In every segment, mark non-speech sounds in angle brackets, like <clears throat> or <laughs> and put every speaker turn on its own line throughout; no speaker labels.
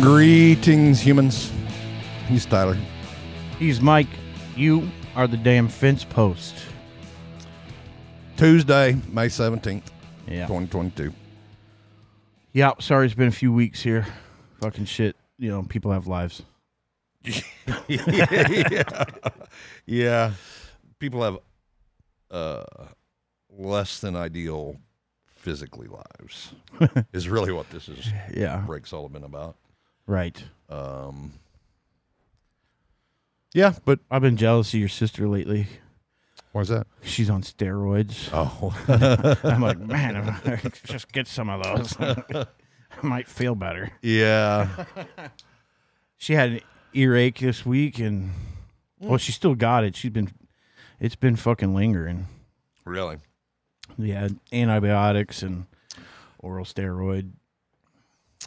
Greetings, humans. He's Tyler.
He's Mike. You are the damn fence post.
Tuesday, May 17th,
Yeah.
2022.
Yep. Sorry, it's been a few weeks here. Fucking shit. You know, people have lives.
<laughs> yeah. yeah. People have uh, less than ideal physically lives, <laughs> is really what this is
Yeah.
Break Sullivan about.
Right.
Um, yeah, but
I've been jealous of your sister lately.
why's that?
She's on steroids.
<laughs> Oh,
I'm like, man, if I could <laughs> just get some of those. <laughs> I might feel better.
yeah.
She had an earache this week, and well, she still got it. She's been, it's been fucking lingering.
Really?
Yeah, antibiotics and oral steroid,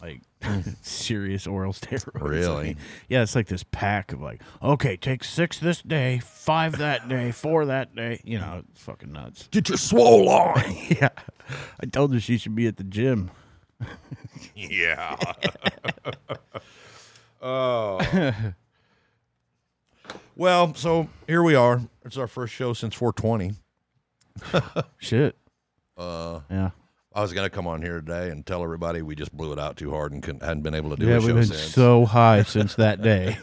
like <laughs> serious oral steroids.
Really?
I mean, yeah, it's <laughs> like this pack of like, okay, take six this day, five that day, four that day. You know, it's
<laughs>
fucking nuts.
Get your swole on.
Yeah, I told her she should be at the gym.
yeah. <laughs> oh. well, so here we are. It's our first show since 420.
Shit.
Uh,
Yeah.
I was gonna come on here today and tell everybody we just blew it out too hard and couldn't, hadn't been able to do
Yeah,
a
we've
show
been
since. <laughs>
so high since that day.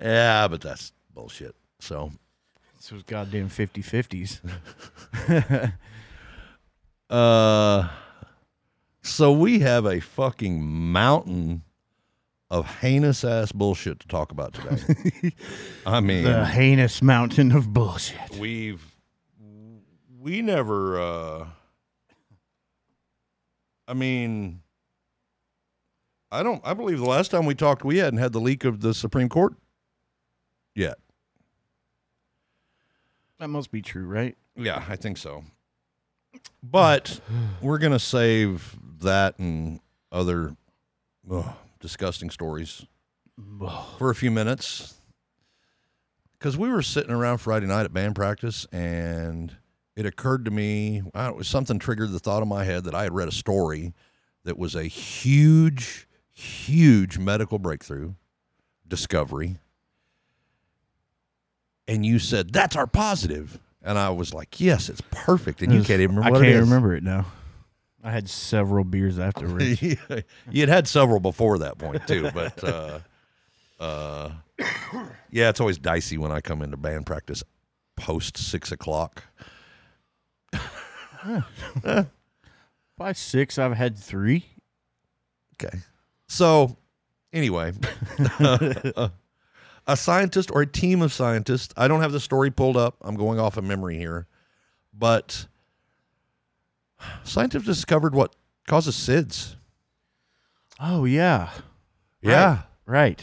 yeah, but that's bullshit. So
this was goddamn 50 50s.
<laughs> Uh, so we have a fucking mountain of heinous ass bullshit to talk about today.
<laughs>
I mean,
The heinous mountain of bullshit.
we've we never. uh I mean, I don't. I believe the last time we talked, we hadn't had the leak of the Supreme Court yet.
That must be true, right?
Yeah, I think so. But we're gonna save that and other ugh, disgusting stories for a few minutes because we were sitting around Friday night at band practice, and it occurred to me I don't, something triggered the thought in my head that I had read a story that was a huge, huge medical breakthrough discovery, and you said that's our positive, and I was like, yes, it's perfect, and you
Yes.
can't even remember.
I
what
can't
it is.
remember it now. I had several beers afterwards. <laughs>
<laughs> You'd had several before that point too, but uh, uh, yeah, it's always dicey when I come into band practice post six o'clock.
By six, I've had three.
Okay. So, anyway, <laughs> a scientist or a team of scientists, I don't have the story pulled up. I'm going off of memory here. But scientists discovered what causes SIDS.
Oh yeah,
Yeah.
right.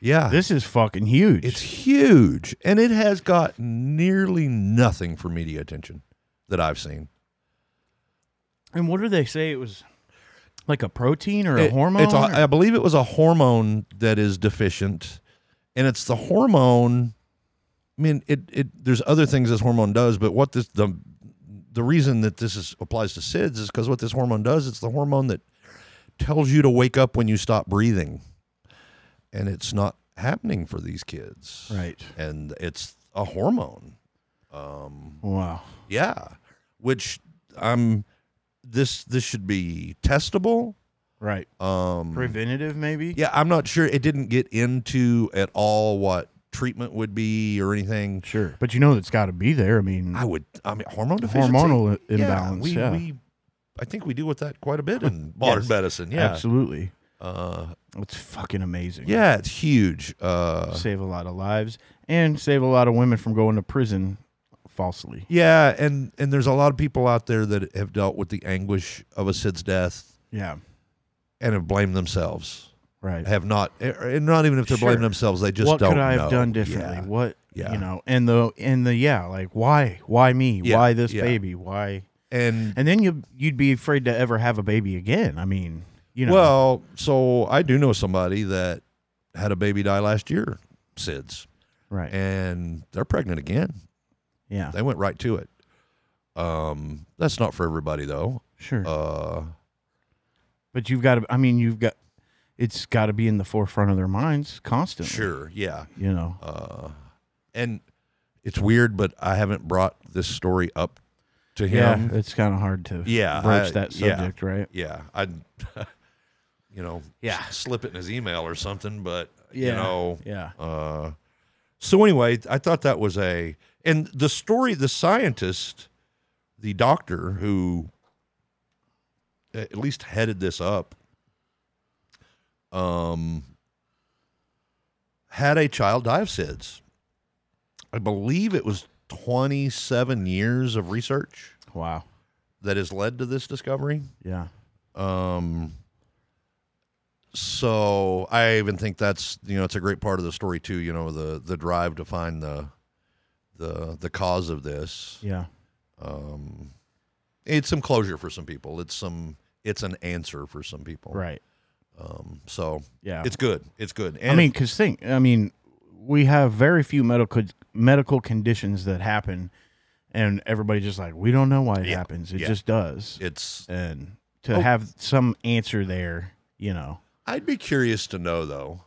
Yeah.
This is fucking huge.
It's huge, and it has got nearly nothing for media attention that I've seen.
and what do they say? It was like a protein or a
It-
hormone.
It's a,
or-
I believe it was a hormone that is deficient, and it's the hormone. I mean, it, it there's other things this hormone does, but what this the the reason that this is, applies to SIDS is because what this hormone does, it's the hormone that tells you to wake up when you stop breathing, and it's not happening for these kids,
right.
And it's a hormone. Um,
Wow.
Yeah, which I'm. This this should be testable.
Right.
Um,
Preventative, maybe.
yeah, I'm not sure. It didn't get into at all what treatment would be or anything.
Sure. But you know, it's got to be there. I mean,
I would. I mean, hormone deficiency,
hormonal i-
Yeah,
imbalance.
we,
yeah.
we, I think we deal with that quite a bit
<laughs>
in modern
Yes.
medicine. Yeah,
Absolutely.
uh,
It's fucking amazing.
yeah, it's huge. Uh,
Save a lot of lives and save a lot of women from going to prison falsely.
yeah, and and there's a lot of people out there that have dealt with the anguish of a SIDS death
Yeah.
and have blamed themselves.
Right.
have not, and not even if they're
Sure.
blaming themselves, they just
what
don't.
could I
know.
have done differently?
Yeah.
What
Yeah.
you know, and the and the yeah, like why why me?
Yeah,
Why this
yeah.
baby? Why?
And,
And then you you'd be afraid to ever have a baby again. I mean, you know,
well, so I do know somebody that had a baby die last year, SIDS,
right?
and they're pregnant again.
yeah,
They went right to it. Um, that's not for everybody though.
sure.
Uh,
but you've got to. I mean, you've got. it's got to be in the forefront of their minds constantly.
Sure. Yeah.
You know,
Uh, and it's weird, but I haven't brought this story up to
yeah,
him.
it's kind of hard to
Yeah,
broach
I-
that
yeah.
subject, right?
Yeah. I'd, <laughs> you know,
Yeah.
s- slip it in his email or something, but, you
Yeah.
know,
Yeah.
Uh, so anyway, I thought that was a and the story. The scientist, the doctor who at least headed this up, um, had a child die of SIDS. I believe it was twenty-seven years of research
Wow.
that has led to this discovery.
Yeah.
Um, so I even think that's you know it's a great part of the story too. You know the the drive to find the the the cause of this.
Yeah.
Um, it's some closure for some people. It's some it's an answer for some people.
Right.
Um, so
Yeah.
it's good. It's good. And
I mean, because think, I mean, we have very few medical medical conditions that happen, and everybody just like we don't know why it
Yeah,
happens. It
yeah.
just does,
it's.
and to
Oh.
have some answer there, you know,
I'd be curious to know though.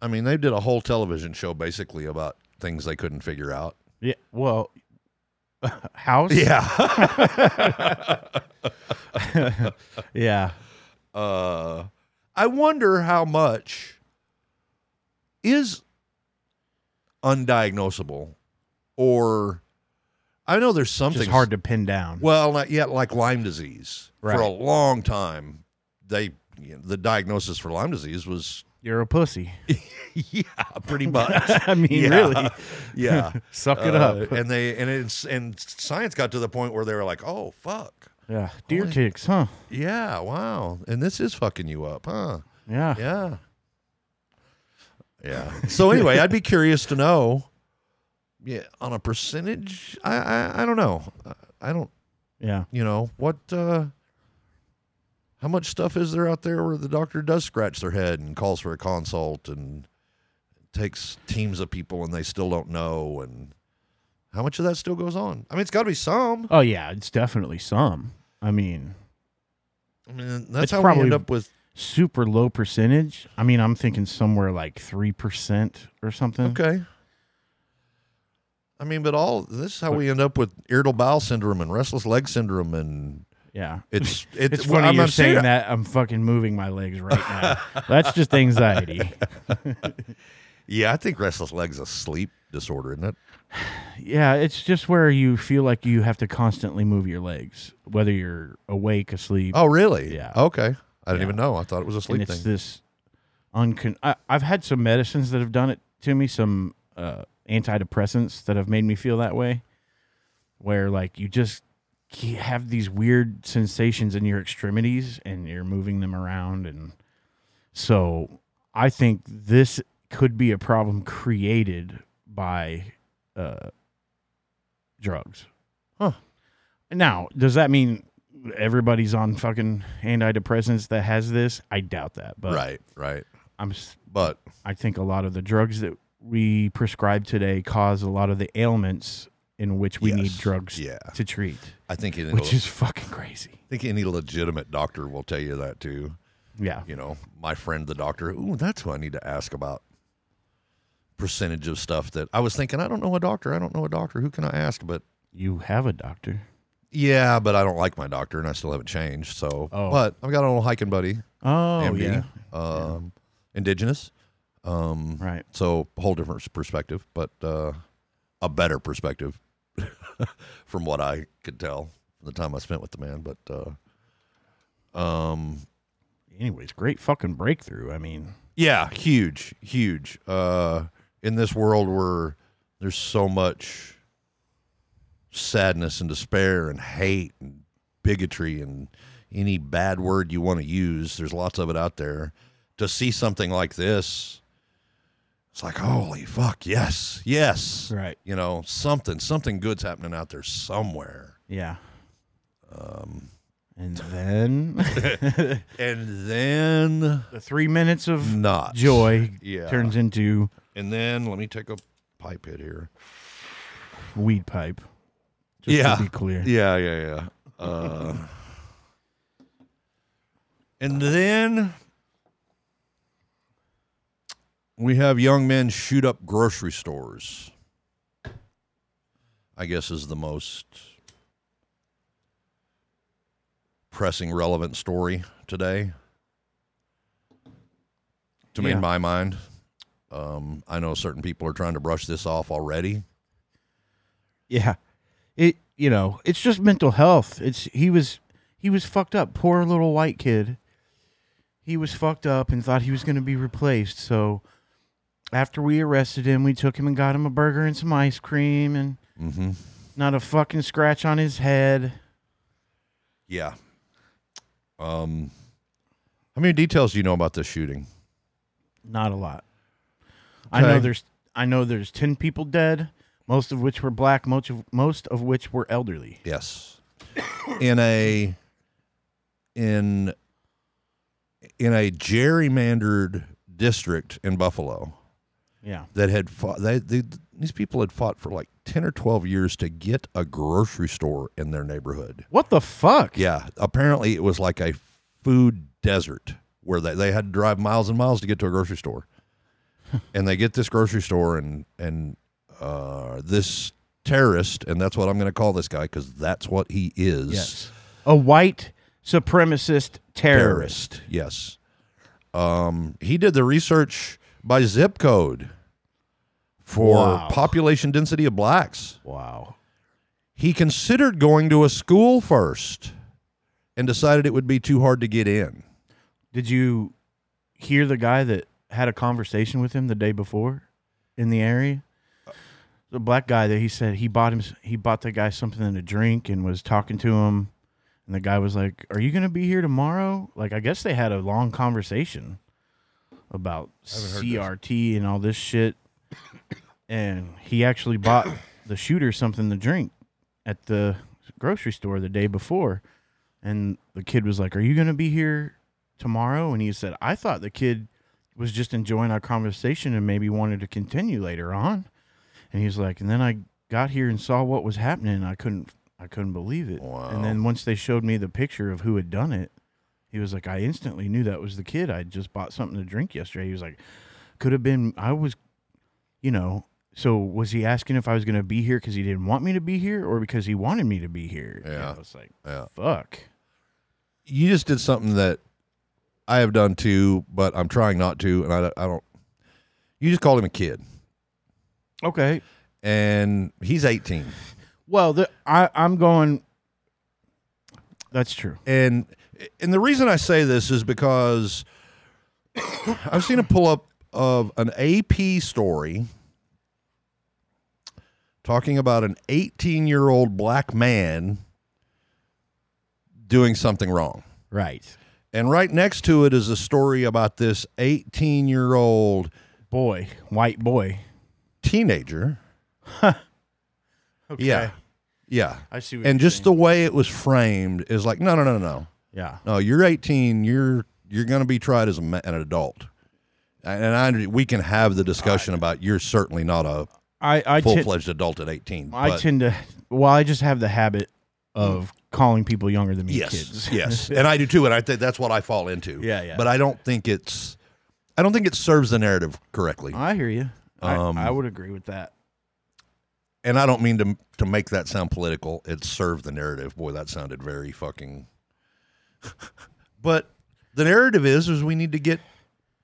I mean, they did a whole television show basically about things they couldn't figure
<laughs>
out. <laughs>
yeah. Well, house,
Yeah.
yeah,
uh I wonder how much is undiagnosable or I know there's something
just hard to pin down.
well not yet like Lyme disease for a
Right.
long time they you know, the diagnosis for Lyme disease was <laughs>
You're a pussy. <laughs>
yeah pretty much
I mean,
Yeah.
really,
yeah
<laughs> suck it
Uh,
up.
and they and it's and science got to the point where they were like oh fuck
Yeah, deer
Holy-
ticks, huh?
yeah wow and this is fucking you up huh
Yeah,
Yeah. Yeah. So anyway, I'd be curious to know. Yeah, on a percentage, I I, I don't know. I- I don't,
yeah,
you know, what uh how much stuff is there out there where the doctor does scratch their head and calls for a consult and takes teams of people and they still don't know and how much of that still goes on? I mean, it's got to be some.
oh yeah. It's definitely some. I mean,
I mean, that's
It's
how we end
probably-
up with
super low percentage. I mean, I'm thinking somewhere like 3% or something.
Okay. I mean, but all this is how we end up with irritable bowel syndrome and restless leg syndrome, and
Yeah. <laughs>
it's it's,
It's funny
I'm
you're
not
saying
it.
that. I'm fucking moving my legs right
<laughs>
now. That's just anxiety.
Yeah, I think restless legs a sleep disorder, isn't it?
Yeah, it's just where you feel like you have to constantly move your legs, whether you're awake, asleep.
Oh, really?
Yeah.
Okay. I didn't
Yeah.
even know. I thought it was a
and
sleep
it's
thing.
this uncon. I, I've had some medicines that have done it to me, some uh, antidepressants that have made me feel that way, where like you just ke- have these weird sensations in your extremities and you're moving them around, and so I think this could be a problem created by uh, drugs.
Huh.
Now, does that mean? Everybody's on fucking antidepressants that has this. I doubt that, but
right. Right.
I'm s-
But
I think a lot of the drugs that we prescribe today cause a lot of the ailments in which we need
Yes.
drugs
yeah,
to treat,
I think any,
which is fucking crazy.
I think any legitimate doctor will tell you that too.
Yeah.
You know, my friend, the doctor. Ooh, that's who I need to ask about percentage of stuff that I was thinking. I don't know a doctor. I don't know a doctor. Who can I ask? But
You have a doctor.
Yeah, but I don't like my doctor, and I still haven't changed. So,
Oh.
but I've got an old hiking buddy,
Oh,
MD,
yeah.
um, indigenous. Um,
Right.
So, a whole different perspective, but uh, a better perspective <laughs> from what I could tell from the time I spent with the man. But uh, um,
Anyways, great fucking breakthrough. I mean,
yeah, huge, huge. Uh, in this world where there's so much sadness and despair and hate and bigotry and any bad word you want to use, there's lots of it out there. To see something like this, it's like, holy fuck, yes, yes.
right.
You know, something, something good's happening out there somewhere.
Yeah. Um, and
<laughs>
then
And then
the three minutes of
not.
joy
Yeah.
turns into
And then let me take a pipe hit here.
weed pipe. Just
Yeah.
to be clear.
Yeah, yeah, yeah. Uh, and then We have young men shoot up grocery stores. I guess is the most pressing relevant story today. To me,
Yeah.
in my mind, um, I know certain people are trying to brush this off already.
Yeah. It you know, it's just mental health. It's he was he was fucked up, poor little white kid. He was fucked up and thought he was going to be replaced. So after we arrested him, we took him and got him a burger and some ice cream and
Mm-hmm.
not a fucking scratch on his head.
Yeah. Um, how many details do you know about this shooting?
Not a lot. I know
Okay.
there's I know there's 10 people dead, most of which were black, most of, most of which were elderly.
Yes. In a in in a gerrymandered district in Buffalo
Yeah.
that had fought they, they these people had fought for like 10 or 12 years to get a grocery store in their neighborhood.
What the fuck?
Yeah, apparently it was like a food desert where they, they had to drive miles and miles to get to a grocery
<laughs>
store. and they get this grocery store and and uh, this terrorist, and that's what I'm going to call this guy because that's what he is.
Yes. A white supremacist terrorist.
terrorist. Yes. Um, he did the research by zip code for
Wow.
population density of blacks.
Wow.
He considered going to a school first and decided it would be too hard to get in.
Did you hear the guy that had a conversation with him the day before in the area? The black guy that he said he bought him he bought the guy something to drink and was talking to him and the guy was like, "Are you going to be here tomorrow?" Like I guess they had a long conversation about
haven't heard
CRT and all this shit. And he actually bought <coughs> the shooter something to drink at the grocery store the day before. And the kid was like, Are you going to be here tomorrow? And he said, I thought the kid was just enjoying our conversation and maybe wanted to continue later on. And he's like, And then I got here and saw what was happening. And I couldn't, I couldn't believe it.
Wow.
And then once they showed me the picture of who had done it, he was like, I instantly knew that was the kid. I just bought something to drink yesterday. He was like, Could have been, I was, you know, so was he asking if I was going to be here because he didn't want me to be here or because he wanted me to be here? And
Yeah.
I was like,
Yeah.
fuck.
you just did something that I have done too, but I'm trying not to, and I, I don't. You just called him a kid,
Okay.
and he's 18,
Well, the, I, I'm going. That's true.
and and the reason I say this is because <coughs> I've seen a pull up of an AP story talking about an 18 year old black man doing something wrong.
Right.
And right next to it is a story about this 18 year old
Boy, white boy.
teenager.
Okay.
Yeah. Yeah.
I see what
And
you're
just
saying.
the way it was framed is like, no, no, no, no, no.
Yeah.
No, you're 18. You're you're going to be tried as a, ma- an adult. And I, under- we can have the discussion about you're certainly not a
I, I,
full
ten-
fledged adult at 18.
I
but- Mm.
tend to. Well, I just have the habit of calling people younger than me
yes,
kids. <laughs>
yes, and I do too. And I think that's what I fall into.
Yeah, yeah.
But I don't think it's, I don't think it serves the narrative correctly.
I hear you.
Um,
I, I would agree with that.
and I don't mean to to make that sound political. It served the narrative. Boy, that sounded very fucking. <laughs> but the narrative is is we need to get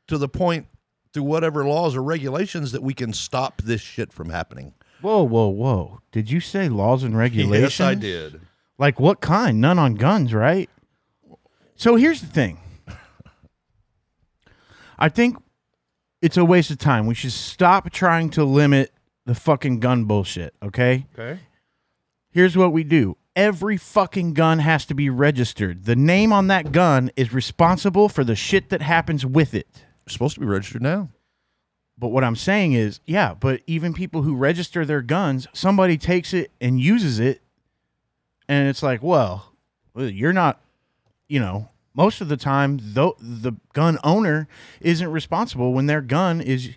to the point through whatever laws or regulations that we can stop this shit from happening.
Whoa, whoa, whoa! Did you say laws and regulations?
<laughs> Yes, I did.
Like what kind? None on guns, right? So here's the thing. I think it's a waste of time. We should stop trying to limit the fucking gun bullshit, okay?
Okay.
Here's what we do. Every fucking gun has to be registered. The name on that gun is responsible for the shit that happens with it.
supposed to be registered now.
But what I'm saying is, yeah, but even people who register their guns, somebody takes it and uses it. And it's like, well, you're not, you know, most of the time, though, the gun owner isn't responsible when their gun is,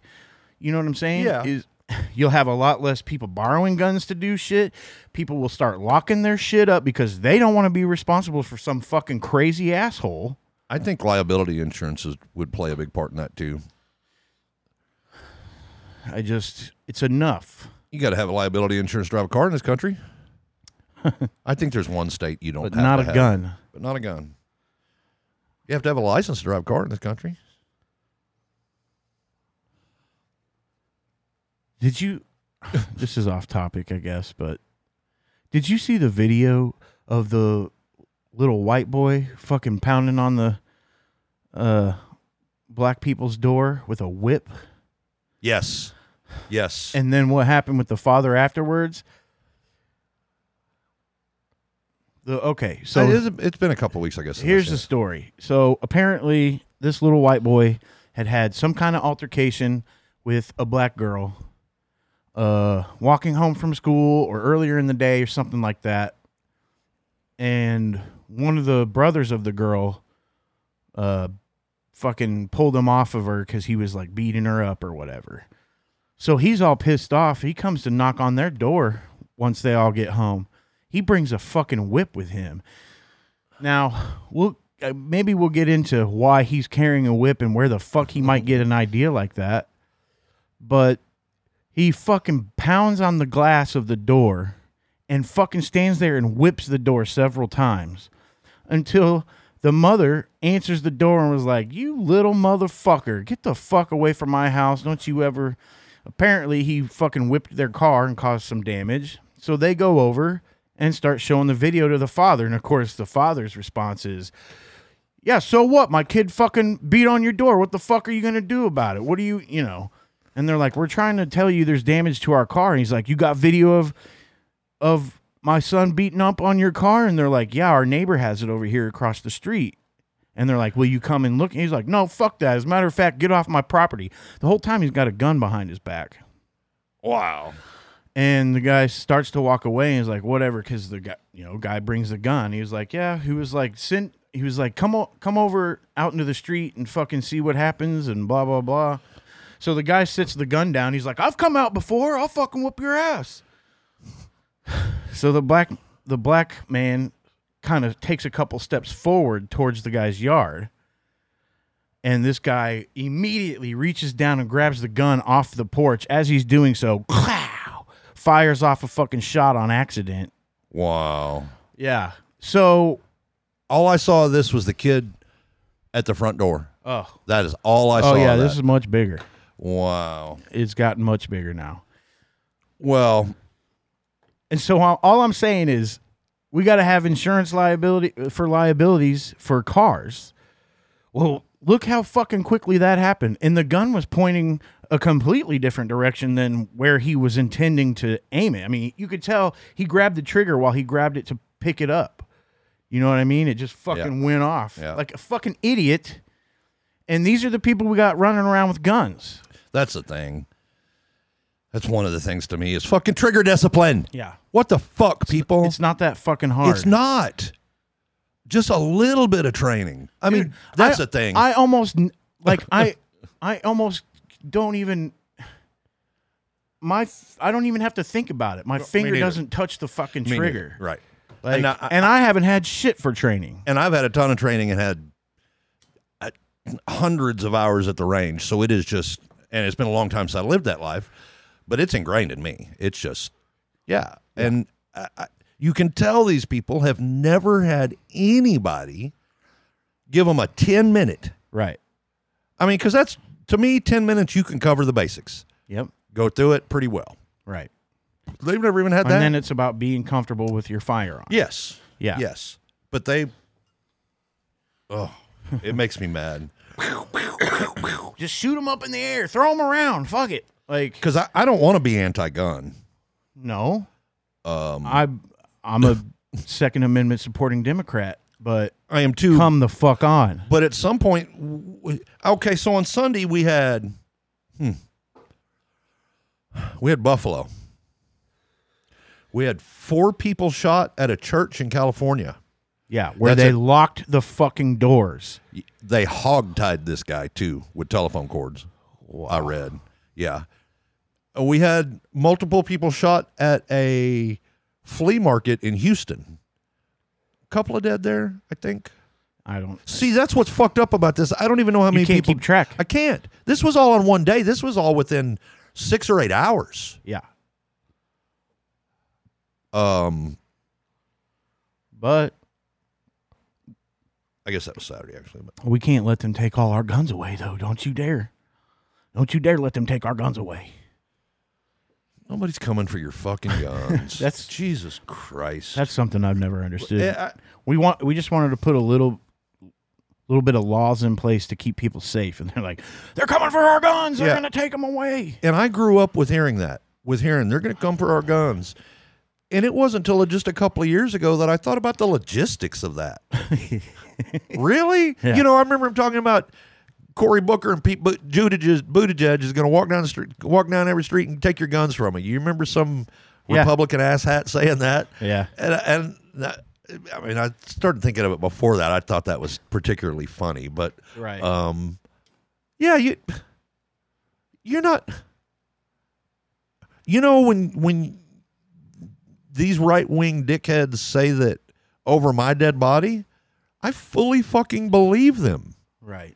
you know what I'm saying?
Yeah.
Is, <laughs> you'll have a lot less people borrowing guns to do shit. People will start locking their shit up because they don't want to be responsible for some fucking crazy asshole.
I think liability insurances would play a big part in that too.
I just it's enough.
You got to have a liability insurance to drive a car in this country. I think there's one state you don't
But
have
not
to
a
have,
gun.
But not a gun. You have to have a license to drive a car in this country.
Did you? <sighs> this is off topic, I guess, but did you see the video of the little white boy fucking pounding on the uh, black people's door with a whip?
Yes. Yes.
And then what happened with the father afterwards? The okay, so
it is, it's been a couple weeks, I guess. since I
Here's
seen it.
the story. So apparently, this little white boy had had some kind of altercation with a black girl, uh, walking home from school or earlier in the day or something like that. And one of the brothers of the girl, uh, fucking pulled him off of her because he was like beating her up or whatever. So he's all pissed off. He comes to knock on their door once they all get home. He brings a fucking whip with him. Now, we'll uh, maybe we'll get into why he's carrying a whip and where the fuck he might get an idea like that. But he fucking pounds on the glass of the door and fucking stands there and whips the door several times until the mother answers the door and was like, "You little motherfucker, get the fuck away from my house. Don't you ever Apparently, he fucking whipped their car and caused some damage. So they go over and start showing the video to the father. And of course, the father's response is, Yeah, so what? My kid fucking beat on your door. What the fuck are you going to do about it? What do you, you know? And they're like, We're trying to tell you there's damage to our car. And he's like, You got video of, of, my son beating up on your car and they're like yeah our neighbor has it over here across the street and they're like will you come and look and he's like no fuck that as a matter of fact get off my property the whole time he's got a gun behind his back
Wow.
and the guy starts to walk away and he's like, whatever, because the guy, you know, guy brings the gun. He was like, yeah. He was like, send. He was like, come o- come over out into the street and fucking see what happens and blah blah blah. So the guy sits the gun down. He's like, I've come out before. I'll fucking whoop your ass. <sighs> so the black the black man kind of takes a couple steps forward towards the guy's yard. And this guy immediately reaches down and grabs the gun off the porch. As he's doing so, clow, fires off a fucking shot on accident.
Wow.
Yeah. So,
All I saw of this was the kid at the front door.
oh,
That is all I saw.
oh yeah,
of
this
that.
is much bigger.
Wow.
It's gotten much bigger now.
Well,
And so all all I'm saying is we got to have insurance liability uh, for liabilities for cars. Well, look how fucking quickly that happened. And the gun was pointing a completely different direction than where he was intending to aim it. I mean, you could tell he grabbed the trigger while he grabbed it to pick it up. You know what I mean? It just fucking went off
Yeah.
like a fucking idiot. And these are the people we got running around with guns.
that's the thing. That's one of the things to me is fucking trigger discipline.
Yeah.
What the fuck, people?
It's not that fucking hard.
It's not. Just a little bit of training. I mean, that's
I-
the thing.
I almost
<laughs>
n- like I I almost don't even my f- I don't even have to think about it. My finger
neither.
doesn't touch the fucking
Me neither.
trigger.
Right.
Like,
And
and,
I-
I,
I-
haven't had shit for training.
And I've had a ton of training and had uh, hundreds of hours at the range. So it is just, and it's been a long time since I lived that life, but it's ingrained in me. It's just, yeah. And I, I, you can tell these people have never had anybody give them a 10 minute.
Right.
I mean, because that's, to me, 10 minutes, you can cover the basics,
Yep.
go through it pretty well.
Right.
They've never even had
And
that.
then it's about being comfortable with your firearm.
Yes.
Yeah.
Yes. But they Oh, it makes me mad.
Just shoot them up in the air, throw them around. Fuck it. Like
Cuz I, I don't want to be anti-gun.
no,
Um
I
<laughs>
I'm a Second Amendment supporting Democrat, but
I am too.
come the fuck on.
But at some point w- okay, so on Sunday we had hmm, we had buffalo. We had four people shot at a church in California.
Yeah, where
That's
they
it.
locked the fucking doors.
They hogtied this guy too with telephone cords. I read. Yeah. Uh, We had multiple people shot at a flea market in Houston. couple of dead there, I think.
I don't.
See, that's what's fucked up about this. I don't even know how
You
many
can't
people
keep track.
I can't. This was all on one day. This was all within six or eight hours.
Yeah.
Um,
But
I guess that was Saturday actually, but
we can't let them take all our guns away, though. Don't you dare. Don't you dare let them take our guns away.
nobody's coming for your fucking <laughs> guns.
That's-
Jesus Christ.
That's something I've never understood.
Yeah, I-
we want we just wanted to put a little little bit of laws in place to keep people safe and they're like they're coming for our guns they're
Yeah.
going to take them away
and I grew up with hearing that, with hearing they're going to come for our guns. And it wasn't until just a couple of years ago that I thought about the logistics of
<laughs>
that. really?
Yeah.
You know, I remember him talking about Cory Booker and Pete Bu- Buttigieg, Buttigieg is going to walk down the street, walk down every street and take your guns from you. You remember some
Yeah.
Republican asshat saying that?
yeah
And and that, I mean, I started thinking of it before that. I thought that was particularly funny, but
right
um, yeah, you you're not. You know when when these right wing dickheads say that over my dead body, I fully fucking believe them.
right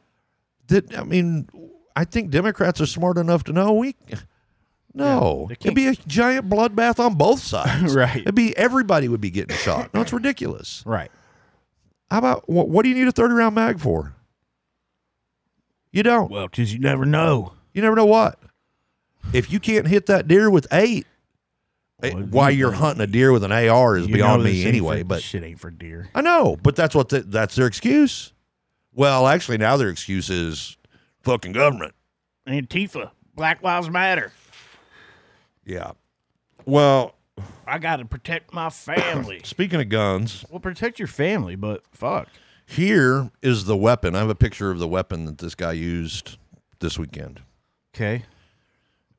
That I mean, I think Democrats are smart enough to know we. No,
they
it'd be a giant bloodbath on both sides.
<laughs> Right.
it'd be everybody would be getting shot. No, it's ridiculous.
right
How about what, what do you need a thirty round mag for? You don't.
well cuz you never know
You never know what. If you can't hit that deer with eight, eh,
Well,
why
you-
you're hunting a deer with an AR is
You
beyond
know this
me
ain't
anyway.
for,
But
shit ain't for deer
I know. But that's what the, that's their excuse. Well, actually, now their excuse is fucking government.
antifa black lives matter
Yeah. Well,
i got to protect my family
speaking of guns,
well protect your family but fuck
here is the weapon. I have a picture of the weapon that this guy used this weekend.
okay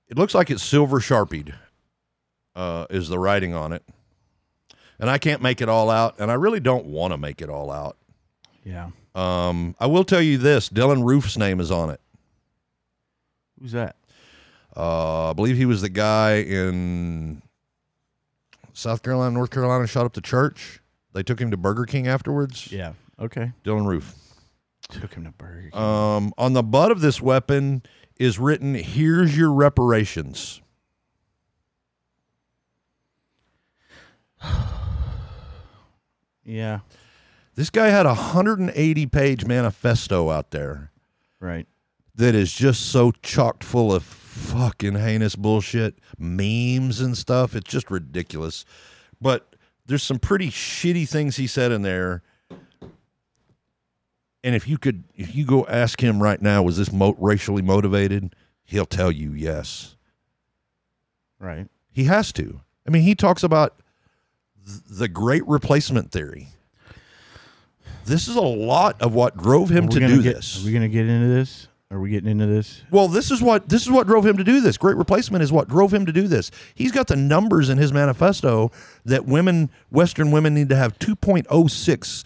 It looks like it's silver sharpied. Uh, is the writing on it? And I can't make it all out, and I really don't want to make it all out.
yeah
Um, I will tell you this: Dylan Roof's name is on it.
who's that
Uh, I believe he was the guy in South Carolina, North Carolina, shot up the church. They took him to Burger King afterwards.
yeah okay Uh,
Dylan Roof.
took him to burger King.
Um, on the butt of this weapon is written, "Here's your reparations."
yeah
This guy had a 180-page manifesto out there
right
that is just so chocked full of fucking heinous bullshit, memes and stuff. It's just ridiculous. But there's some pretty shitty things he said in there. And if you could, if you go ask him right now, was this mo- racially motivated? He'll tell you yes.
right
He has to. I mean, he talks about th- the great replacement theory. This is a lot of what drove him
Are we
to
gonna
do
get-
this.
Are we going to get into this? Are we getting into this?
Well, this is what this is what drove him to do this. Great replacement is what drove him to do this. He's got the numbers in his manifesto that women, Western women, need to have 2.06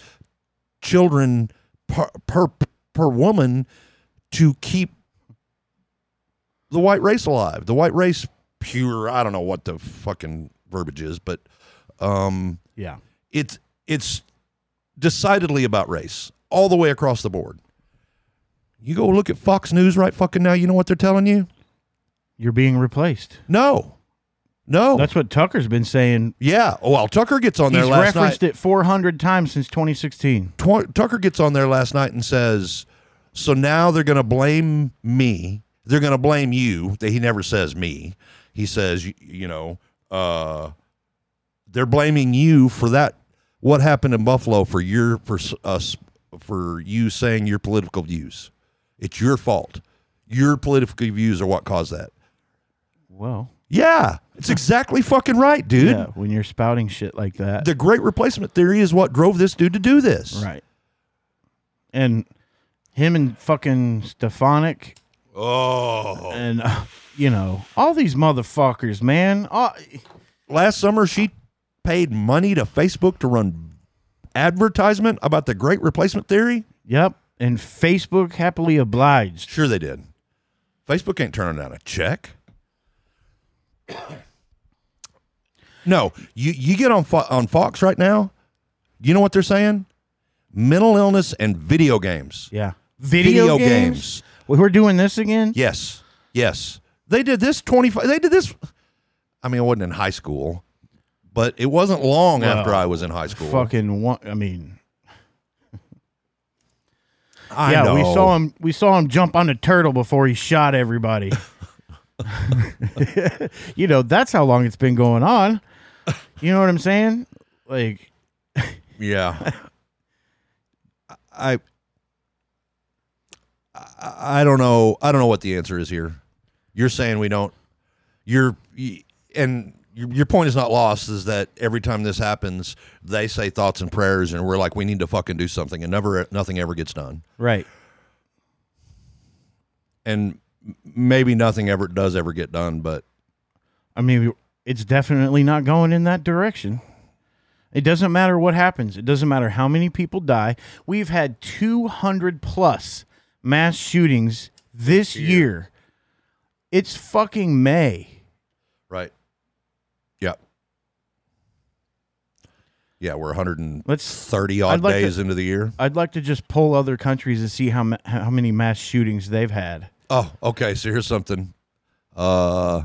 children per per, per woman to keep the white race alive. The white race pure. I don't know what the fucking verbiage is, but um,
Yeah.
it's it's decidedly about race all the way across the board. You go look at Fox News right fucking now. You know what they're telling you?
You're being replaced.
No, no.
That's what Tucker's been saying.
yeah. Oh, well, Tucker gets on there
He's
last
referenced
night.
it 400 times since 2016.
Tw- Tucker gets on there last night and says, "So now they're going to blame me. They're going to blame you." That he never says me. He says, "You, you know, uh, they're blaming you for that. What happened in Buffalo for your for s- us for you saying your political views? It's your fault. Your political views are what caused that."
Well,
Yeah,
<laughs>
it's exactly fucking right, dude.
yeah, when you're spouting shit like that.
The great replacement theory is what drove this dude to do this.
right. And him and fucking Stefanik
Oh.
and, uh, you know, all these motherfuckers, man. Uh, All,
last summer she paid money to Facebook to run advertisement about the great replacement theory?
yep. And Facebook happily obliged.
Sure they did. Facebook ain't turning down a check. <coughs> No, you you get on Fo- on Fox right now. You know what they're saying? Mental illness and video games.
Yeah.
Video games.
We were doing this again?
Yes. Yes. They did this 25. They did this. I mean, I wasn't in high school, but it wasn't long after
Well,
I was in high school.
Fucking one. I mean,
I
yeah,
know.
we saw him. We saw him jump on the turtle before he
<laughs>
shot everybody. <laughs> you know, that's how long it's been going on. You know what I'm saying? Like, <laughs>
Yeah. I, I I don't know. I don't know what the answer is here. You're saying we don't. You're y- and your, your point is not lost. Is that every time this happens, they say thoughts and prayers, and we're like, we need to fucking do something, and never nothing ever gets done,
right?
and m- maybe nothing ever does ever get done. But
I mean, it's definitely not going in that direction. It doesn't matter what happens. It doesn't matter how many people die. We've had 200 plus mass shootings this year. It's fucking May.
right. Yeah. Yeah, we're 130
Let's
odd
I'd like to-
days into the year.
I'd like to just pull other countries and see how ma- how many mass shootings they've had.
Oh, okay. So here's something. Uh,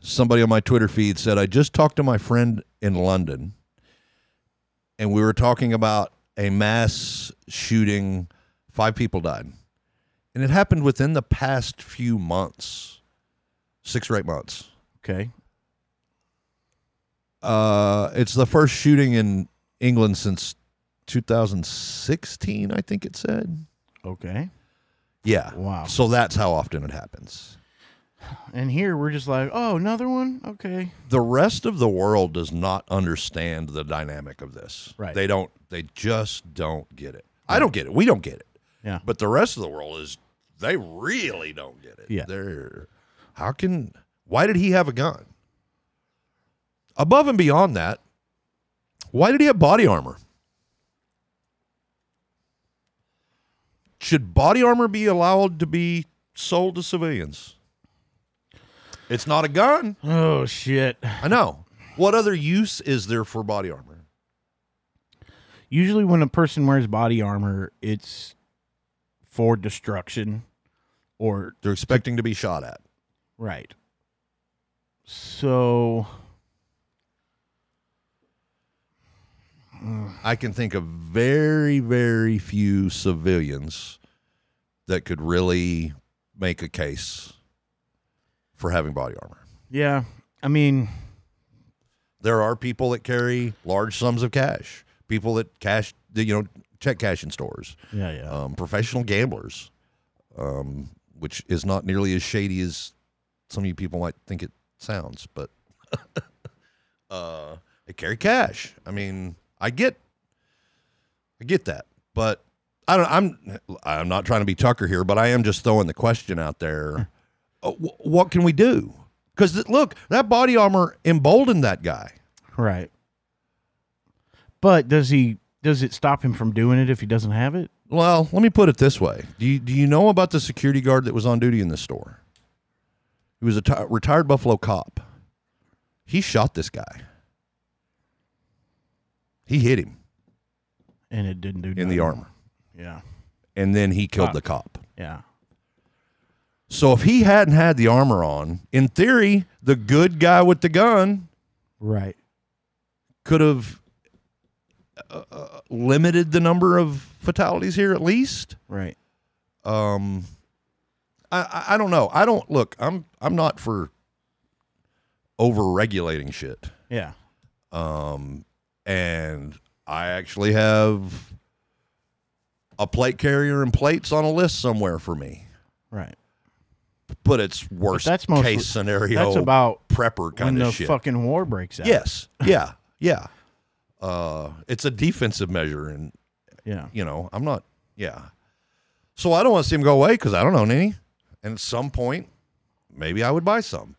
somebody on my Twitter feed said, I just talked to my friend in London, and we were talking about a mass shooting. Five people died. And it happened within the past few months, six or eight months.
Okay.
Uh, it's the first shooting in England since 2016, I think it said.
Okay.
Yeah.
Wow.
So that's how often it happens.
And here we're just like, "Oh, another one?" Okay.
the rest of the world does not understand the dynamic of this.
Right.
They don't. They just don't get it. I don't get it. We don't get it.
Yeah.
But the rest of the world is. They really don't get it.
Yeah.
They're. How can? Why did he have a gun? Above and beyond that, why did he have body armor? Should body armor be allowed to be sold to civilians? It's not a gun.
Oh shit.
I know. What other use is there for body armor?
usually when a person wears body armor it's for destruction or
They're expecting to be shot at.
right so
I can think of very, very few civilians that could really make a case for having body armor.
yeah i mean
There are people that carry large sums of cash, people that cash, that, you know, check cash in stores,
yeah yeah
um, professional gamblers, um, which is not nearly as shady as some of you people might think it sounds, but <laughs> uh, they carry cash. I mean, I get, I get that, but I don't. I'm, I'm not trying to be Tucker here, but I am just throwing the question out there. Uh, wh- what can we do? Because look, that body armor emboldened that guy.
right but does he does it stop him from doing it if he doesn't have it
Well, let me put it this way: Do you, do you know about the security guard that was on duty in the store? He was a ti retired Buffalo cop. He shot this guy. He hit him
and it didn't do
in the
nothing?
armor,
yeah
and then he killed the cop.
yeah
So if he hadn't had the armor on, in theory, the good guy with the gun
right
could have uh, uh, limited the number of fatalities here at least.
right
um I- I, I don't know. I don't look, I'm I'm not for over regulating shit.
yeah
Um and I actually have a plate carrier and plates on a list somewhere for me.
right
But it's worst
that's mostly-
case scenario
that's about
prepper
when
kind
the
of shit.
fucking war breaks out
yes. Yeah. Yeah. Uh it's a defensive measure and
yeah
you know, I'm not, yeah. So I don't want to see them go away because I don't own any. And at some point, maybe I would buy some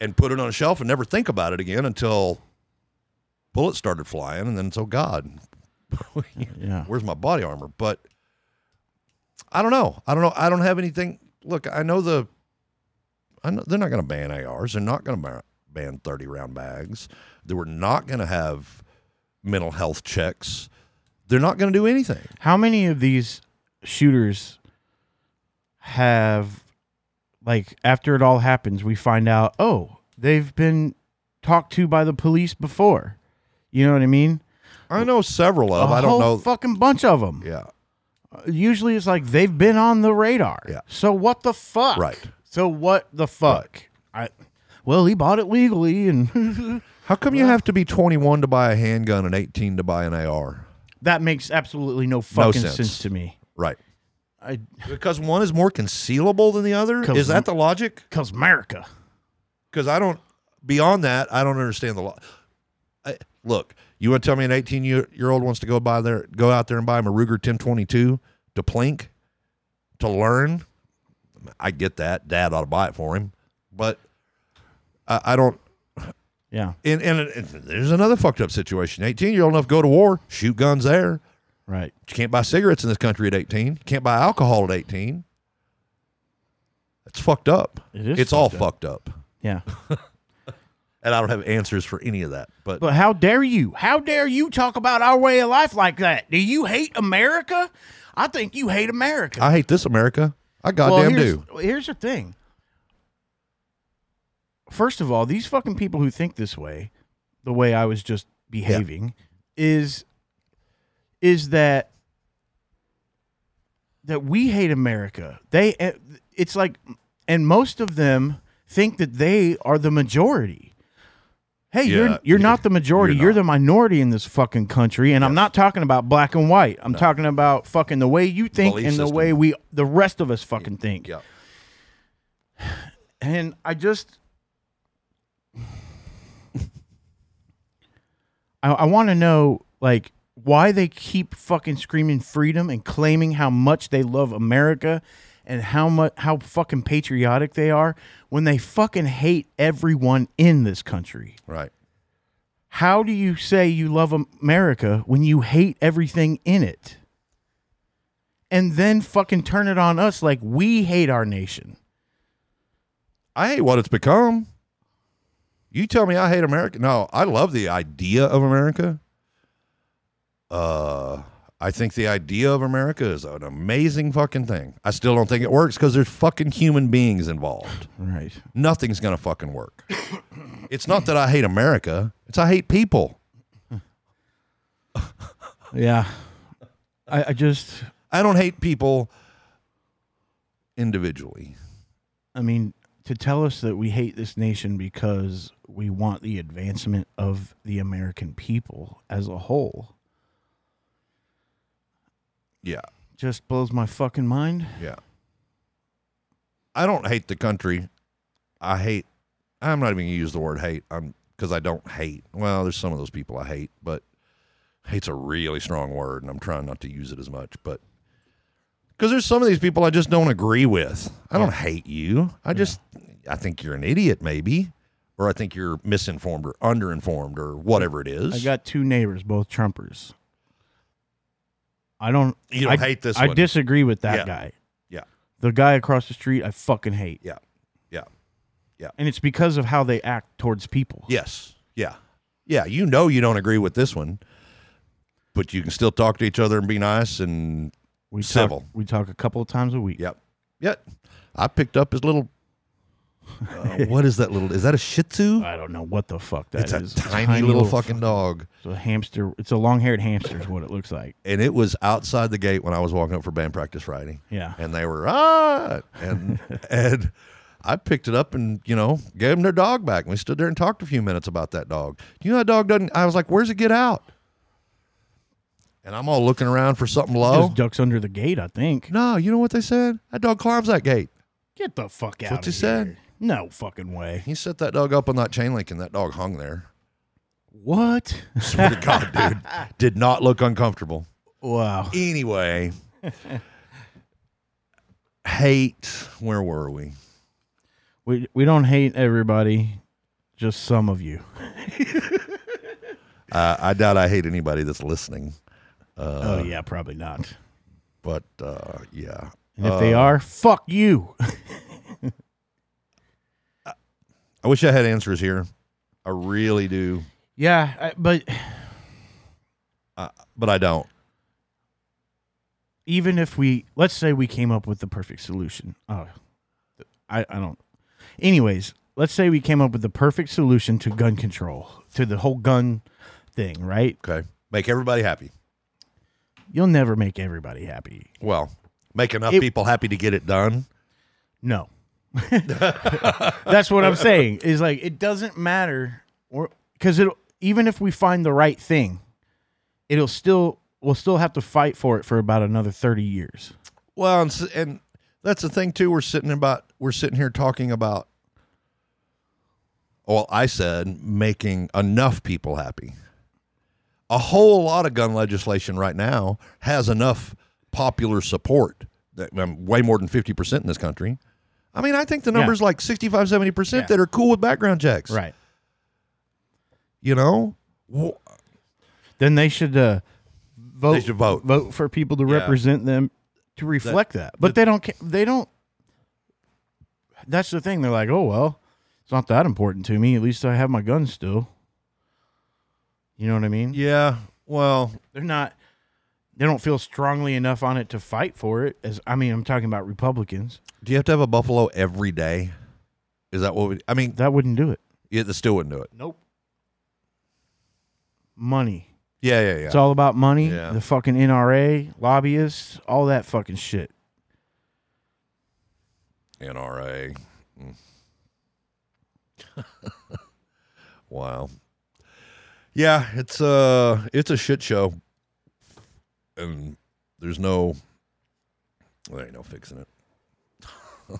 and put it on a shelf and never think about it again until bullets started flying. And then it's, oh God,
yeah
where's my body armor? But I don't know. I don't know. I don't have anything. Look, I know the, I know they're not going to ban ARs. They're not going to ban 30 round bags. They were not going to have mental health checks. They're not going to do anything.
How many of these shooters have like after it all happens, we find out, oh, they've been talked to by the police before. You know what I mean?
I know several of.
A
I don't
whole
know.
fucking bunch of them.
yeah,
Usually it's like they've been on the radar.
Yeah.
So what the fuck?
Right.
So what the fuck? I well, he bought it legally and <laughs>
How come you have to be 21 to buy a handgun and 18 to buy an AR?
that makes absolutely no fucking
sense.
sense to me.
Right.
I
Because one is more concealable than the other?
Cause-
Is that the logic?
cuz America.
Because I don't, beyond that, I don't understand the law. I, look, you want to tell me an 18 year, year old wants to go buy their, go out there and buy him a Ruger 1022 to plink, to learn? I get that. Dad ought to buy it for him. But I, I don't,
Yeah.
and, and, and there's another fucked up situation. 18 year old enough to go to war, shoot guns there.
Right.
You can't buy cigarettes in this country at 18. You can't buy alcohol at 18. It's fucked up.
It is
It's all
fucked
fucked up.
Yeah.
And I don't have answers for any of that. But,
But how dare you? How dare you talk about our way of life like that? Do you hate America? I think you hate America.
I hate this America. I
well,
goddamn
here's,
do.
Here's the thing. First of all, these fucking people who think this way, the way I was just behaving, is is that that we hate America. They eh, it's like and most of them think that they are the majority. Hey,
Yeah,
you're you're not the
you're-
majority.
you're
You're,
not.
the minority in this fucking country, and I'm not talking about black and white. I'm talking about fucking the way you think
Belief
and the
system.
way we the rest of us fucking think.
Yeah.
And I just <sighs> I, I want to know like why they keep fucking screaming freedom and claiming how much they love America and how much how fucking patriotic they are when they fucking hate everyone in this country.
Right.
How do you say you love America when you hate everything in it? And then fucking turn it on us like we hate our nation.
I hate what it's become. You tell me I hate America. No, I love the idea of America. Uh, I think the idea of America is an amazing fucking thing. I still don't think it works because there's fucking human beings involved.
Right.
nothing's going to fucking work. it's not that I hate America, it's I hate people.
Yeah. I, I just,
I don't hate people individually.
I mean, to tell us that we hate this nation because we want the advancement of the American people as a whole
Yeah.
just blows my fucking mind.
Yeah. I don't hate the country. I hate I'm not even going to use the word hate. I'm cuz I don't hate. Well, there's some of those people I hate, but hate's a really strong word and I'm trying not to use it as much, but cuz there's some of these people I just don't agree with. I don't hate you. I just I think you're an idiot maybe or I think you're misinformed or underinformed or whatever it is.
I got two neighbors, both Trumpers. I don't.
You don't
I,
hate this
I
one.
disagree with that
Yeah.
guy.
Yeah.
The guy across the street, I fucking hate,
yeah. Yeah.
and it's because of how they act towards people.
Yes. Yeah. Yeah. You know you don't agree with this one, but you can still talk to each other and be nice. And
we talk,
civil.
We talk a couple of times a week.
yep. Yep. I picked up his little. <laughs> Uh, what is that little? Is that a Shih Tzu?
I don't know what the fuck that
It's
is.
Uh, a tiny, little, fucking dog.
It's a hamster. It's a long-haired hamster. Is what it looks like.
And it was outside the gate when I was walking up for band practice Friday.
Yeah.
And they were ah,
<laughs>
and and I picked it up and you know gave them their dog back. And we stood there and talked a few minutes about that dog. You know that dog doesn't. I was like, "Where's it get out?" And I'm all looking around for something low.
Just ducks under the gate, I think.
No, you know what they said? That dog climbs that gate.
Get the fuck out.
what
of
you
here.
said.
No fucking way.
He set that dog up on that chain link, and that dog hung there. <laughs>
What? <laughs>
Swear to God, dude, did not look uncomfortable.
wow. <laughs>
Anyway, hate. Where were we?
We we don't hate everybody, just some of you.
Uh, I doubt I hate anybody that's listening, Uh,
oh yeah, probably not.
but uh, yeah,
And if they
Uh.
are, fuck you. <laughs>
I wish I had answers here. I really do,
yeah, I- but
uh, but I don't.
even if we let's say we came up with the perfect solution. Oh, I, I don't. Anyways, let's say we came up with the perfect solution to gun control, to the whole gun thing, right?
Okay. Make everybody happy.
You'll never make everybody happy.
Well, make enough
It-
people happy to get it done.
No. <laughs> That's what I'm saying. Is like it doesn't matter or cuz it even if we find the right thing, it'll still we'll still have to fight for it for about another 30 years.
Well, and, s- and that's the thing too. We're sitting about we're sitting here talking about. Well, I said making enough people happy. A whole lot of gun legislation right now has enough popular support that um, way more than 50% in this country. I mean, I think the
Yeah.
number's like 65, 70%
Yeah.
that are cool with background checks.
Right.
You know? Wh-
Then they should uh vote
should vote.
for people to
Yeah.
represent them to reflect that. But they don't ca- they don't That's the thing. They're like, "Oh, well, it's not that important to me. At least I have my gun still." You know what I mean?
Yeah. Well,
they're not they don't feel strongly enough on it to fight for it as i mean i'm talking about republicans
do you have to have a buffalo every day? Is that what we, I mean?
that wouldn't do it
It still wouldn't do it.
nope money
Yeah, yeah, yeah.
it's all about money
Yeah.
the fucking nra lobbyists all that fucking shit
NRA. Mm. <laughs> wow. Yeah, it's uh it's a shit show. And there's no there ain't no fixing it. <laughs> this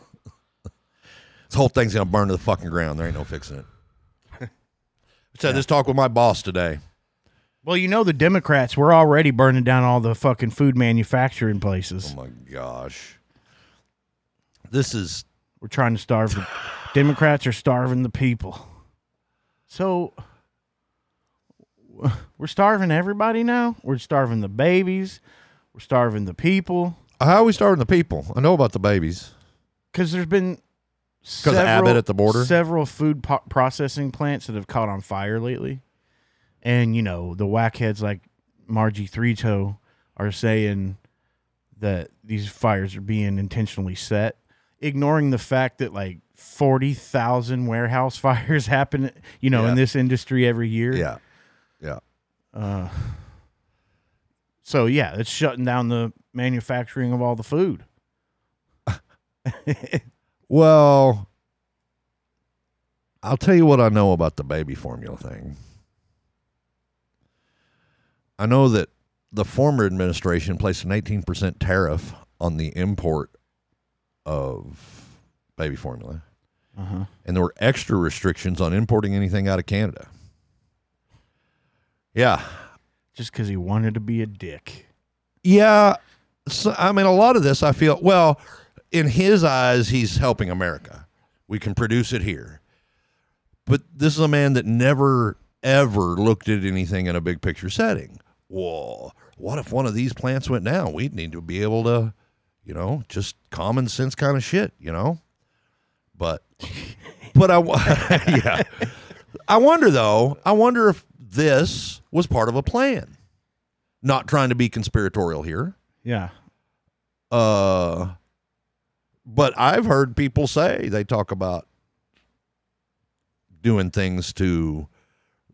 whole thing's gonna burn to the fucking ground. There ain't no fixing it. <laughs> I said this talk with my boss today.
well you know the democrats were already burning down all the fucking food manufacturing places
Oh my gosh. This is
we're trying to starve the democrats are starving the people so we're starving everybody now we're starving the babies we're starving the people
how are we starting the people? I know about the babies.
because there's been
of
several,
Abbott at the border?
several food po- processing plants that have caught on fire lately, and you know the whackheads like Margie Three Toe are saying that these fires are being intentionally set, ignoring the fact that like forty thousand warehouse <laughs> fires happen, you know,
Yeah.
in this industry every year.
Yeah. Yeah.
Uh, so yeah, it's shutting down the manufacturing of all the food.
Well, I'll tell you what I know about the baby formula thing. I know that the former administration placed an 18% tariff on the import of baby formula,
Uh huh.
and there were extra restrictions on importing anything out of Canada. Yeah.
just because he wanted to be a dick.
Yeah. So, I mean, a lot of this I feel, well, in his eyes, he's helping America. We can produce it here. But this is a man that never, ever looked at anything in a big picture setting. Whoa, what if one of these plants went down? We'd need to be able to, you know, just common sense kind of shit, you know? But, but I, wa- <laughs> yeah. I wonder though, I wonder if this was part of a plan. Not trying to be conspiratorial here.
Yeah.
Uh, but I've heard people say they talk about doing things to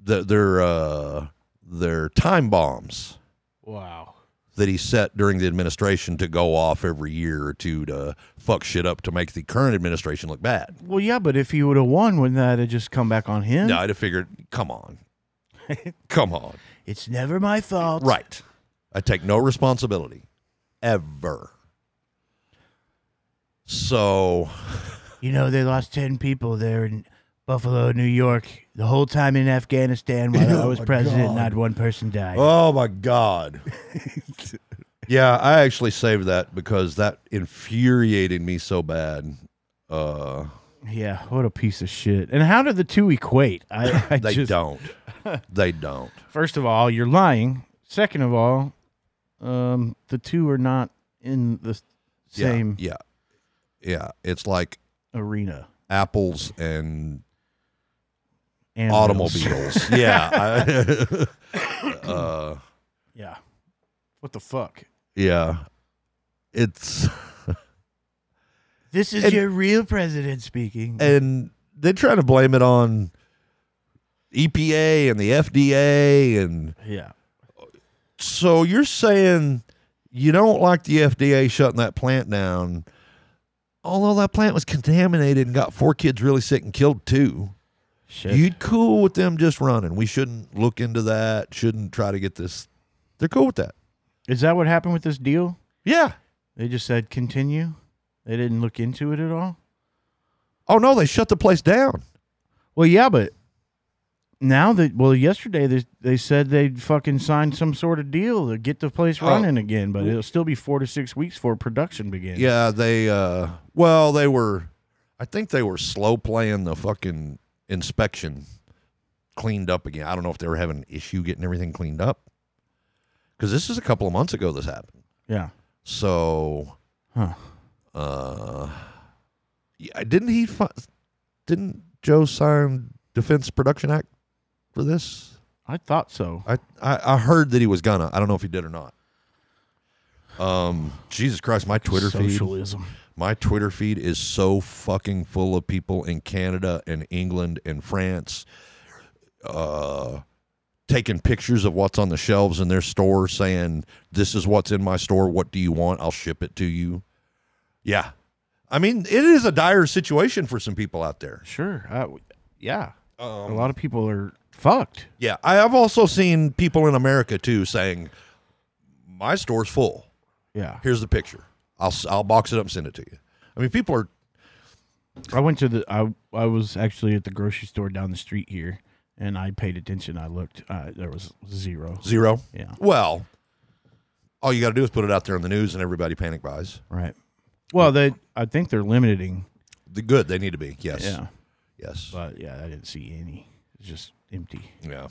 the, their uh, their time bombs
Wow.
that he set during the administration to go off every year or two to fuck shit up to make the current administration look bad.
Well, yeah, but if he would have won, wouldn't that have just come back on him?
Yeah, I'd have figured, come on, come on,
It's never my fault.
right? I take no responsibility ever. So
You know, they lost 10 people there in Buffalo, New York, the whole time in Afghanistan while I
Oh
was
my
president,
God.
not one person died.
Oh my
<laughs>
god. yeah, I actually saved that because that infuriated me so bad. Uh
Yeah, what a piece of shit. And how do the two equate? I, I
they
just, <laughs>
don't. they don't.
First of all, you're lying. Second of all, um, the two are not in the s-
Yeah,
same
Yeah. Yeah, it's like
arena.
apples and
And
automobiles. <laughs> yeah.
<laughs>
I- <laughs> uh
Yeah. What the fuck?
yeah. It's
This is
And-
your real president speaking.
and they're trying to blame it on EPA and the FDA and
yeah.
so you're saying you don't like the FDA shutting that plant down although that plant was contaminated and got four kids really sick and killed two
Shit.
you'd cool with them just running we shouldn't look into that shouldn't try to get this they're cool with that
is that what happened with this deal?
yeah
They just said continue. They didn't look into it at all.
oh no they shut the place down
Well, yeah, but now that well, yesterday they they said they'd fucking sign some sort of deal to get the place
Oh.
running again, but it'll still be four to six weeks before production begins.
yeah they uh well they were i think they were slow playing the fucking inspection cleaned up again i don't know if they were having an issue getting everything cleaned up because this is a couple of months ago this happened
yeah,
so
Huh.
uh yeah, didn't he fi- didn't joe sign defense production act for this
I thought so.
I, I I heard that he was gonna. I don't know if he did or not. Um, Jesus Christ, my Twitter feed,
socialism.
my Twitter feed is so fucking full of people in Canada and England and France, uh, taking pictures of what's on the shelves in their store, saying, "This is what's in my store. What do you want? I'll ship it to you." Yeah, I mean, it is a dire situation for some people out there.
Sure. I, yeah,
Um,
a lot of people are fucked.
Yeah, I have also seen people in America too saying, "My store's full.
Yeah,
Here's the picture. I'll s- I'll box it up and send it to you." I mean, people are
I went to the I I was actually at the grocery store down the street here, and I paid attention. I looked. Uh, there was zero.
zero.
Yeah.
Well, all you got to do is put it out there in the news, and everybody panic buys.
Right. Well, they I think they're limiting.
The good they need to be. Yes.
Yeah.
Yes.
But yeah, I didn't see any. It's just empty.
Yeah.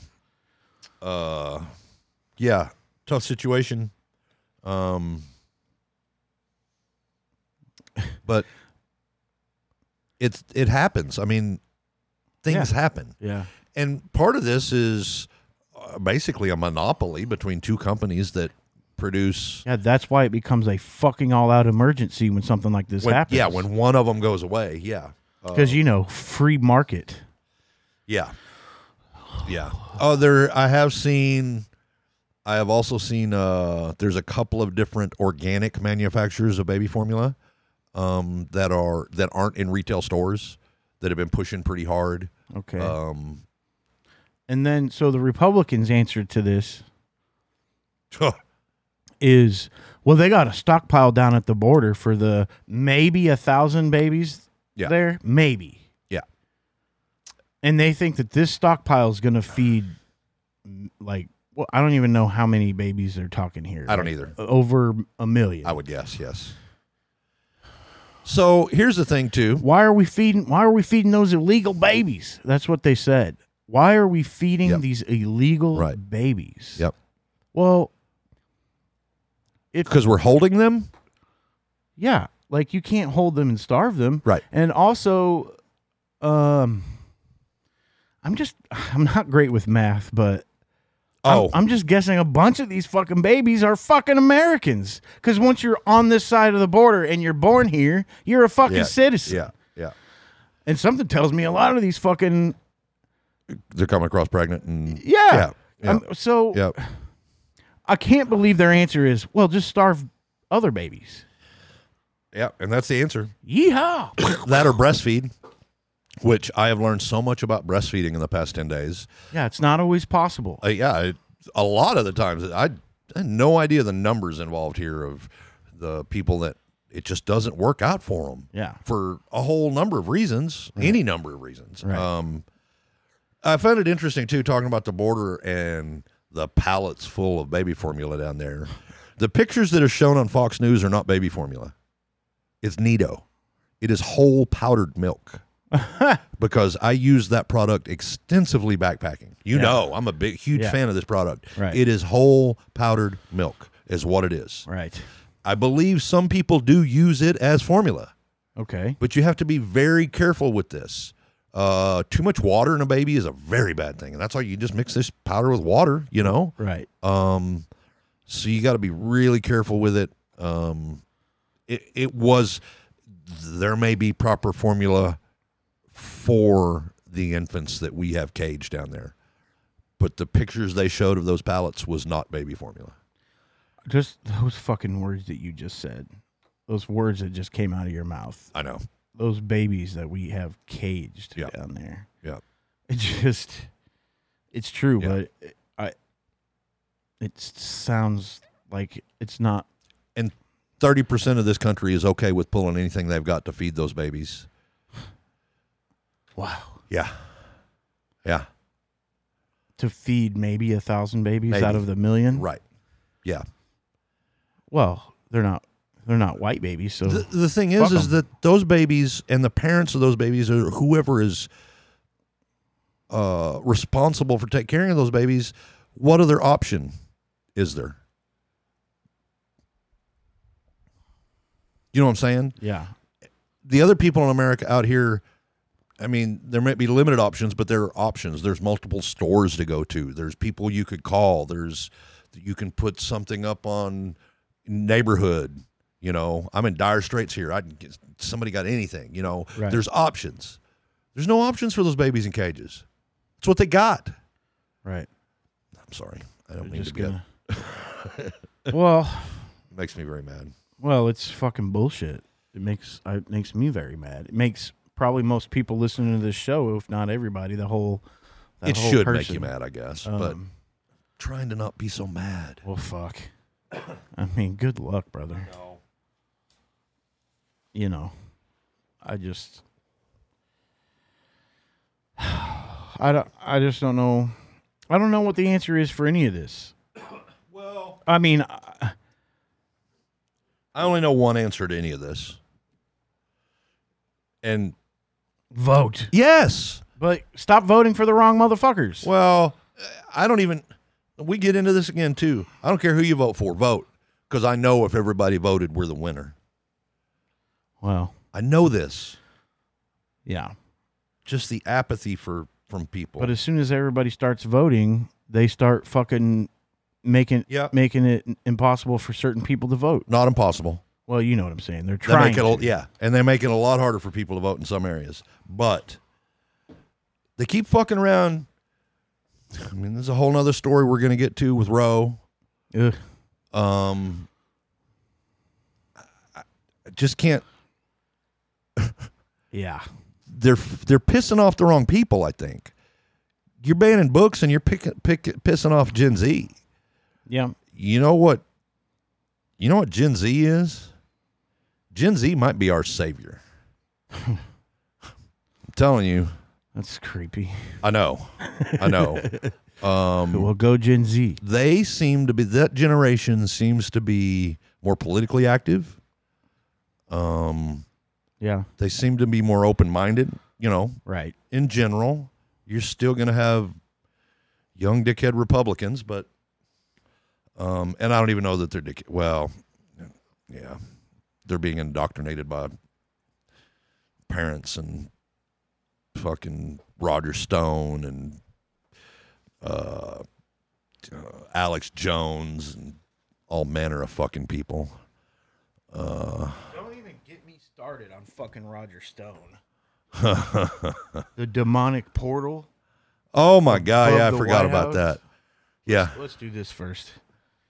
Uh, yeah. Tough situation. Um, but it's it happens. I mean, things happen.
Yeah.
And part of this is uh, basically a monopoly between two companies that produce.
Yeah, that's why it becomes a fucking all out emergency when something like this
When,
happens.
Yeah, when one of them goes away. Yeah. Uh,
because you know, free market.
yeah. Yeah. Oh, there. I have seen. I have also seen. Uh, there's a couple of different organic manufacturers of baby formula um, that are that aren't in retail stores that have been pushing pretty hard.
Okay.
Um, <laughs>
and then so the Republicans' answer to this is well, they got a stockpile down at the border for the maybe a thousand babies
Yeah.
there.
Yeah.
Maybe. And they think that this stockpile is gonna feed mm, like well, I don't even know how many babies they're talking here.
I don't
like,
either.
Over a million.
I would guess yes. So here's the thing too.
why are we feeding why are we feeding those illegal babies that's what they said why are we feeding
Yep.
these illegal
Right.
babies
Yep.
well
because we're holding them
yeah like you can't hold them and starve them
Right.
and also um i'm just <sighs> i'm not great with math but I'm-
oh
I'm, just guessing a bunch of these fucking babies are fucking americans because once you're on this side of the border and you're born here you're a fucking
Yeah.
citizen
yeah yeah
and something tells me a lot of these fucking
they're coming across pregnant and
Yeah.
yeah
I'm- so
yeah,
I can't believe their answer is, well, just starve other babies.
yeah. and that's the answer <coughs>
Yeehaw.
that or breastfeed which i have learned so much about breastfeeding in the past 10 days
yeah, it's not always possible.
uh, yeah it, a lot of the times I, I had no idea the numbers involved here of the people that it just doesn't work out for them
Yeah.
for a whole number of reasons, any number of reasons.
Right.
Um, I found it interesting too, talking about the border and the pallets full of baby formula down
<laughs>
there. The pictures that are shown on Fox News are not baby formula. It's Nido. It is whole powdered
<laughs>
milk. because I use that product extensively backpacking. You
Yeah.
know, I'm a big, huge
Yeah.
fan of this product.
Right.
It is whole powdered milk, is what it is.
Right.
I believe some people do use it as formula
Okay.
but you have to be very careful with this. Uh, too much water in a baby is a very bad thing, and that's why you just mix this powder with water. You know,
Right.
um, so you got to be really careful with it. Um, it it was there may be proper formula for the infants that we have caged down there. But the pictures they showed of those pallets was not baby formula.
Just those fucking words that you just said. Those words that just came out of your mouth.
I know.
Those babies that we have caged
Yeah.
down there.
Yeah.
<laughs> It just it's true,
Yeah.
but it, I it sounds like it's not
30% of this country is okay with pulling anything they've got to feed those babies.
wow.
Yeah. Yeah.
To feed maybe a thousand babies
Maybe.
out of the million.
Right. Yeah.
Well, they're not they're not white babies, so
The, the thing is,
Fuck
is
'em.
that those babies and the parents of those babies or whoever is uh, responsible for taking care of those babies, what other option is there? You know what I'm saying?
yeah.
The other people in America out here, I mean, there might be limited options, but there are options. There's multiple stores to go to. There's people you could call. There's you can put something up on neighborhood. You know, I'm in dire straits here. I can get, somebody got anything. You know,
Right.
there's options. There's no options for those babies in cages. That's what they got.
Right.
I'm sorry. I don't
They're
mean to
just
be.
gonna
<laughs>
Well,
It makes me very mad.
Well, it's fucking bullshit. It makes I- it makes me very mad. It makes probably most people listening to this show, if not everybody, the whole. that
it
whole
should make
person.
you mad, I guess. but
Um,
trying to not be so mad.
well, fuck. I mean, good luck, brother. You know, I just, <sighs> I don't, I just don't know. I don't know what the answer is for any of this. Well, I mean, uh, I-
I only know one answer to any of this. And
vote,
yes,
but stop voting for the wrong motherfuckers.
well, I don't even. We get into this again too. I don't care who you vote for, vote because I know if everybody voted, we're the winner.
Well,
I know this.
yeah.
Just the apathy for from people.
But as soon as everybody starts voting, they start fucking making
Yeah.
making it impossible for certain people to vote.
not impossible.
Well, you know what I'm saying. They're
They
trying.
make it a,
to.
yeah, and they make it a lot harder for people to vote in some areas. But they keep fucking around. I mean, there's a whole nother story we're going to get to with Roe.
Ugh.
Um, I, I just can't.
yeah.
They're they're pissing off the wrong people. I think you're banning books and you're picking pick, pissing off Gen Z.
Yeah.
You know what? You know what Gen Z is? Gen Z might be our savior. I'm telling you.
That's creepy.
I know. I know. um,
Well, go Gen Z.
they seem to be that generation seems to be more politically active. Um,
Yeah.
they seem to be more open minded. You know,
Right.
in general, you're still going to have young dickhead Republicans, but um, and I don't even know that they're dick. Well, yeah, they're being indoctrinated by parents and fucking Roger Stone and uh, uh, Alex Jones and all manner of fucking people. Uh,
Don't even get me started on fucking Roger Stone. the demonic portal.
oh my god,
Above
yeah, I
the
forgot
White
about
House?
that. Yeah.
Let's do this first.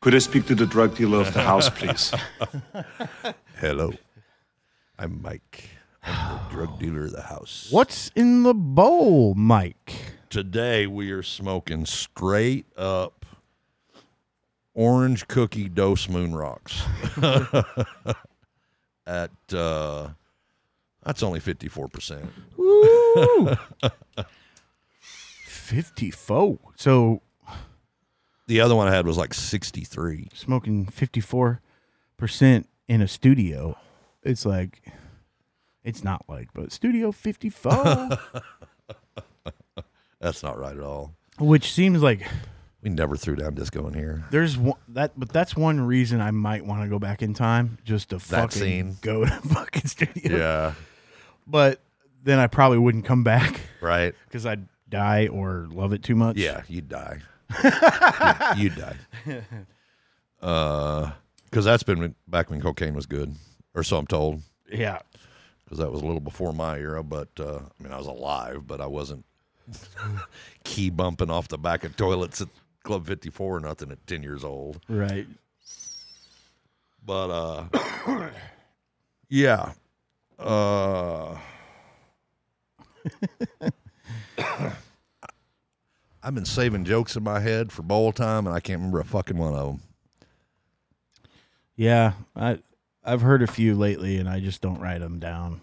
Could I speak to the drug dealer of the house, please?
Hello. I'm Mike. I'm the <sighs> drug dealer of the house.
What's in the bowl, Mike?
Today we are smoking straight up orange cookie dose moon <laughs> rocks. At uh that's only 54%.
Fifty-four. So
The other one I had was like 63.
smoking 54 percent in a studio it's like it's not like but studio
<laughs>
54
That's not right at all.
which seems like
We never threw down disco in here.
there's one that but that's one reason i might want to go back in time just to fucking
scene.
go to <laughs> fucking studio
<laughs> Yeah,
but then i probably wouldn't come back <laughs>
right?
because i'd die or love it too much
Yeah, you'd die. you you'd die. Uh, because that's been back when cocaine was good, or so I'm told.
yeah
because that was a little before my era. But uh, I mean, I was alive, but I wasn't <laughs> key bumping off the back of toilets at Club 54 or nothing at 10 years old.
Right.
But uh, <coughs> yeah, uh, <coughs> I've been saving jokes in my head for bowl time, and I can't remember a fucking one of them.
Yeah. I I've heard a few lately, and I just don't write them down.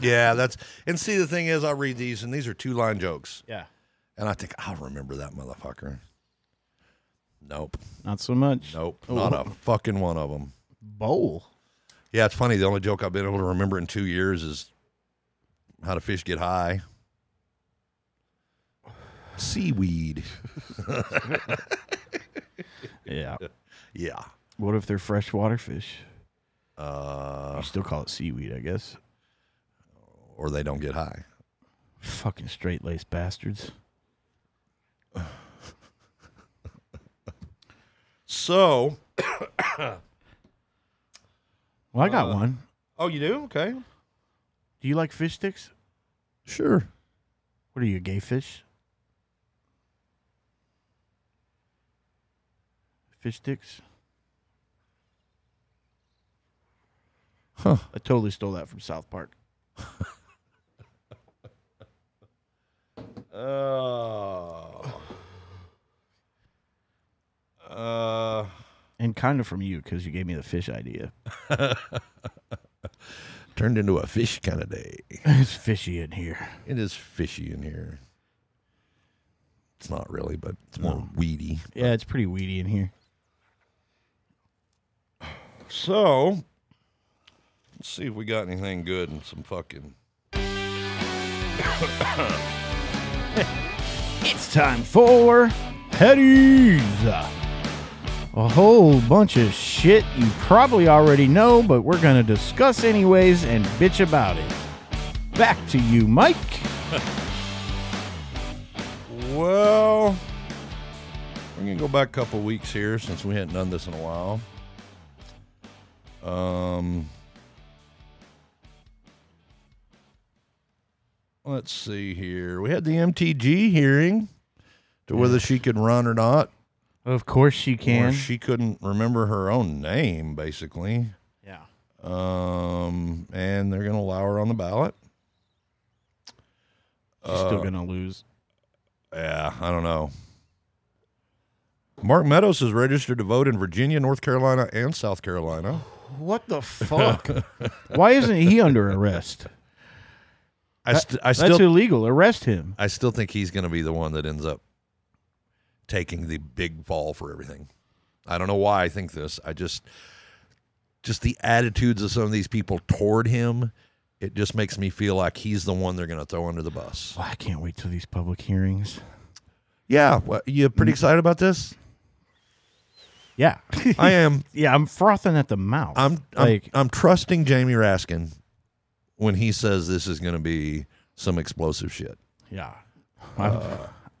Yeah, that's and see the thing is, I read these, and these are two line jokes,
Yeah.
and I think I'll remember that motherfucker. Nope,
Not so much.
nope, not a fucking one of them.
Bowl.
Yeah, it's funny. The only joke I've been able to remember in two years is how to fish get high. Seaweed.
Yeah.
Yeah.
What if they're freshwater fish?
Uh,
You still call it seaweed, I guess.
or they don't get high.
Fucking straight laced bastards.
So,
Well, I got one.
oh, you do? Okay.
Do you like fish sticks?
Sure.
What are you, a gay fish? Fish sticks?
Huh.
I totally stole that from South Park.
Oh. Uh,
And kind of from you because you gave me the fish <laughs> idea.
turned into a fish kind of day.
it's fishy in here.
It is fishy in here. It's not really, but it's more weedy.
Yeah, it's pretty weedy in here.
So, let's see if we got anything good and some fucking.
It's time for headies. A whole bunch of shit you probably already know, but we're going to discuss anyways and bitch about it. Back to you, Mike.
Well, we're gonna go back a couple weeks here since we hadn't done this in a while. Um, let's see here. We had the MTG hearing to whether she could run or not,
Of course she
or
can.
she couldn't remember her own name, basically.
yeah.
Um, and they're gonna allow her on the ballot.
She's
Uh,
still going to lose.
Yeah, I don't know. Mark Meadows is registered to vote in Virginia, North Carolina, and South Carolina.
What
<laughs>
the fuck? Why isn't he under arrest?
I, st- I
That's
still,
illegal. Arrest him.
I still think he's going to be the one that ends up taking the big fall for everything. I don't know why I think this. I just, just the attitudes of some of these people toward him, it just makes me feel like he's the one they're going to throw under the bus.
Well, I can't wait till these public hearings.
Yeah, well, you pretty excited about <laughs> this?
Yeah. <laughs>
I am.
yeah, I'm frothing at the mouth.
I'm I'm,
like,
I'm trusting Jamie Raskin when he says this is going to be some explosive shit.
Yeah. I've,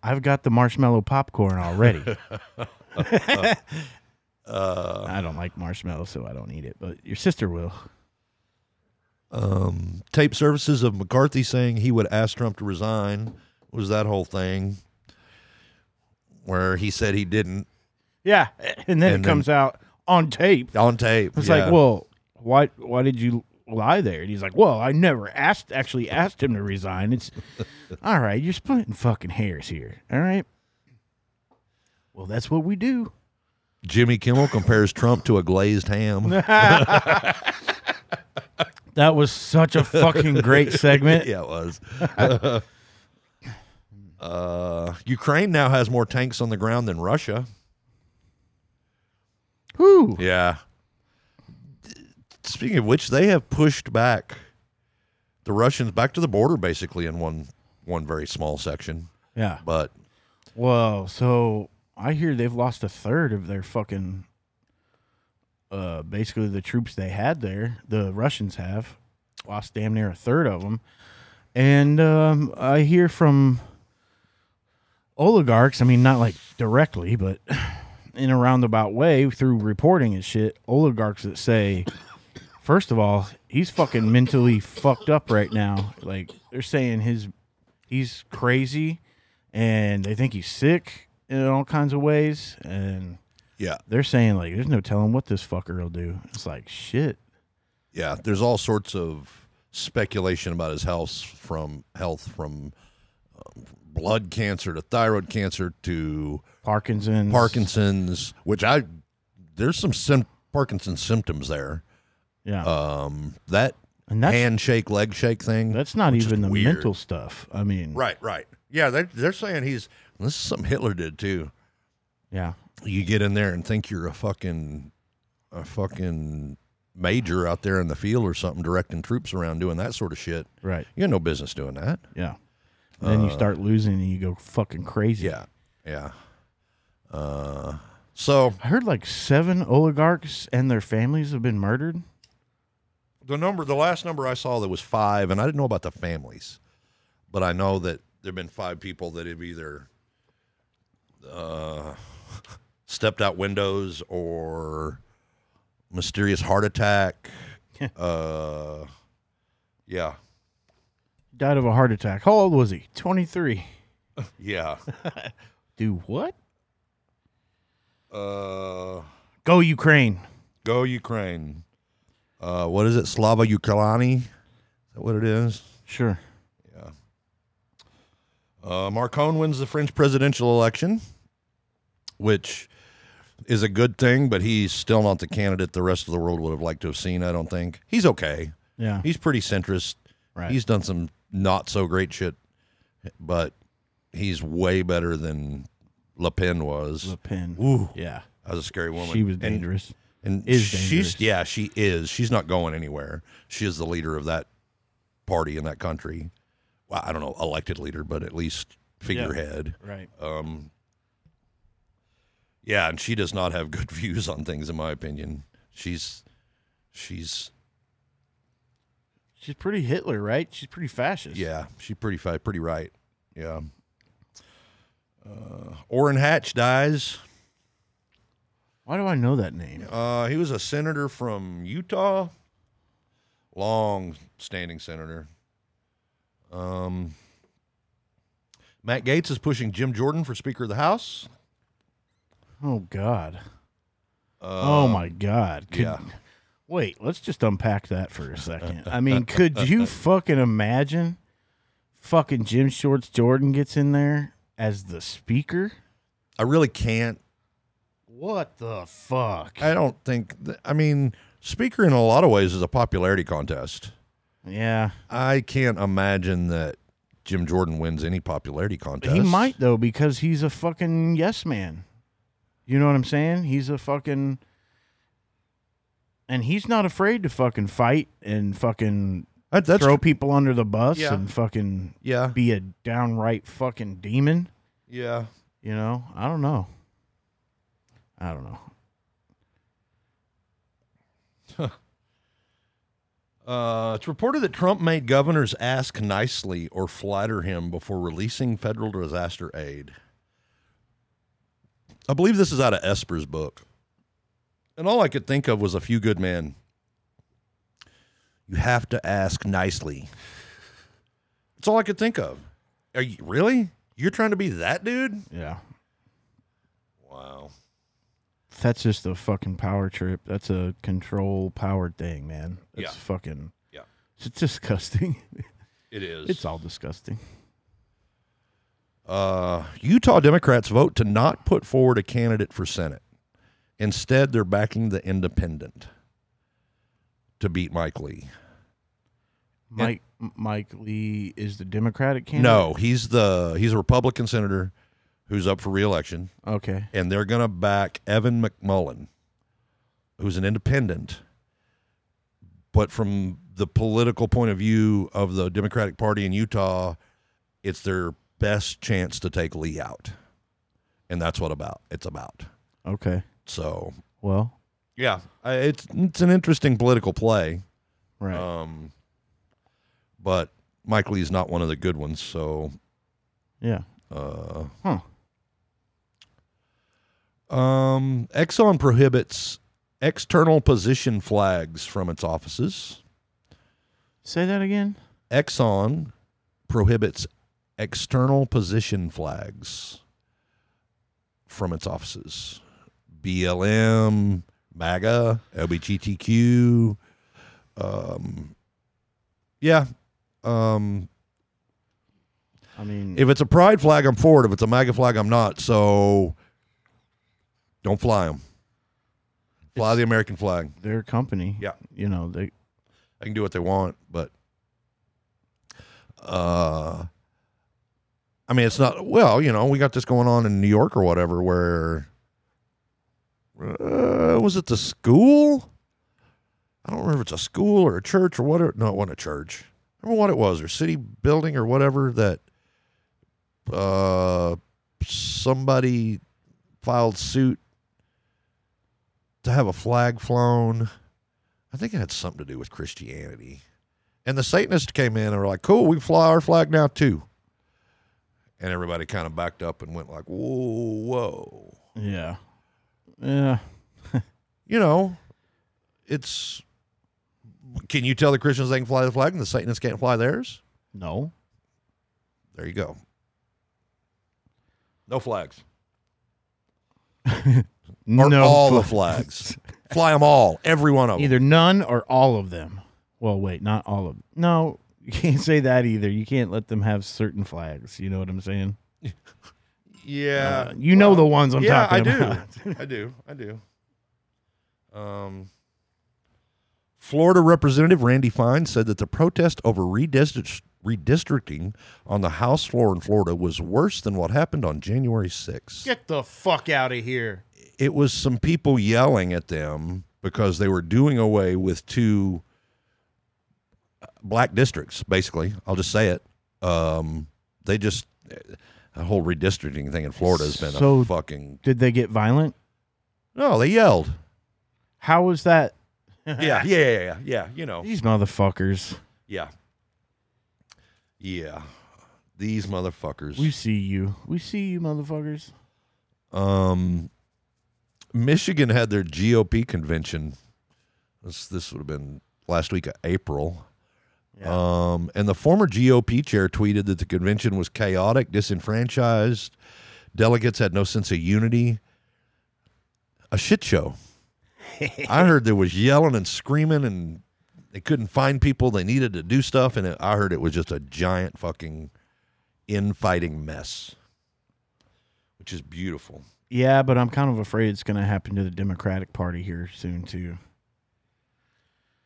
I've got the marshmallow popcorn already. <laughs> I don't like marshmallow, so I don't eat it, but your sister will.
Um, tape services of McCarthy saying he would ask Trump to resign was that whole thing where he said he didn't
Yeah. And then
And
it
then-
comes out on tape.
on tape.
It's
yeah.
like, well, why why did you lie there? And he's like, well, I never asked actually asked him to resign. It's all right. You're splitting fucking hairs here. All right. Well, that's what we do.
Jimmy Kimmel compares Trump to a glazed ham.
That was such a fucking great <laughs> segment.
yeah, it was. <laughs> uh, Ukraine now has more tanks on the ground than Russia.
Whew.
Yeah. Speaking of which, they have pushed back the Russians back to the border basically in one one very small section.
Yeah.
But
Whoa! So I hear they've lost a third of their fucking, uh, basically the troops they had there. The Russians have lost damn near a third of them, and um, I hear from oligarchs. I mean, not like directly, but <sighs> in a roundabout way through reporting and shit. Oligarchs that say, first of all, he's fucking mentally fucked up right now. Like they're saying his he's crazy and they think he's sick in all kinds of ways and
Yeah.
they're saying like there's no telling what this fucker will do. It's like shit.
Yeah, there's all sorts of speculation about his health from health from um, blood cancer to thyroid cancer to
Parkinson's.
Parkinson's, which I there's some sim- Parkinson's symptoms there.
Yeah.
Um, that
and that's
handshake, leg shake thing.
that's not
which is
even the
weird.
mental stuff. I mean,
Right, right. Yeah, they're, they're saying he's this is something Hitler did too.
yeah.
You get in there and think you're a fucking a fucking major out there in the field or something, directing troops around doing that sort of shit.
Right.
You got no business doing that.
Yeah. And then you start losing and you go fucking crazy.
Uh, Yeah, yeah. Uh, so
I heard like seven oligarchs and their families have been murdered.
the number, the last number I saw that was five, and I didn't know about the families, but I know that there've been five people that have either uh, <laughs> stepped out windows or mysterious heart attack. uh, yeah,
Died of a heart attack. How old was he? 23.
yeah.
Do what?
Uh,
Go Ukraine.
go Ukraine. Uh, what is it? Slava Ukraini? Is that what it is?
Sure.
Uh, Marcon wins the French presidential election, which is a good thing, but he's still not the candidate the rest of the world would have liked to have seen, I don't think. He's okay.
Yeah.
He's pretty centrist.
Right.
He's done some not so great shit, but he's way better than Le Pen was.
Le Pen.
Ooh,
Yeah.
that was a scary woman.
She was
And-
dangerous.
and
is dangerous.
she's yeah, she is. She's not going anywhere. She is the leader of that party in that country. Well, I don't know, elected leader, but at least figurehead.
right.
Um, yeah, and she does not have good <laughs> views on things, in my opinion. She's she's
She's pretty Hitler, right? She's pretty fascist.
yeah, she's pretty fi- pretty right. Yeah. Uh, Orrin Hatch dies.
Why do I know that name?
Uh, he was a senator from Utah, long-standing senator. Um, Matt Gates is pushing Jim Jordan for Speaker of the House.
Oh God.
Uh,
oh my God. Could-
yeah.
Wait, let's just unpack that for a second.
<laughs>
I mean, could you fucking imagine fucking Jim Shorts Jordan gets in there as the speaker?
I really can't.
What the fuck?
I don't think. Th- I mean, Speaker in a lot of ways is a popularity contest.
yeah.
I can't imagine that Jim Jordan wins any popularity contest.
He might though because he's a fucking yes man. You know what I'm saying? He's a fucking and he's not afraid to fucking fight and fucking
That- that's
throw people under the bus
Yeah.
and fucking
yeah,
be a downright fucking demon,
yeah.
you know? I don't know. I don't know.
Uh, it's reported that Trump made governors ask nicely or flatter him before releasing federal disaster aid. I believe this is out of Esper's book. And all I could think of was a few good men. You have to ask nicely. That's all I could think of. Are you really? You're trying to be that dude?
Yeah.
Wow.
That's just a fucking power trip. That's a control power thing, man. It's
Yeah.
fucking
Yeah.
It's disgusting. <laughs>
It is.
it's all disgusting.
Uh, Utah Democrats vote to not put forward a candidate for Senate. Instead, they're backing the independent to beat Mike Lee.
Mike M- Mike Lee is the Democratic candidate.
No, he's the he's a Republican senator who's up for reelection,
No. Okay.
and they're going to back Evan McMullen, who's an independent. But from the political point of view of the Democratic Party in Utah, it's their best chance to take Lee out, and that's what about it's about.
Okay.
So
Well,
yeah, I, it's it's an interesting political play.
right.
Um, but Mike Lee's not one of the good ones. So
yeah.
uh,
Huh.
um, Exxon prohibits external position flags from its offices.
Say that again.
Exxon prohibits external position flags from its offices. BLM, MAGA, LBGTQ. Um, yeah. Um,
I mean,
if it's a pride flag, I'm for it. If it's a MAGA flag, I'm not. So don't fly them. Fly
It's-
the American flag.
their company.
Yeah.
You know, they
They can do what they want, but uh I mean it's not well, you know, we got this going on in New York or whatever where uh, was it the school? I don't remember if it's a school or a church or whatever. No, it wasn't a church. I remember what it was, or city building or whatever that uh somebody filed suit to have a flag flown. I think it had something to do with Christianity. And the Satanists came in and were like, cool, we can fly our flag now too. And everybody kind of backed up and went like, whoa, whoa.
yeah. Yeah.
You know, it's can you tell the Christians they can fly the flag and the Satanists can't fly theirs?
No.
There you go. No flags. Or
no.
all
fl-
the flags. fly them all, every one of them.
Either none or all of them. Well, wait, not all of them. No, <laughs> you can't say that either. You can't let them have certain flags. You know what I'm saying?
Yeah.
Uh, you know the ones I'm
yeah,
talking
I do.
about. <laughs>
I do. I do. Um, Florida Representative Randy Fine said that the protest over redistri- redistricting on the House floor in Florida was worse than what happened on January 6th.
Get the fuck out of here.
It was some people yelling at them because they were doing away with two uh, black districts, basically. I'll just say it. Um, they just, that whole redistricting thing in Florida has been
So-
a fucking.
Did they get violent?
No, they yelled.
How was that?
yeah, yeah, yeah, yeah, yeah. You know,
These motherfuckers.
yeah, yeah. These motherfuckers.
We see you. We see you, motherfuckers.
um, Michigan had their GOP convention. This this would have been last week of April. Um, and the former GOP chair tweeted that the convention was chaotic, disenfranchised. Delegates had no sense of unity. A shit show. I heard there was yelling and screaming, and they couldn't find people they needed to do stuff. And it, I heard it was just a giant fucking infighting mess, which is beautiful.
Yeah, but I'm kind of afraid it's going to happen to the Democratic Party here soon too.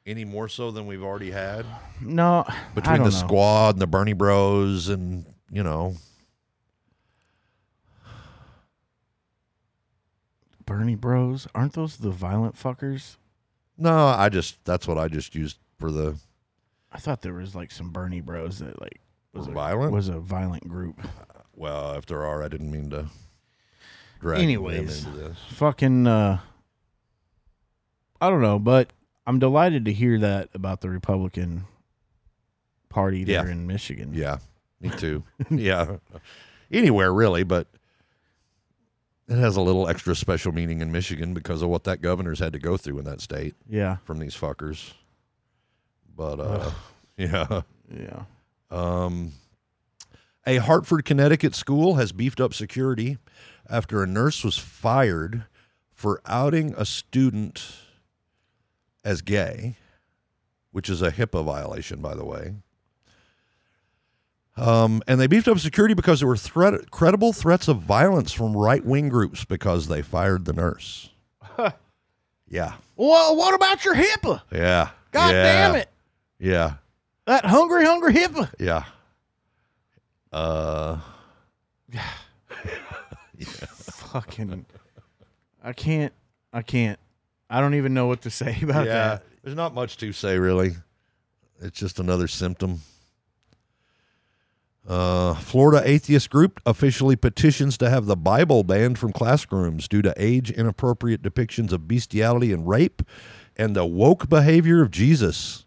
Any more so than we've already had
No, I
between
don't
the
know.
squad and the Bernie Bros, and you know,
Bernie Bros, aren't those the violent fuckers?
no, I just that's what I just used for the
I thought there was like some Bernie Bros that like was
Were
a,
violent?
was a violent group.
Well, if there are, I didn't mean to drag them
Anyways.
into this.
Fucking uh I don't know, but I'm delighted to hear that about the Republican party there
Yeah.
in Michigan.
Yeah, me too. <laughs> yeah, anywhere really, but it has a little extra special meaning in Michigan because of what that governor's had to go through in that state
Yeah.
from these fuckers. But uh, <laughs> yeah.
Yeah.
Um, a Hartford, Connecticut school has beefed up security after a nurse was fired for outing a student as gay, which is a HIPAA violation, by the way. Um, and they beefed up security because there were threat- credible threats of violence from right wing groups because they fired the nurse. yeah.
Well, what about your HIPAA?
Yeah.
God
yeah,
damn it.
Yeah.
That hungry, hungry HIPAA.
Yeah. Uh,
Fucking I can't I can't I don't even know what to say <laughs> about
yeah.
that.
There's not much to say really. It's just another symptom. Uh, Florida atheist group officially petitions to have the Bible banned from classrooms due to age inappropriate depictions of bestiality and rape and the woke behavior of Jesus.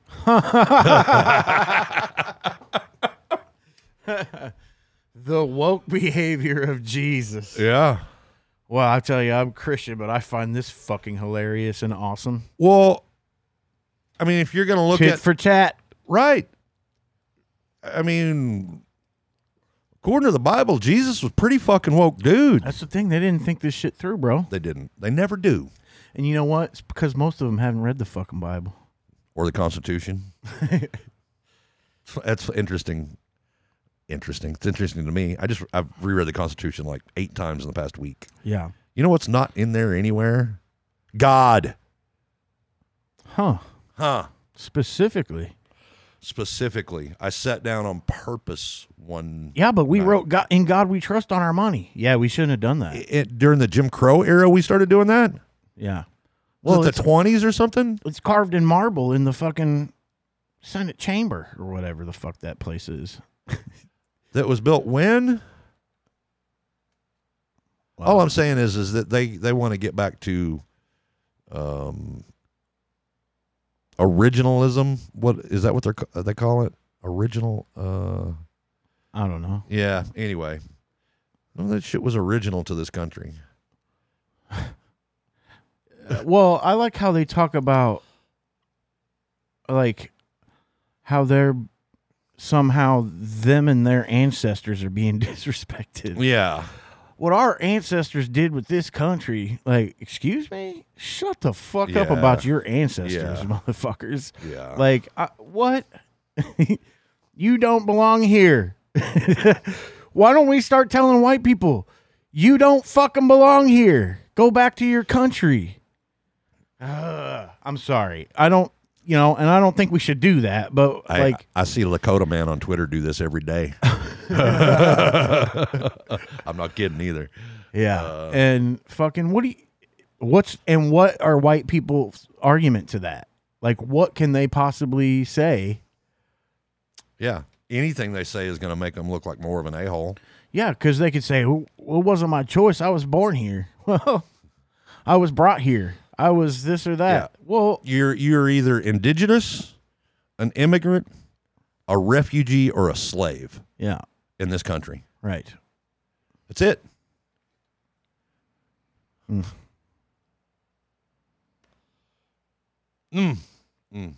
The woke behavior of Jesus.
Yeah.
Well, I tell you, I'm Christian, but I find this fucking hilarious and awesome.
Well, I mean, if you're going to look
Tit
at
for tat.
right, I mean, according to the Bible, Jesus was pretty fucking woke, dude.
That's the thing. They didn't think this shit through, bro.
They didn't. They never do.
And you know what? It's because most of them haven't read the fucking Bible.
Or the Constitution. <laughs> That's interesting. Interesting. It's interesting to me. I just I've reread the Constitution like eight times in the past week.
Yeah.
You know what's not in there anywhere? God.
Huh.
Huh.
Specifically.
Specifically, I sat down on purpose one
Yeah, but we
Right.
wrote God in God we trust on our money. Yeah, we shouldn't have done that.
it, during the Jim Crow era. We started doing that. Was
yeah.
it
Well,
the
it's,
twenties or something?
it's carved in marble in the fucking Senate chamber or whatever the fuck that place is.
That was built when? All I'm saying is, is that they they want to get back to, um, originalism. What is that? What they're ca- uh, they call it? Original. Uh,
I don't know.
yeah. Anyway, none of that shit was original to this country.
Uh, well, I like how they talk about like how they're somehow them and their ancestors are being <laughs> disrespected.
Yeah.
What our ancestors did with this country, like, excuse me, shut the fuck up
Yeah.
about your ancestors,
Yeah.
motherfuckers.
Yeah.
Like, I, what? <laughs> you don't belong here. <laughs> Why don't we start telling white people, you don't fucking belong here? Go back to your country. Ugh, I'm sorry. I don't, you know, and I don't think we should do that, but
I,
like,
I see Lakota man on Twitter do this every
<laughs>
day. I'm not kidding either.
yeah. and fucking, what do you, what's, and what are white people's argument to that? Like, what can they possibly say?
Yeah. Anything they say is going to make them look like more of an a hole.
Yeah, because they could say, well, it wasn't my choice. I was born here. <laughs> Well, I was brought here. I was this or that. Well,
You're you're either indigenous, an immigrant, a refugee, or a slave
yeah,
in this country.
right.
That's it. Hmm.
Mm.
Mm. Mm.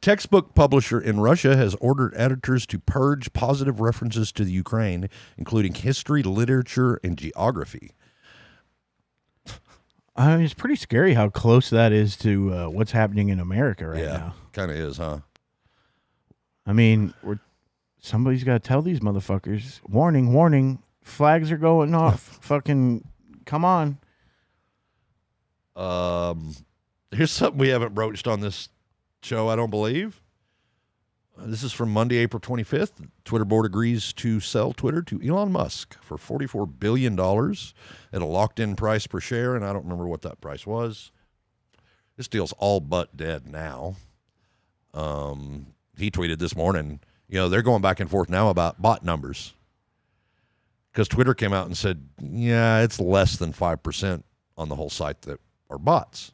Textbook publisher in Russia has ordered editors to purge positive references to the Ukraine, including history, literature, and geography.
I mean, it's pretty scary how close that is to uh, what's happening in America right
yeah,
now.
kind of is, huh?
I mean, we're, somebody's got to tell these motherfuckers warning, warning, flags are
<laughs>
going off. Fucking come on.
Um, here's something we haven't broached on this show, I don't believe. Uh, This is from Monday, April 25th. Twitter board agrees to sell Twitter to Elon Musk for $44 billion at a locked in price per share. And I don't remember what that price was. This deal's all but dead now. Um, he tweeted this morning, you know, they're going back and forth now about bot numbers because Twitter came out and said, yeah, it's less than 5% on the whole site that are bots.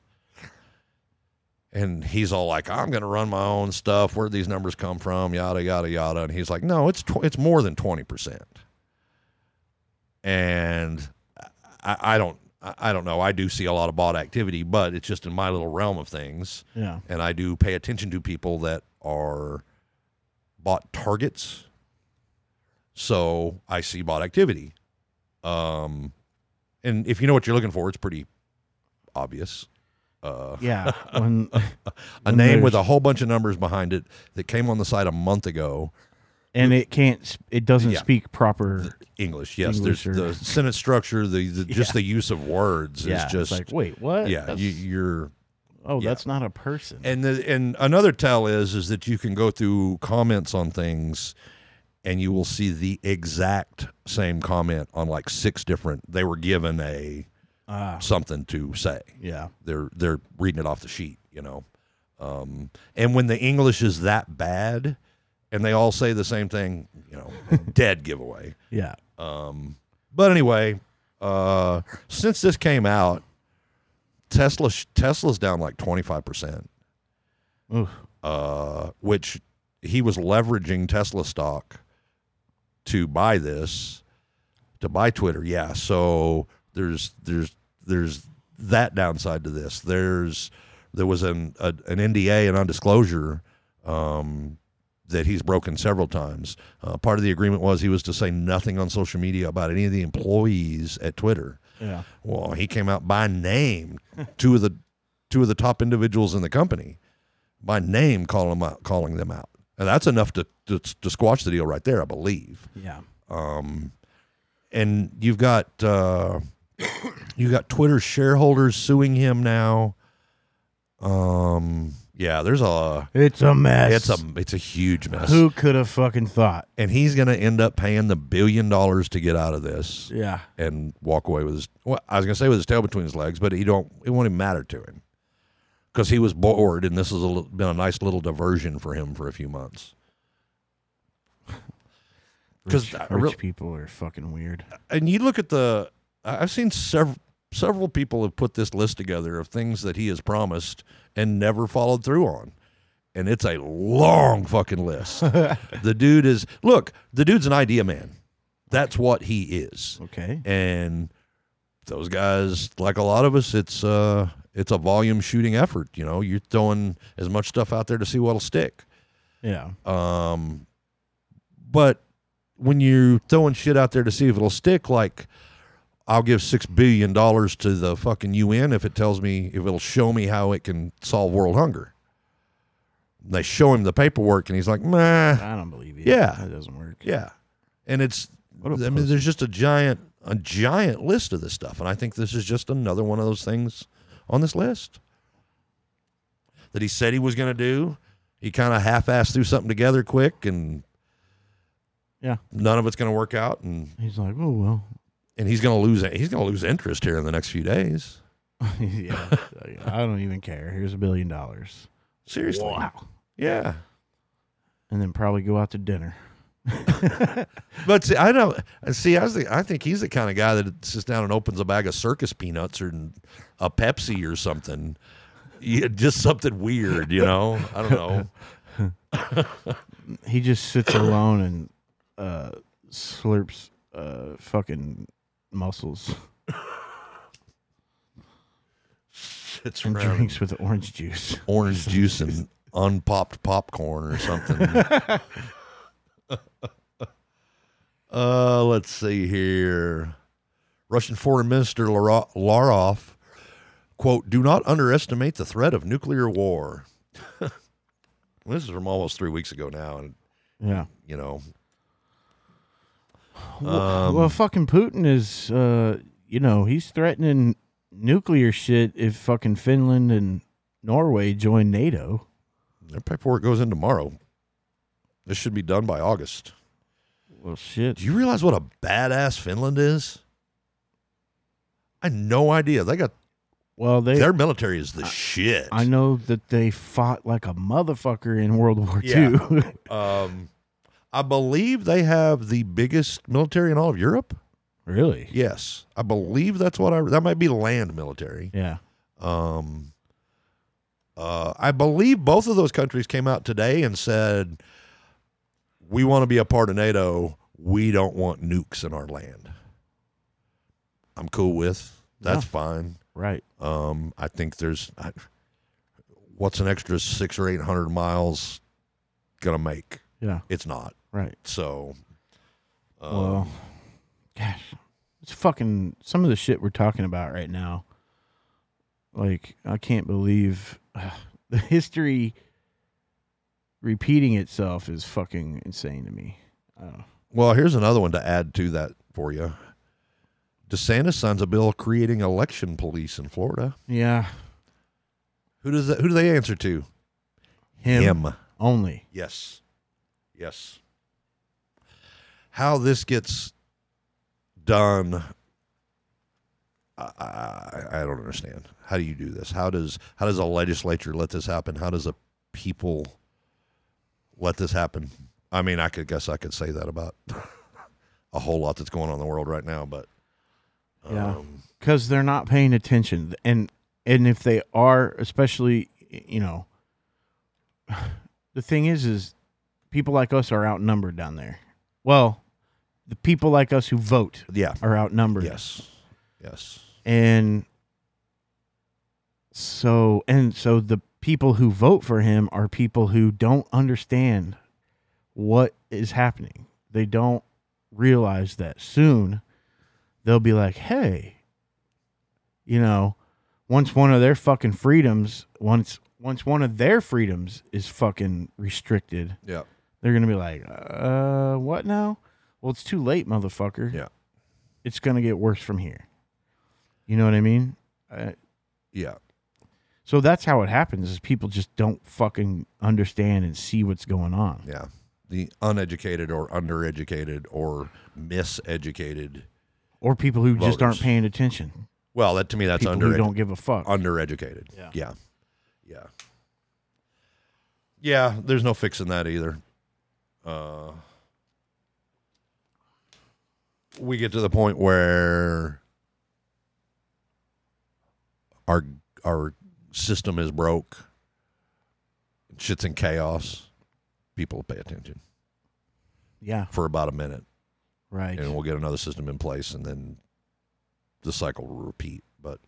And he's all like, I'm going to run my own stuff. Where'd these numbers come from? Yada, yada, yada. And he's like, no, it's, tw- it's more than 20%. And I, I don't, I I don't know. I do see a lot of bot activity, but it's just in my little realm of things
Yeah.
and I do pay attention to people that are bot targets. So I see bot activity. Um, and if you know what you're looking for, it's pretty obvious. Uh, <laughs>
Yeah. When,
a
When
name with
there's-
a whole bunch of numbers behind it that came on the site a month ago.
and it can't, s- it doesn't
Yeah.
speak proper.
English, yes.
English
there's
or-
the sentence structure, the,
<laughs>
the just the use of words
yeah.
is
it's
just
like, wait, what?
yeah.
That's-
You, you're
Oh,
Yeah.
that's not a person.
And the, and another tell is is that you can go through comments on things, and you will see the exact same comment on like six different. They were given a
Ah,
something to say.
yeah.
They're they're reading it off the sheet, you know. Um, and when the English is that bad, and they all say the same thing, you know, <laughs> dead giveaway.
Yeah.
Um, but anyway, uh, since this came out, Tesla Tesla's down like twenty five percent.
Oof.
uh, which he was leveraging Tesla stock to buy this, to buy Twitter. Yeah. So There's there's there's that downside to this. There's there was an a, an NDA an undisclosure um, that he's broken several times. Uh, part of the agreement was he was to say nothing on social media about any of the employees at Twitter.
Yeah.
Well, he came out by name, two of the two of the top individuals in the company, by name calling them out, calling them out. And that's enough to, to to squash the deal right there, I believe.
Yeah.
Um, and you've got uh, <coughs> you got Twitter shareholders suing him now. Um, yeah, there's a
It's a mess.
it's a it's a huge mess,
Who could have fucking thought?
and he's gonna end up paying the billion dollars to get out of this
Yeah.
and walk away with his. Well, I was gonna say with his tail between his legs, but he don't. It won't even matter to him because he was bored, and this has a, li- been a nice little diversion for him for a few months. Because
Rich,
uh,
rich people are fucking weird.
and you look at the I- I've seen several several people have put this list together of things that he has promised and never followed through on. And it's a long fucking <laughs> list. the dude is look, the dude's an idea man. That's what he is.
Okay.
And those guys, like a lot of us, it's uh it's a volume shooting effort, you know. You're throwing as much stuff out there to see what'll stick.
Yeah.
Um, but when you're throwing shit out there to see if it'll stick, like I'll give six billion dollars to the fucking UN if it tells me if it'll show me how it can solve world hunger. And They show him the paperwork, and he's like, "Meh,
I don't believe you.
Yeah.
That doesn't work.
yeah." And it's, I
What a
mean, there's just a giant, a giant list of this stuff, and I think this is just another one of those things on this list that he said he was going to do. He kind of half-assed threw something together quick, and
Yeah.
none of it's going to work out, and
He's like, oh, well. <laughs>
and he's going to lose he's going to lose interest here in the next few days. <laughs>
yeah. I don't even care. Here's a billion dollars.
Seriously, yeah.
And then probably go out to dinner.
But see, I don't see. I was the, I think he's the kind of guy that sits down and opens a bag of circus peanuts or a Pepsi or something. Yeah, just something weird, you know. I don't know.
He just
<coughs>
sits alone and uh, slurps uh, fucking mussels
It's
and
around
drinks with orange juice.
orange juice and <laughs> unpopped popcorn or something. <laughs> uh, let's see here. Russian Foreign Minister Lara- Larov, quote, do not underestimate the threat of nuclear war. <laughs> this is from almost three weeks ago now. And,
Yeah.
you know,
Well, well, fucking Putin is, uh, you know, he's threatening nuclear shit if fucking Finland and Norway join NATO.
their paperwork goes in tomorrow. This should be done by August.
Well, shit.
Do you realize what a badass Finland is? I had no idea. They got
Well, they.
their military is the shit.
I know that they fought like a motherfucker in World War
Yeah.
<laughs> II.
Um, I believe they have the biggest military in all of Europe.
really?
Yes, I believe that's what I. That might be land military.
Yeah.
Um, uh, I believe both of those countries came out today and said, "We want to be a part of NATO. We don't want nukes in our land." I'm cool with. That's fine.
Right.
Um, I think there's I, what's an extra six or eight hundred miles gonna make?
Yeah.
It's not.
Right.
So, um,
well, gosh, it's fucking some of the shit we're talking about right now. Like, I can't believe <sighs> the history repeating itself is fucking insane to me. I don't know.
well, here's another one to add to that for you. DeSantis signs a bill creating election police in Florida.
Yeah,
Who does that, who do they answer to?
him, only.
Yes. Yes. How this gets done, I, I, I don't understand. How do you do this? How does how does a legislature let this happen? How does a people let this happen? I mean, I could guess I could say that about <laughs> a whole lot that's going on in the world right now, but um,
Yeah. because they're not paying attention and and if they are especially you know <sighs> the thing is is people like us are outnumbered down there well the people like us who vote
yeah,
are outnumbered
yes, Yes.
and so and so the people who vote for him are people who don't understand what is happening they don't realize that soon they'll be like hey you know once one of their fucking freedoms once once one of their freedoms is fucking restricted
Yeah.
they're gonna be like uh what now well it's too late motherfucker
Yeah.
it's gonna get worse from here you know what i mean uh,
Yeah.
so that's how it happens is people just don't fucking understand and see what's going on
Yeah. The uneducated or undereducated or miseducated.
or people who just aren't
Voters.
paying attention
Well, that to me that's
people
under
who don't give a fuck
undereducated.
Yeah.
Yeah. Yeah. Yeah, there's no fixing that either. Uh we get to the point where our our system is broke. Shit's in chaos. People pay attention
yeah
for about a minute
right
and we'll get another system in place and then the cycle will repeat. But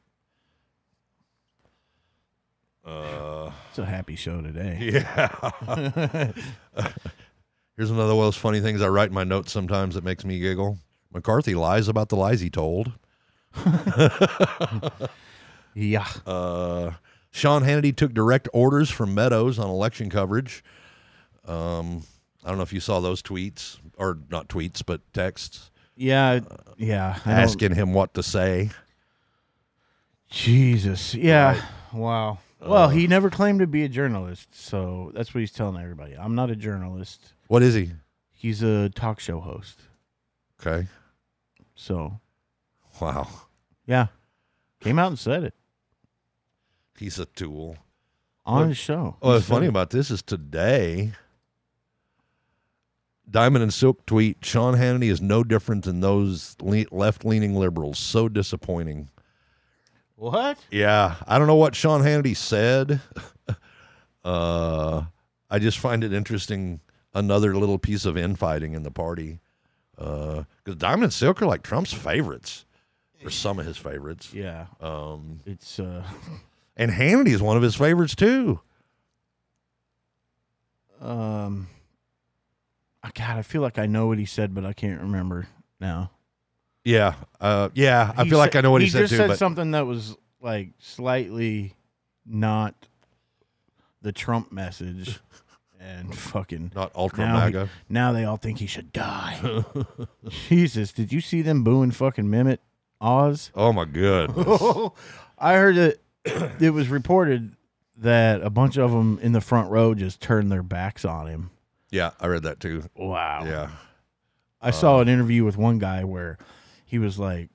uh <laughs>
it's a happy show today
Yeah. <laughs> Here's another one of those funny things I write in my notes sometimes that makes me giggle. McCarthy lies about the lies he told.
yeah
Uh, Sean Hannity took direct orders from Meadows on election coverage. Um, I don't know if you saw those tweets or not tweets, but texts
yeah
Uh,
yeah I don't-
asking him what to say.
jesus yeah wow well he
Uh.
never claimed to be a journalist so that's what he's telling everybody i'm not a journalist
What is he?
he's a talk show host
Okay.
so
Wow.
yeah came out and said it
He's a tool.
on
Well-
his show
Oh,
He
what's
said
funny
it.
about this is today, Diamond and Silk tweet: Sean Hannity is no different than those le- left-leaning liberals. So disappointing.
what
Yeah, I don't know what Sean Hannity said. <laughs> uh, I just find it interesting. Another little piece of infighting in the party. Because Diamond and Silk are like Trump's favorites, or some of his favorites.
yeah
Um,
it's uh
and Hannity is one of his favorites too.
um I- god i feel like i know what he said but i can't remember now
Yeah, uh, yeah. I
He
feel like
said-
I know what he, said
just
too.
said
but
something that was like slightly not the
<laughs>
trump message and fucking
not ultra
now, he-
MAGA.
now they all think he should die <laughs> jesus did you see them booing fucking mimit oz
oh my goodness.
<laughs> I heard it. <clears throat> It was reported that a bunch of them in the front row just turned their backs on him.
yeah, I read that too.
Wow.
Yeah, <laughs>
I saw an interview with one guy where he was like,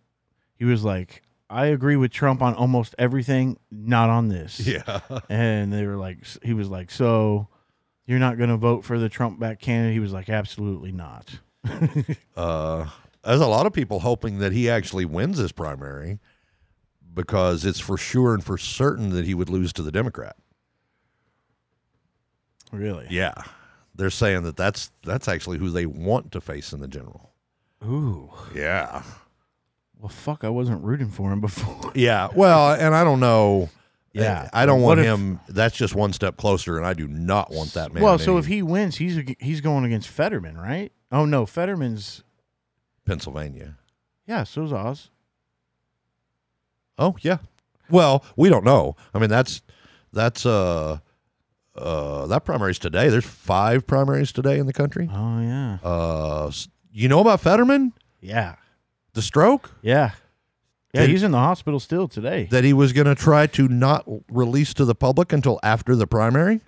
he was like, I agree with Trump on almost everything, not on
<laughs>
this.
yeah,
And they were like, he was like, so you're not going to vote for the Trump back candidate? He was like, absolutely not.
uh, there's a lot of people hoping that he actually wins this primary because it's for sure and for certain that he would lose to the Democrat.
Really?
Yeah, they're saying that that's that's actually who they want to face in the general.
Ooh.
Yeah,
Well, fuck, I wasn't rooting for him <laughs> before.
yeah. Well, and I don't know.
Yeah.
I don't
What
want
if-
him. That's just one step closer, and I do not want that man.
Well, so
in
if he wins, he's ag- he's going against Fetterman, right? Oh no, Fetterman's
Pennsylvania.
yeah, so's Oz.
Oh yeah. Well, we don't know. I mean, that's that's uh uh that primaries today. There's five primaries today in the country.
Oh yeah,
Uh, s- you know about Fetterman,
yeah,
the stroke
yeah, yeah.
Did-
he's in the hospital still today.
that he was going to try to not release to the public until after the primary.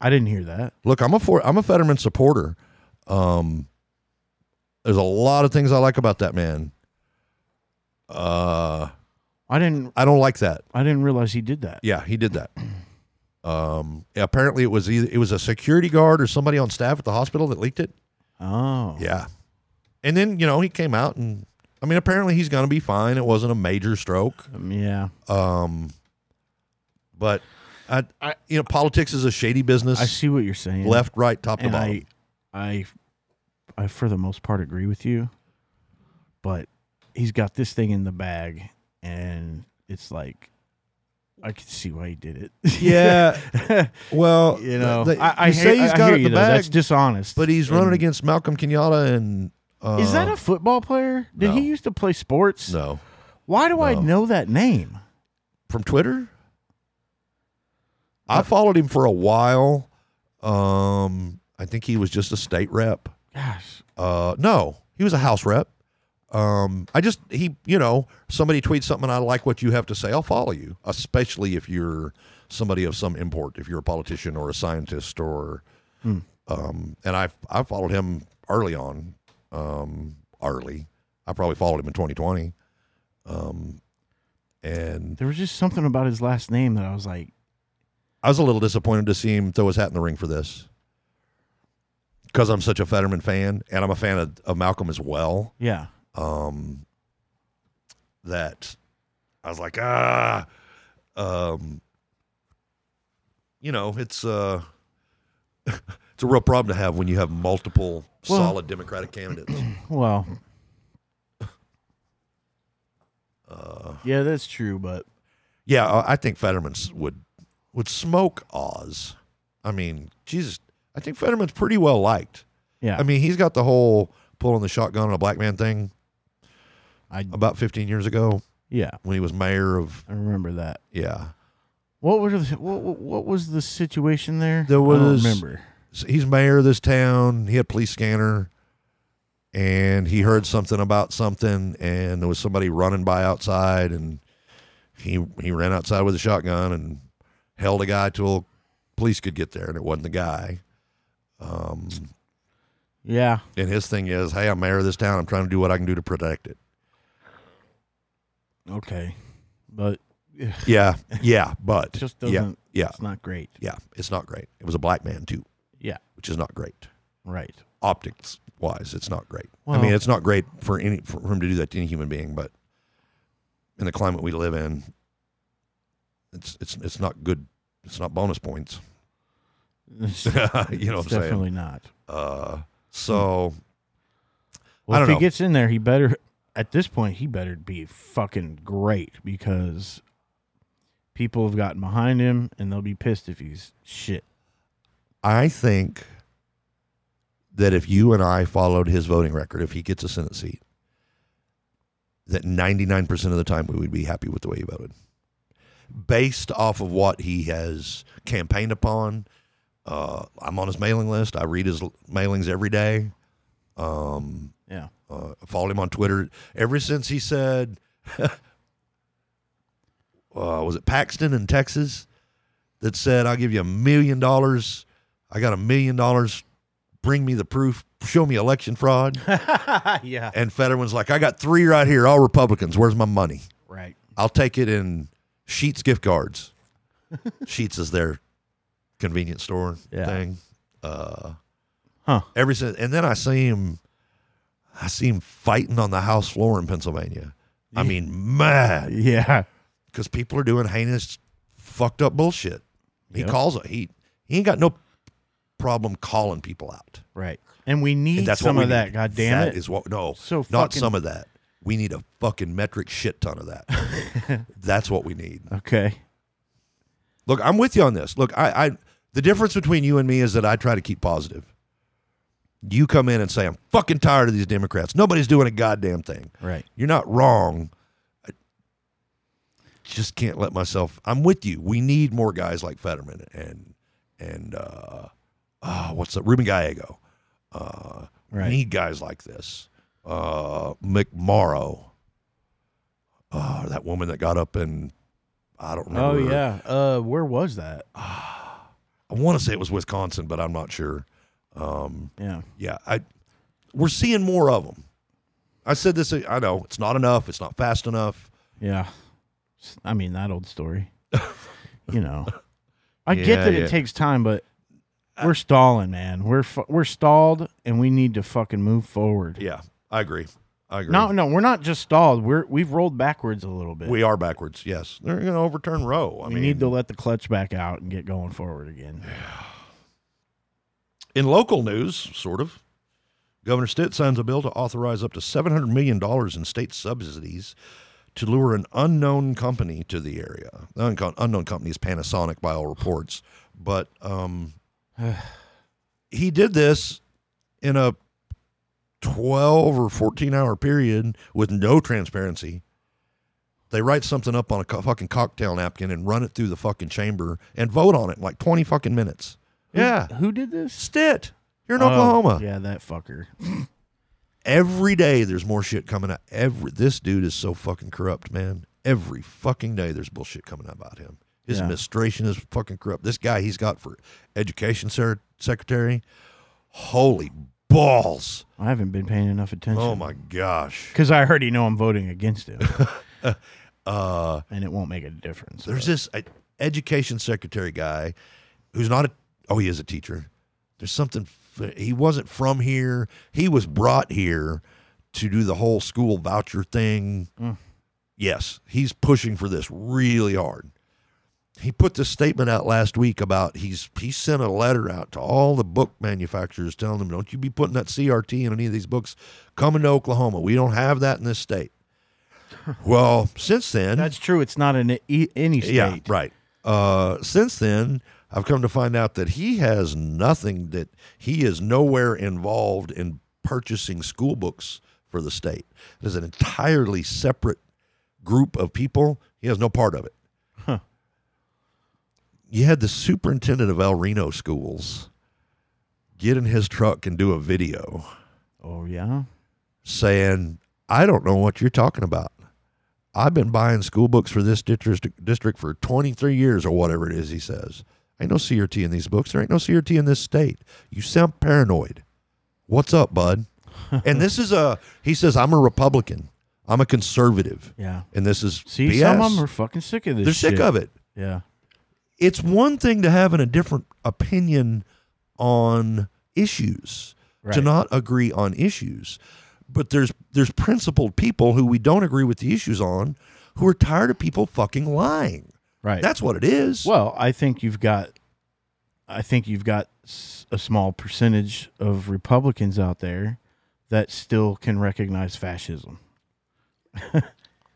I didn't hear that.
Look, I'm a for, I'm a Fetterman supporter. Um, there's a lot of things I like about that man. Uh,
I didn't.
I don't like that.
I didn't realize he did that.
Yeah, he did that. Um, apparently it was either it was a security guard or somebody on staff at the hospital that leaked it.
Oh,
Yeah, and then you know he came out and I mean apparently he's gonna be fine. It wasn't a major stroke.
Um, yeah.
Um, but I, I you know politics is a shady business.
I see what you're saying.
Left, right, top to
and
bottom.
<laughs> I, I, I for the most part agree with you, but he's got this thing in the bag, and it's like I can see why he did it. <laughs>
Yeah. Well,
you know,
they-
I,
<laughs>
I
you say
hear-
he's
I
got
hear
it in
you,
the
though. That's
bag,
dishonest.
but he's running
And-
against Malcolm Kenyatta and. Uh,
Is that a football player? Did he
no.
used to play sports?
no
Why do I
No.
know that name?
from Twitter?
Uh,
I followed him for a while. Um, I think he was just a state rep.
Gosh,
Uh, no, he was a house rep. Um, I just he, you know, somebody tweets something and I like what you have to say. I'll follow you, especially if you're somebody of some import. If you're a politician or a scientist or, um, and I I followed him early on, um, early. I probably followed him in 2020, um, and
there was just something about his last name that I was like,
I was a little disappointed to see him throw his hat in the ring for this because I'm such a Fetterman fan and I'm a fan of, of Malcolm as well.
yeah,
um, that I was like, ah, um, you know, it's uh, <laughs> it's a real problem to have when you have multiple
Well-
solid Democratic candidates.
well,
Uh,
yeah, that's true, but
<clears throat> yeah, I- I think Fetterman's would would smoke Oz. I mean, Jesus, I think Fetterman's pretty well liked.
yeah,
I mean, he's got the whole pulling the shotgun on a black man thing
I,
about 15 years ago
yeah,
when he was mayor of
I remember that.
yeah.
What were the, what, what- what was the situation there?
There
I don't
was-
remember.
so he's mayor of this town. He had a police scanner, and he heard something about something, and there was somebody running by outside, and he he ran outside with a shotgun and held a guy till police could get there, and it wasn't the guy. Um,
Yeah,
and his thing is, hey, I'm mayor of this town. I'm trying to do what I can do to protect it.
okay, but ugh,
Yeah, yeah, but
it just
yeah,
doesn't.
yeah,
it's not great.
yeah. It's not great. It was a black man too,
Yeah,
which is not great.
right.
<laughs> optics wise, it's not great. I
Well-
mean, it's not great for any for him to do that to any human being, but in the climate we live in, it's it's it's not good. It's not bonus points. <laughs>
It's-
you know what I'm
it's
saying?
definitely not.
Uh, so
Well,
I
if
don't
he
know.
gets in there, he better at this point he better be fucking great because people have gotten behind him and they'll be pissed if he's shit.
I think that if you and I followed his voting record, if he gets a Senate seat, that 99% of the time we would be happy with the way he voted based off of what he has campaigned upon. Uh, I'm on his mailing list. I read his l- mailings every day. Um, <laughs>
Yeah.
uh, I followed him on Twitter ever since he said, <laughs> uh, was it Paxton in Texas that said, I'll give you a million dollars. I got a million dollars. Bring me the proof. Show me election fraud.
yeah.
and Fetterman's like, I got three right here, all Republicans. Where's my money?
Right.
I'll take it in Sheets gift
<laughs>
cards. Sheets is their convenience store
Yeah.
thing. Uh,
Huh.
Every since, and then I see him, I see him fighting on the house floor in Pennsylvania. I mean, mad
Yeah.
because people are doing heinous, fucked up bullshit. He
Yep.
calls it. He he ain't got no problem calling people out.
Right. And we need
And that's
some
what we
of that.
need.
God damn
That
it.
is what no,
So
not
fucking-
some of that. We need a fucking metric shit ton of that.
<laughs>
that's what we need.
okay.
Look, I'm with you on this. Look, I, I the difference between you and me is that I try to keep positive. You come in and say, I'm fucking tired of these Democrats. Nobody's doing a goddamn thing.
Right.
You're not wrong. I just can't let myself I'm with you. We need more guys like Fetterman and and uh oh, what's that? Ruben Gallego. Uh
Right.
we need guys like this. Uh McMorrow. Uh that woman that got up and I don't remember.
Oh
her-
yeah. Uh where was that?
I want to say it was Wisconsin, but I'm not sure. Um,
Yeah.
yeah, I we're seeing more of them. I said this. I know it's not enough. It's not fast enough.
Yeah. S- I mean that old
<laughs>
story. you know. I get
Yeah,
that
yeah.
it takes time, but we're stalling, man. We're fu- we're stalled, and we need to fucking move forward.
Yeah, I agree. I agree.
No, no, we're not just stalled. We're we've rolled backwards a little bit.
we are backwards. Yes, they're going to overturn Roe. I
We
mean,
need to let the clutch back out and get going forward again.
in local news, sort of. Governor Stitt signs a bill to authorize up to seven hundred million dollars in state subsidies to lure an unknown company to the area. The unco- unknown company is Panasonic, by all reports. But um, <sighs> he did this in a 12 or 14 hour period with no transparency. They write something up on a co- fucking cocktail napkin and run it through the fucking chamber and vote on it in like 20 fucking minutes. Yeah.
Who did this?
Stitt, you're in Oklahoma.
Oh, yeah, that fucker.
Every day there's more shit coming out. Every this dude is so fucking corrupt, man. Every fucking day there's bullshit coming out about him. His
Yeah.
administration is fucking corrupt. This guy he's got for education ser- secretary. Holy balls.
I haven't been paying enough attention.
Oh my gosh.
Because I already know I'm voting against it,
<laughs> Uh
and it won't make a difference.
there's
but-
this uh, education secretary guy who's not a oh he is a teacher. There's something f- he wasn't from here. He was brought here to do the whole school voucher thing.
Mm.
Yes, he's pushing for this really hard. He put this statement out last week about he's he sent a letter out to all the book manufacturers telling them don't you be putting that CRT in any of these books coming to Oklahoma. We don't have that in this state. well, since then,
That's true. It's not in e- any state.
yeah, right. Uh, since then, I've come to find out that he has nothing that he is nowhere involved in purchasing school books for the state. It is an entirely separate group of people. He has no part of it.
Huh.
You had the superintendent of El Reno schools get in his truck and do a video
Oh yeah.
saying, I don't know what you're talking about. I've been buying school books for this district, district for 23 years or whatever it is, he says. Ain't no CRT in these books. There ain't no CRT in this state. You sound paranoid. What's up,
<laughs>
bud? and this is a, he says, I'm a Republican. I'm a conservative.
Yeah.
And this is
See,
BS.
some of them are fucking sick of this.
They're sick of it
Yeah.
it's one thing to having a different opinion on issues to
Right.
not agree on issues but there's there's principled people who we don't agree with the issues on who are tired of people fucking lying
Right.
that's what it is
Well, I think you've got, I think you've got s- a small percentage of Republicans out there that still can recognize fascism.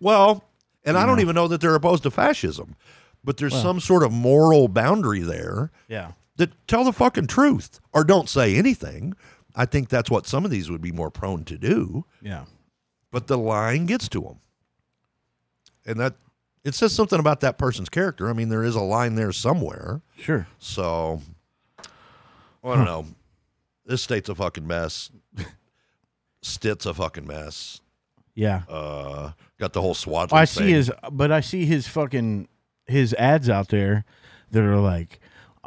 well and i don't even know that they're opposed to fascism but there's some sort of moral boundary there
Yeah.
that tell the fucking truth or don't say anything i think that's what some of these would be more prone to do
Yeah.
but the line gets to him. And that it says something about that person's character. I mean, there is a line there somewhere.
Sure.
So I don't know. This state's a fucking mess. <laughs> Stitt's a fucking mess.
Yeah.
Uh, got the whole swat.
I see his, but I see his fucking his ads out there that are like,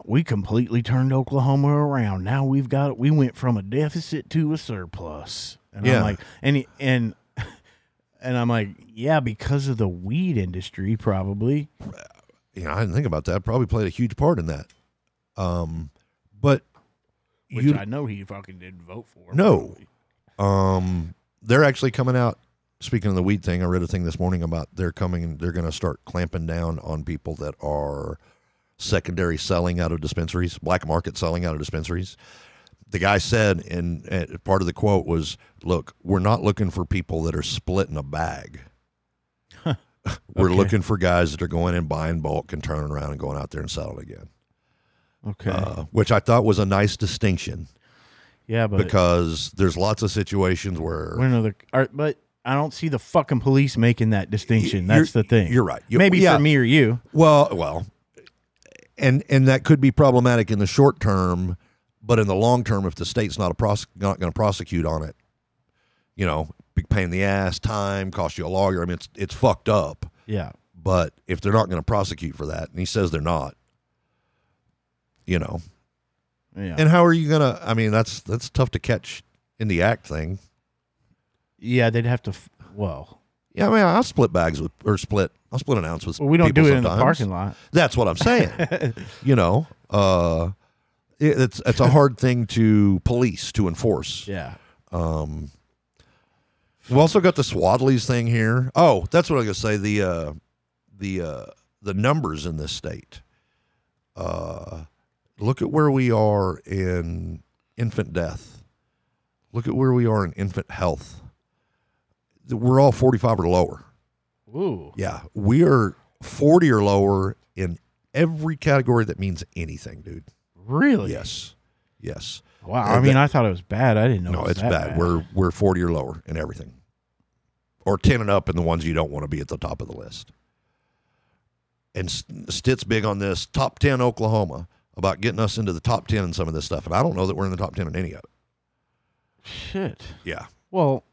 we completely turned Oklahoma around. Now we've got we went from a deficit to a surplus, and
Yeah.
I'm like, and he- and <laughs> and I'm like, yeah, because of the weed industry, probably.
You know, I didn't think about that. Probably played a huge part in that. Um, but
Which
you
I know he fucking didn't vote for.
No. Um, they're actually coming out. Speaking of the weed thing, I read a thing this morning about they're coming and they're going to start clamping down on people that are secondary selling out of dispensaries, black market selling out of dispensaries. The guy said, and, and part of the quote was, "Look, we're not looking for people that are splitting a bag. <laughs> we're
Okay.
looking for guys that are going and buying bulk and turning around and going out there and selling again."
Okay.
Uh, which I thought was a nice distinction
yeah, but
because there's lots of situations where
when are the are, but I don't see the fucking police making that distinction.
You're-
That's the thing.
You're right. You-
Maybe
yeah.
for me or you.
Well, well, and and that could be problematic in the short term, but in the long term, if the state's not a prose- not going to prosecute on it, you know, big pain in the ass, time, cost you a lawyer. I mean, it's it's fucked up.
Yeah.
But if they're not going to prosecute for that, and he says they're not, you know,
Yeah.
and how are you gonna? I mean, that's that's tough to catch in the act thing.
Yeah, they'd have to. F- well,
Yeah, I mean, I'll split bags with or split. I'll split an ounce with.
well, we don't
people
do it in the
sometimes.
parking lot.
That's what I'm saying. you know, uh, it- it's it's a hard thing to police to enforce.
Yeah,
Um, we've also got the swaddleys thing here. Oh, that's what I was gonna say. The uh, the uh, the numbers in this state. Uh, look at where we are in infant death. Look at where we are in infant health. We're all 45 or lower.
Ooh.
Yeah, we are 40 or lower in every category that means anything, dude.
Really?
Yes. Yes.
Wow.
Yeah,
I mean,
that-
I thought it was bad. I didn't know.
No,
it was
it's
that
bad. We're we're 40 or lower in everything. Or 10 and up in the ones you don't want to be at the top of the list. And S- Stitt's big on this top 10 Oklahoma about getting us into the top 10 in some of this stuff. And I don't know that we're in the top 10 in any of it.
shit.
Yeah.
Well,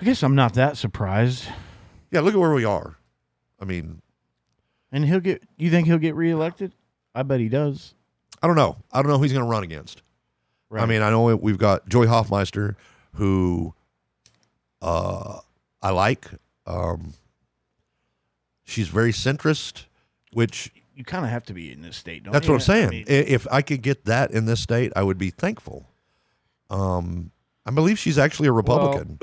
I guess I'm not that surprised.
Yeah. Look at where we are. I mean,
And he'll get. You think he'll get reelected? I bet he does.
I don't know. I don't know who he's going to run against. I mean, I know we've got Joy Hoffmeister, who uh, I like. Um, she's very centrist, which
you kind of have to be in this state. Don't
that's
you?
what I'm saying.
Oh, I mean,
I- if I could get that in this state, I would be thankful. Um, I believe she's actually a Republican,
<coughs>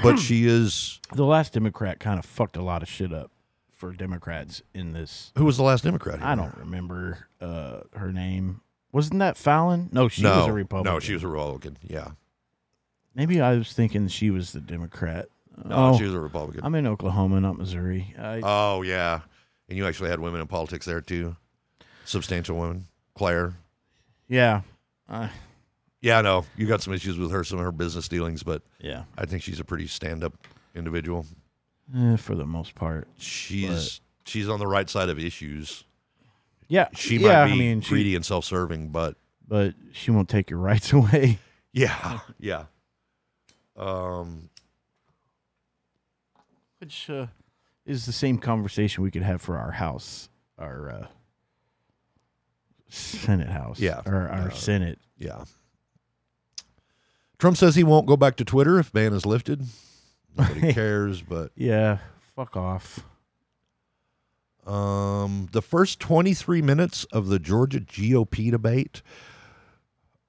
but she is.
the last Democrat kind of fucked a lot of shit up for Democrats in this.
Who was the last Democrat? here?
I don't remember uh, her name. Wasn't that Fallon? No, she
no,
was a Republican.
No, she was a Republican. Yeah,
Maybe I was thinking she was the Democrat.
no,
oh,
she was a Republican.
I'm in Oklahoma, not Missouri. I,
oh yeah, and you actually had women in politics there too, substantial women. Claire,
yeah, I
Yeah, I know. You got some issues with her, some of her business dealings, but
yeah.
I think she's a pretty stand up individual.
Eh, for the most part,
She's she's on the right side of issues.
yeah.
She
yeah,
might be
I mean, she-
greedy and self serving, but
but she won't take your <laughs> rights away.
yeah, <laughs> yeah. Um
which uh, is the same conversation we could have for our house, our uh, Senate house,
Yeah.
or our
Uh,
Senate.
yeah. Trump says he won't go back to Twitter if ban is lifted.
<laughs>
Nobody cares, but
Yeah, fuck off.
Um, the first 23 minutes of the Georgia GOP debate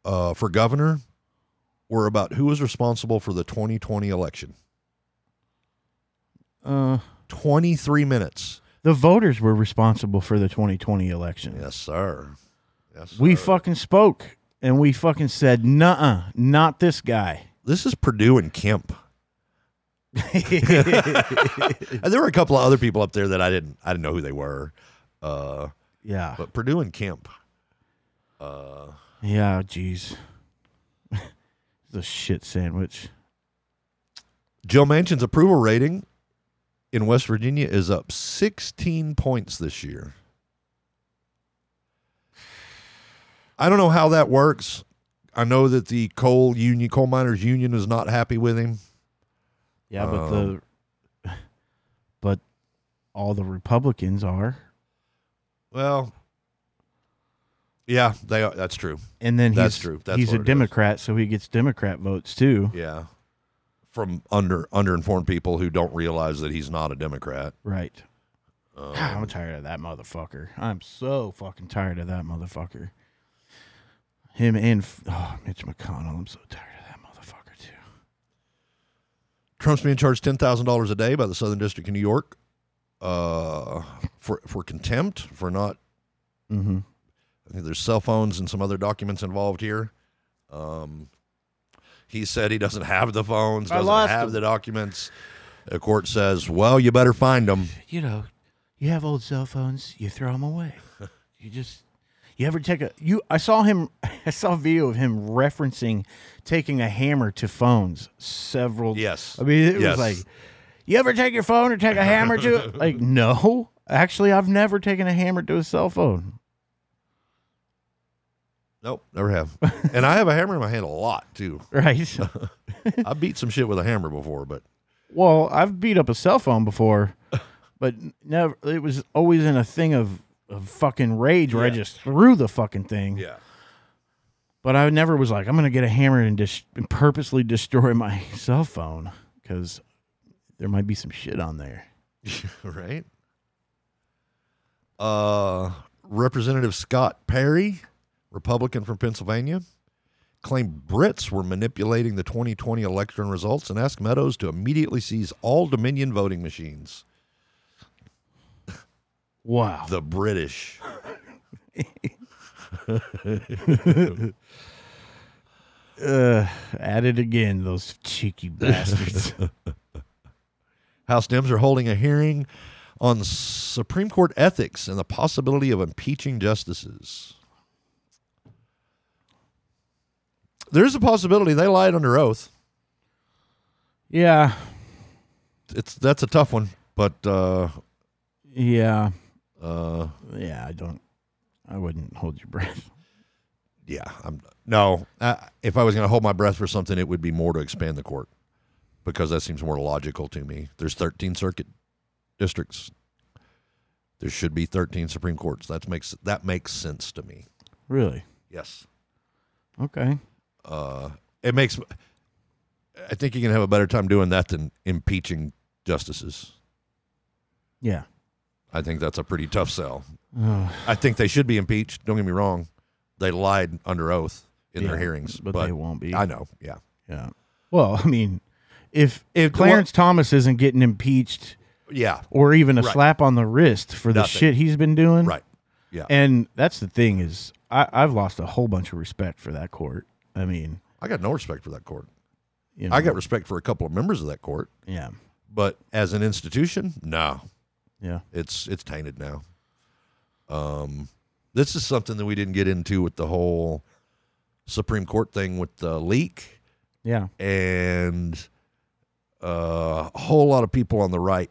uh, for governor were about who was responsible for the 2020 election.
Uh,
23 minutes.
the voters were responsible for the 2020 election.
Yes, sir. Yes,
we
sir.
fucking spoke and we fucking said, "Nuh-uh, not this guy."
This is Purdue and Kemp. And there were a couple of other people up there that I didn't. I didn't know who they were. Uh,
<laughs> yeah,
but Purdue and Kemp.
yeah. Jeez, <laughs> the shit sandwich.
Joe Manchin's approval rating in West Virginia is up 16 points this year. I don't know how that works. I know that the coal union, coal miners union, is not happy with him.
Yeah, but the Um, but all the Republicans are.
Well, yeah, they are, that's true.
And then he's,
That's true. That's
he's
what
a
it is.
Democrat, so he gets Democrat votes too.
Yeah, from under underinformed people who don't realize that he's not a Democrat. Uh,
Right. <sighs> I'm tired of that motherfucker. I'm so fucking tired of that motherfucker. Him and f- oh, Mitch McConnell. I'm so tired of that motherfucker too.
Trump's being charged ten thousand dollars a day by the Southern District of New York uh, for for contempt for not.
Mm-hmm.
I think there's cell phones and some other documents involved here. Um, he said he doesn't have the phones,
I
doesn't
lost
have the
them.
documents. The court says, "Well, you better find them."
You know, you have old cell phones. You throw
<laughs>
them away. you just. You ever take a you? I saw him. <laughs> I saw a video of him referencing taking a hammer to phones several
Yes,
I mean, it
Yes.
was like, you ever take your phone or take a hammer to
<laughs>
it? Like, no. Actually, I've never taken a hammer to a cell phone. <laughs>
nope, never
<laughs>
have. and I have a hammer in my hand a lot too.
Right.
I beat some shit with a hammer before, but
well, I've beat up a cell phone before,
<laughs>
but never. It was always in a thing of, of fucking rage where I just threw the fucking thing.
yeah,
But I never was like, I'm gonna get a hammer and just and purposely destroy my <laughs> cell phone because there might be some shit on there.
<laughs> right. Uh, Representative Scott Perry, Republican from Pennsylvania, claimed Brits were manipulating the 2020 election results and asked Meadows to immediately seize all Dominion voting machines.
Wow.
The British. <laughs>
Uh, at it again, those cheeky bastards.
House Dems are holding a hearing on Supreme Court ethics and the possibility of impeaching justices. There's a possibility they lied under oath.
Yeah.
It's that's a tough one, but uh,
Yeah.
uh,
Yeah. I don't. I wouldn't hold your breath.
yeah, I'm no. Uh, if I was going to hold my breath for something, it would be more to expand the court because that seems more logical to me. There's 13 circuit districts. There should be 13 Supreme Courts. That makes that makes sense to me.
Really.
Yes,
Okay.
uh, it makes. I think you can have a better time doing that than impeaching justices.
Yeah.
I think that's a pretty tough sell.
Ugh,
I think they should be impeached. Don't get me wrong. They lied under oath in their
yeah,
hearings,
but,
but,
they won't be.
I know. Yeah.
yeah. Well, I mean, if
If
Clarence Thomas isn't getting impeached
yeah.
or even a
Right.
slap on the wrist for the
Nothing.
shit he's been doing,
Right. Yeah.
And that's the thing is, I, I've lost a whole bunch of respect for that court. I mean,
I got no respect for that court.
you know,
I got respect for a couple of members of that court,
yeah,
but as an institution, no,
yeah,
it's it's tainted now. Um, this is something that we didn't get into with the whole Supreme Court thing with the leak
yeah,
and uh, a whole lot of people on the right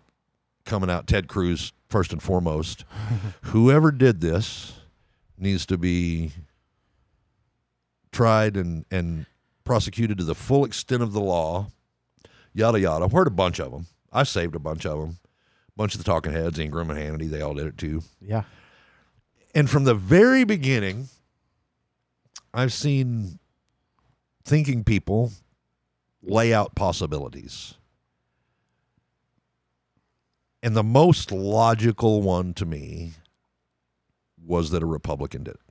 coming out. Ted Cruz first and foremost. Whoever did this needs to be tried and and prosecuted to the full extent of the law. Yada yada. I've heard a bunch of them. I saved a bunch of them. Bunch of the talking heads, Ingram and Hannity, they all did it too.
yeah,
And from the very beginning, I've seen thinking people lay out possibilities. And the most logical one to me was that a Republican did it.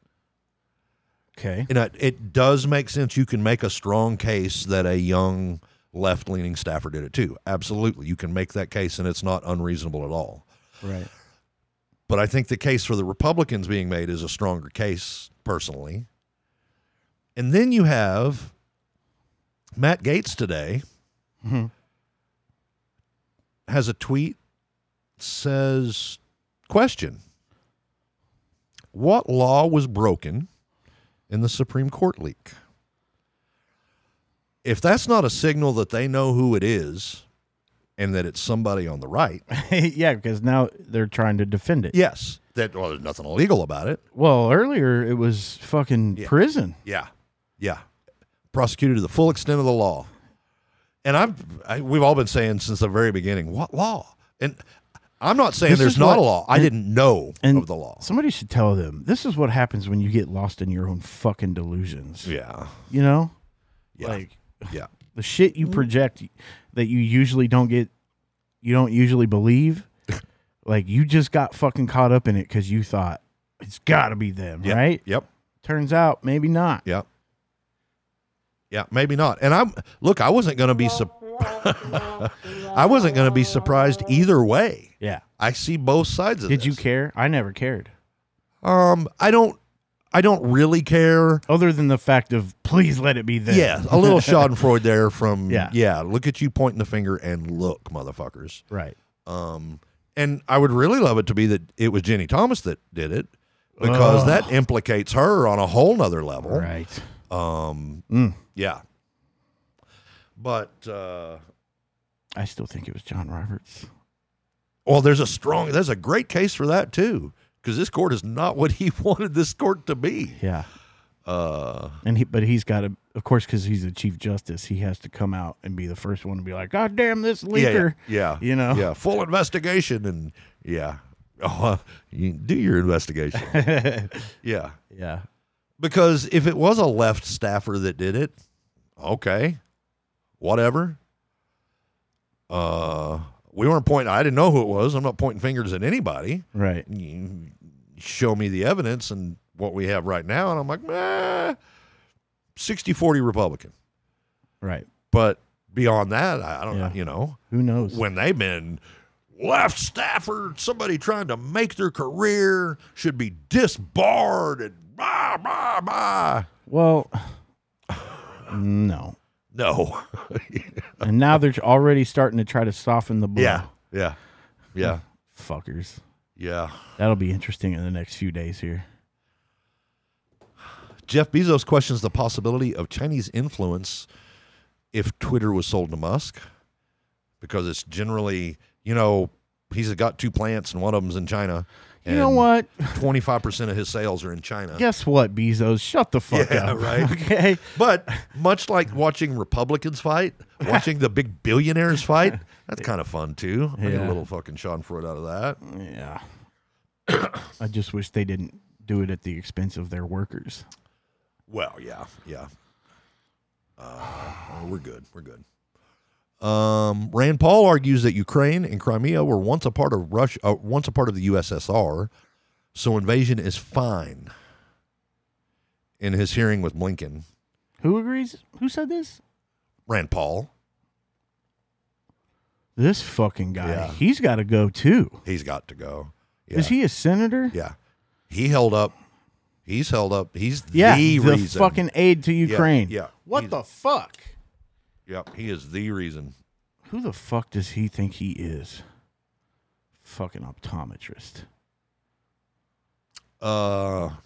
okay,
And I, it does make sense. You can make a strong case that a young left leaning staffer did it too. Absolutely. You can make that case, and it's not unreasonable at all.
right,
But I think the case for the Republicans being made is a stronger case, personally. And then you have Matt Gates today
Mhm.
has a tweet says question what law was broken in the supreme court leak if that's not a signal that they know who it is and that it's somebody on the right
<laughs> yeah, because now they're trying to defend it.
yes that well there's nothing illegal about it
Well, earlier it was fucking
Yeah.
prison.
Yeah, yeah. Prosecuted to the full extent of the law, and I'm I, we've all been saying since the very beginning, what law? And I'm not saying
This
there's
is
not
what-
a law. I
and-
didn't know
and-
of the law.
Somebody should tell them this is what happens when you get lost in your own fucking delusions.
Yeah,
You know,
yeah,
like
yeah,
the shit you project that you usually don't get, you don't
<laughs>
usually believe. like you just got fucking caught up in it because you thought it's got to be them,
yeah.
right?
Yep,
Turns out maybe not.
yep, yeah. Maybe not. And I'm look. I wasn't going to be. Su- <laughs> I wasn't going to be surprised either way.
Yeah.
I see both sides of
Did
this.
you care? I never cared.
Um, I don't. I don't really care.
Other than the fact of please let it be them.
Yeah, a
<laughs>
little Schadenfreude there from
Yeah.
yeah. Look at you pointing the finger and look, motherfuckers.
Right.
Um, and I would really love it to be that it was Jenny Thomas that did it because
Ugh.
that implicates her on a whole nother level.
Right.
Um,
Mm.
yeah. But uh,
I still think it was John Roberts.
well, there's a strong, there's a great case for that too because this court is not what he <laughs> wanted this court to be.
Yeah.
Uh,
And he, but he's got to, of course, because he's the chief justice, he has to come out and be the first one to be like, God damn this
yeah, yeah,
leaker.
yeah,
You know?
yeah, full investigation and yeah. <laughs> Oh, you do your investigation.
Yeah. <laughs>
yeah.
yeah.
Because if it was a left staffer that did it, okay, whatever. Uh, we weren't pointing. I didn't know who it was. I'm not pointing fingers at anybody.
Right.
You show me the evidence and what we have right now, and I'm like, meh, 60-40 Republican.
Right.
But beyond that, I, I don't.
Yeah.
You know,
Who knows?
when they've been left staffer, somebody trying to make their career should be disbarred and blah blah blah.
Well, no.
No. <laughs>
And now they're already starting to try to soften the blow.
Yeah. Yeah. Yeah.
Fuckers.
Yeah.
That'll be interesting in the next few days here.
Jeff Bezos questions the possibility of Chinese influence if Twitter was sold to Musk, because it's generally, you know, he's got two plants and one of them's in China.
You know what?
Twenty five percent of his sales are in China.
Guess what, Bezos? Shut the fuck
Yeah,
up.
right.
<laughs> Okay.
But much like watching Republicans fight, watching the big billionaires fight, that's kind of fun too. I get a
Yeah.
little fucking Schadenfreude out of that.
Yeah. I just wish they didn't do it at the expense of their workers.
Well, yeah, yeah. Uh, we're good. We're good. Um, Rand Paul argues that Ukraine and Crimea were once a part of Russia, uh, once a part of the USSR, so invasion is fine. In his hearing with Blinken,
Who agrees? Who said this?
Rand Paul,
This fucking guy.
Yeah.
He's got to go too.
he's got to go. Yeah.
Is he a senator?
Yeah, he held up. He's held up. He's
Yeah,
the,
the
reason.
fucking aid to Ukraine.
yeah.
What
He's-
the fuck?
Yep, he is the reason.
Who the fuck does he think he is? Fucking optometrist.
Uh, <laughs>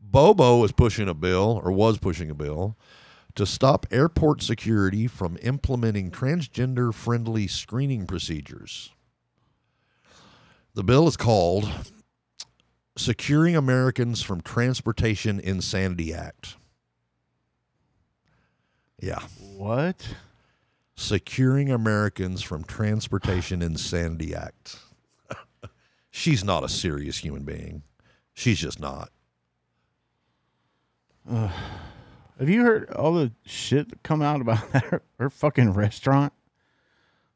Bobo was pushing a bill, or was pushing a bill, to stop airport security from implementing transgender friendly screening procedures. The bill is called Securing Americans from Transportation Insanity Act. Yeah.
What?
Securing Americans from Transportation Insanity Act. <laughs> She's not a serious human being. She's just not.
Have you heard all the shit that come out about <laughs> her, her fucking restaurant?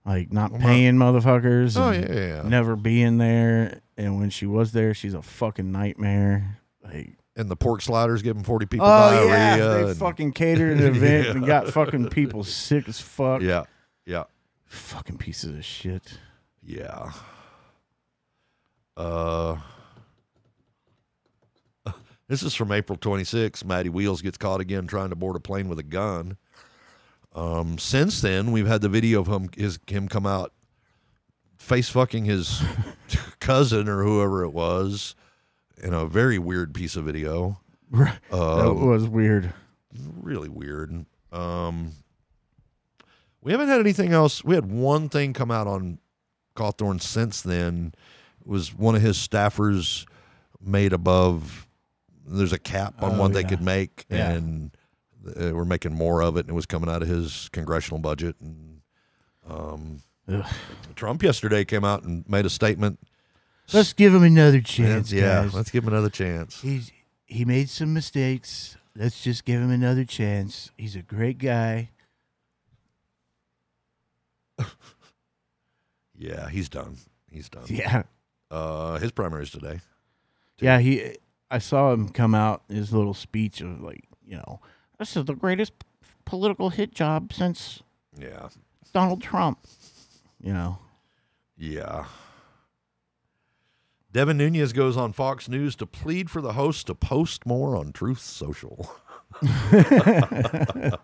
Like not paying motherfuckers.
Oh,
and
yeah, yeah, yeah.
Never being there. And when she was there, she's a fucking nightmare. Like
And the pork sliders giving 40 people
Oh yeah,
diarrhea.
they
and-
fucking
<laughs>
catered an event and got fucking people sick as fuck.
yeah, yeah,
Fucking pieces of shit.
yeah. Uh, <laughs> this is from April 26. Matty Wheels gets caught again trying to board a plane with a gun. Um, since then, we've had the video of him, his, him come out face fucking his <laughs> cousin or whoever it was in a very weird piece of video.
Right. that
Um,
was weird.
really weird. Um, we haven't had anything else. We had one thing come out on Cawthorn since then. It was one of his staffers made above. There's a cap on
Oh,
one they
yeah.
could make,
Yeah.
and uh, we're making more of it. And it was coming out of his congressional budget. And um,
Ugh.
Trump yesterday came out and made a statement.
Let's give him another chance,
yeah,
guys.
let's give him another chance.
He's he made some mistakes. Let's just give him another chance. He's a great guy.
Yeah, he's done. He's done.
Yeah.
Uh, his primaries today.
Yeah, he I saw him come out his little speech of like, you know, this is the greatest p- political hit job since
Yeah.
Donald Trump. You know.
Yeah. Devin Nunez goes on Fox News to plead for the host to post more on Truth Social. <laughs> I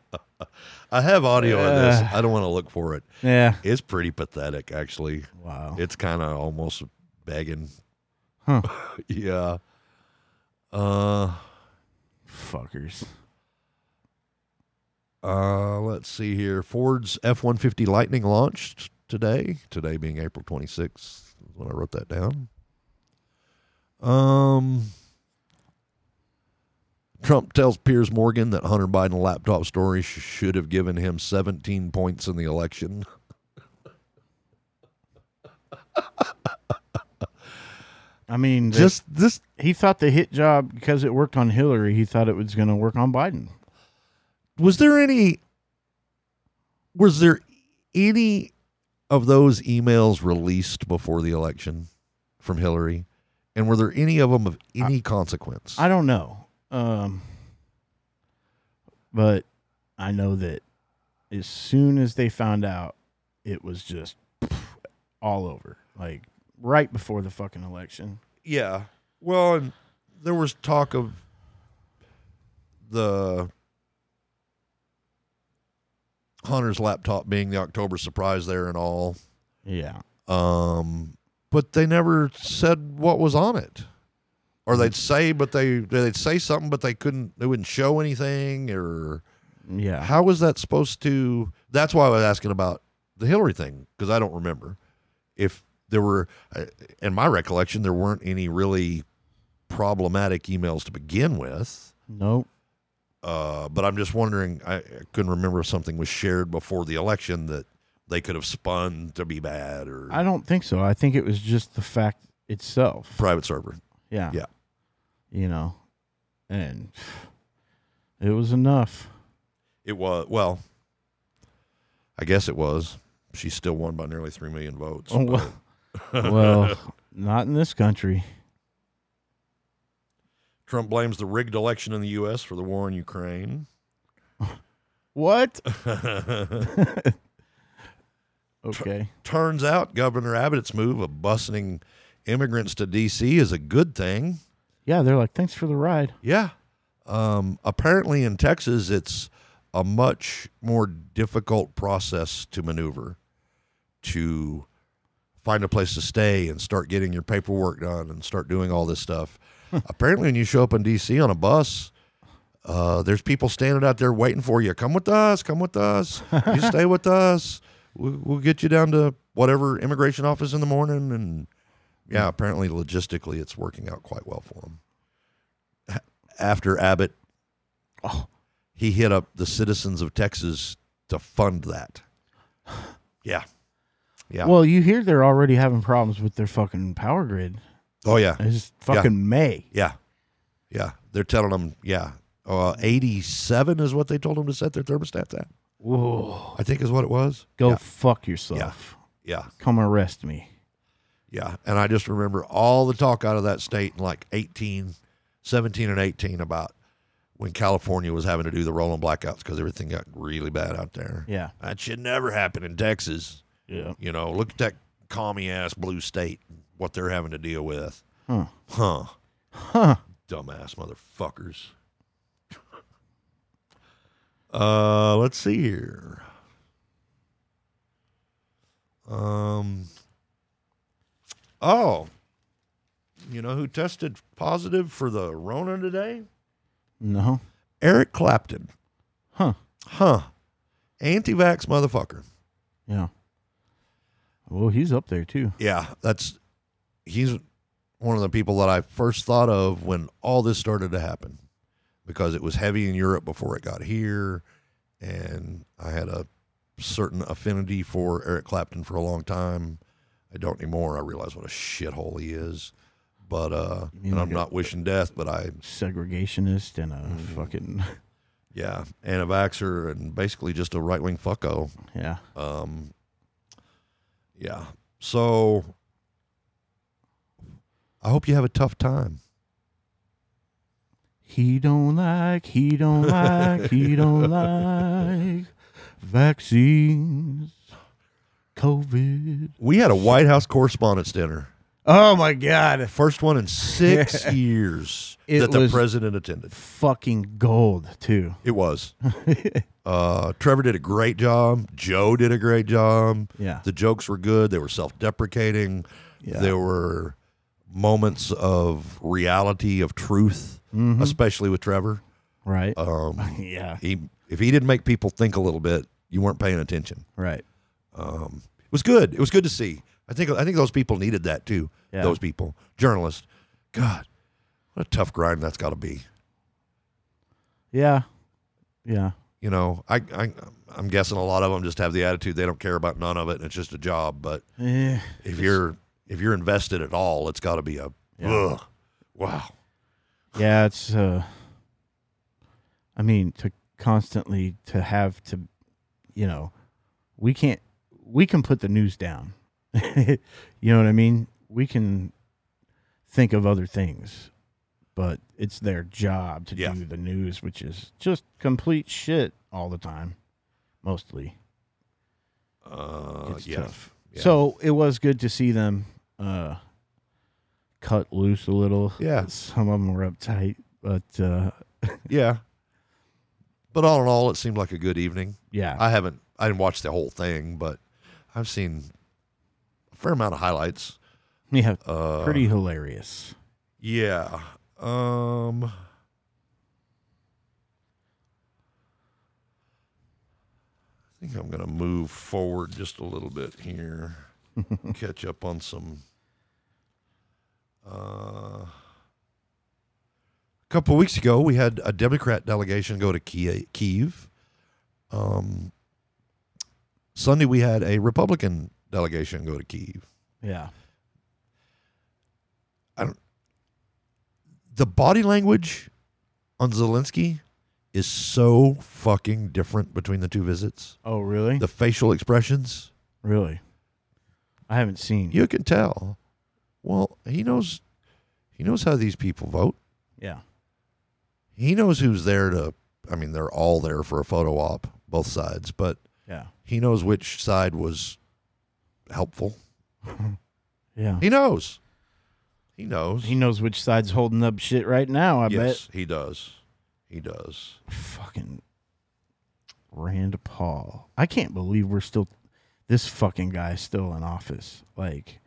have audio of this. I don't want to look for it.
Yeah.
It's pretty pathetic, actually.
Wow.
It's kind of almost begging.
Huh.
<laughs> yeah. Uh,
Fuckers.
uh, let's see here. Ford's F 150 Lightning launched today, today being April 26th, is when I wrote that down. Um, Trump tells Piers Morgan that Hunter Biden laptop story sh- should have given him 17 points in the election.
I mean, they-
Just this,
he thought the hit job because it worked on Hillary, he thought it was going to work on Biden.
was there any, was there any of those emails released before the election from Hillary? And were there any of them of any consequence?
I don't know. Um, but I know that as soon as they found out, it was just all over. Like right before the fucking election.
Yeah. Well, and there was talk of the Hunter's laptop being the October surprise there and all.
Yeah.
Um, but they never said what was on it, or they'd say, but they they'd say something, but they couldn't. They wouldn't show anything, or
Yeah.
how was that supposed to? That's why I was asking about the Hillary thing because I don't remember if there were, uh, in my recollection, there weren't any really problematic emails to begin with.
Nope.
Uh, but I'm just wondering. I, I couldn't remember if something was shared before the election that they could have spun to be bad or
I don't think so. I think it was just the fact itself.
private server.
Yeah.
Yeah.
You know, and it was enough.
It was well. I guess it was. She still won by nearly three million votes.
Oh, well, <laughs> well, not in this country.
Trump blames the rigged election in the U.S. for the war in Ukraine. <laughs>
What? Okay.
Turns out Governor Abbott's move of busing immigrants to D.C. is a good thing.
Yeah, they're like, thanks for the ride.
Yeah. Um, apparently, in Texas, it's a much more difficult process to maneuver to find a place to stay and start getting your paperwork done and start doing all this stuff. <laughs> apparently, when you show up in D.C. on a bus, uh, there's people standing out there waiting for you. Come with us. Come with us. You stay with us. We, we'll get you down to whatever immigration office in the morning. And yeah, apparently, logistically, it's working out quite well for them after Abbott, he hit up the citizens of Texas to fund that. Yeah. Yeah.
Well, you hear they're already having problems with their fucking power grid.
oh, yeah.
It's fucking May.
Yeah. Yeah. They're telling them, yeah. Uh, 87 is what they told them to set their thermostat at,
Whoa.
I think is what it was.
Go
Yeah.
fuck yourself.
Yeah.
Come arrest me.
Yeah. And I just remember all the talk out of that state in like 18, 17, and 18 about when California was having to do the rolling blackouts because everything got really bad out there.
Yeah.
That should never happen in Texas.
Yeah.
You know, look at that commie ass blue state, what they're having to deal with.
Huh.
Huh.
Huh.
Dumbass motherfuckers. Uh, let's see here. Um, oh, you know who tested positive for the Rona today?
No.
Eric Clapton.
Huh.
Huh. Anti vax motherfucker.
Yeah. Well, he's up there too.
yeah, that's he's one of the people that I first thought of when all this started to happen because it was heavy in Europe before it got here and I had a certain affinity for Eric Clapton for a long time. I don't anymore. I realize what a shithole he is. But uh
mean
and
like
I'm
a-
not wishing death, but I
Segregationist and a
Mm.
fucking <laughs>
yeah, and a vaxxer and basically just a right wing fucko.
yeah.
Um, yeah. So I hope you have a tough time.
He don't like. He don't like. he don't like vaccines. COVID.
We had a White House Correspondents' Dinner,
Oh my god!
first one in
<laughs>
six years
It
that the
was-
president attended.
Fucking gold too.
It was. <laughs> uh, Trevor did a great job. Joe did a great job.
Yeah.
The jokes were good. They were self-deprecating.
Yeah.
There were moments of reality of truth,
Mm-hmm.
especially with Trevor.
Right.
Um,
yeah.
he if he didn't make people think a little bit, you weren't paying attention.
Right.
It was good. It was good to see. I think I think those people needed that too.
Yeah.
Those people, journalists. God, what a tough grind that's got to be.
Yeah. Yeah.
You know, I, I I'm guessing a lot of them just have the attitude they don't care about none of it, and it's just a job. But
Eh.
if you're if you're invested at all, it's got to be a ugh, wow.
Yeah, it's uh I mean to constantly to have to you know, we can't we can put the news down. <laughs> you know what I mean? We can think of other things, but it's their job to
Yeah.
do the news, which is just complete shit all the time, mostly.
Uh,
It's
yeah.
tough.
Yeah.
So it was good to see them uh, cut loose a little.
Yeah.
some of them were uptight, but uh,
yeah. But all in all, it seemed like a good evening.
yeah,
I haven't I I didn't watch the whole thing, but I've seen a fair amount of highlights.
Yeah,
Uh,
pretty hilarious.
Yeah. Um. I think I'm gonna move forward just a little bit here, catch up on some. Uh, a couple weeks ago, we had a Democrat delegation go to Kie- Kiev. Um, Sunday, we had a Republican delegation go to Kiev.
Yeah,
the body language on Zelensky is so fucking different between the two visits.
Oh, really?
The facial expressions,
really? I haven't seen.
you can tell. Well, he knows he knows how these people vote.
yeah.
He knows who's there to I mean, they're all there for a photo op, both sides, but
Yeah.
he knows which side was helpful.
Yeah.
He knows. He knows.
He knows which side's holding up shit right now, I
yes, he does. He does.
bet. Fucking Rand Paul. I can't believe we're still this fucking guy's still in office. Like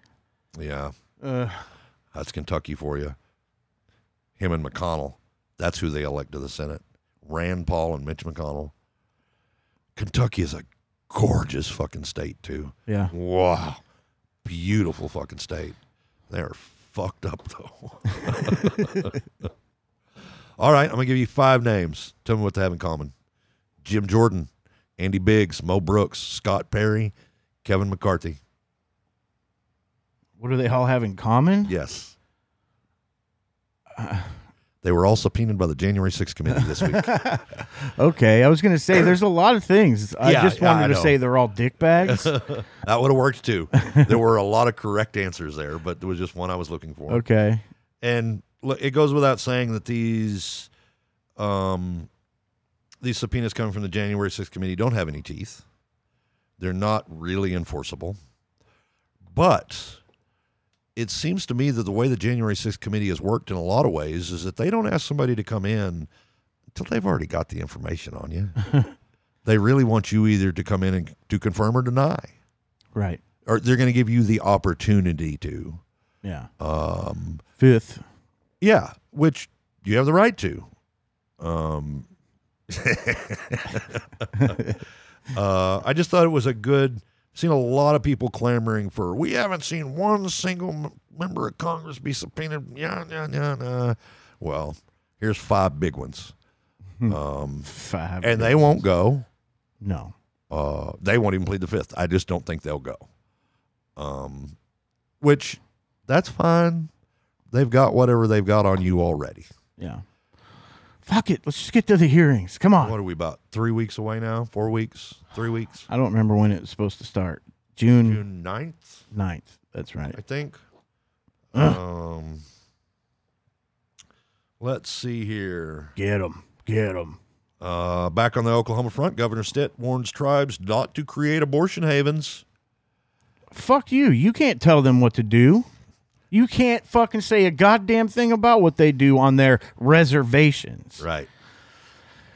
Yeah.
uh
That's Kentucky for you. Him and McConnell. That's who they elect to the Senate. Rand Paul and Mitch McConnell. Kentucky is a gorgeous fucking state, too.
yeah.
Wow. Beautiful fucking state. They're fucked up, though. <laughs> All right, I'm going to give you five names. Tell me what they have in common Jim Jordan, Andy Biggs, Mo Brooks, Scott Perry, Kevin McCarthy.
What do they all have in common?
Yes.
Uh,
They were all subpoenaed by the January 6th committee this week.
okay, I was gonna say there's a lot of things. I
Yeah,
just
yeah,
wanted
I
to
know.
say they're all dick
<laughs>
bags.
That would have worked too. there were a lot of correct answers there, but there was just one I was looking for.
okay.
And look, it goes without saying that these, um, these subpoenas coming from the January 6th committee don't have any teeth. They're not really enforceable. But it seems to me that the way the January 6th committee has worked in a lot of ways is that they don't ask somebody to come in until they've already got the information on you. they really want you either to come in and to confirm or deny
Right.
or they're going to give you the opportunity to.
Yeah.
Um,
Fifth.
yeah, which you have the right to. Um, <laughs> uh, I just thought it was a good. Seen a lot of people clamoring for. We haven't seen one single m- member of Congress be subpoenaed. Yeah, yeah, yeah, yeah. Well, here's five big ones, um,
Five.
and they won't go.
No.
Uh, they won't even plead the fifth. I just don't think they'll go. Um, which that's fine. They've got whatever they've got on you already.
Yeah. Fuck it. Let's just get to the hearings. Come on.
What are we about? Three weeks away now? Four weeks? Three weeks?
I don't remember when it was supposed to start. June,
June 9th,
9th. That's right.
I think.
Ugh.
Um, let's see here.
Get them. Get them.
Uh, back on the Oklahoma front, Governor Stitt warns tribes not to create abortion havens.
Fuck you. You can't tell them what to do. You can't fucking say a goddamn thing about what they do on their reservations.
Right.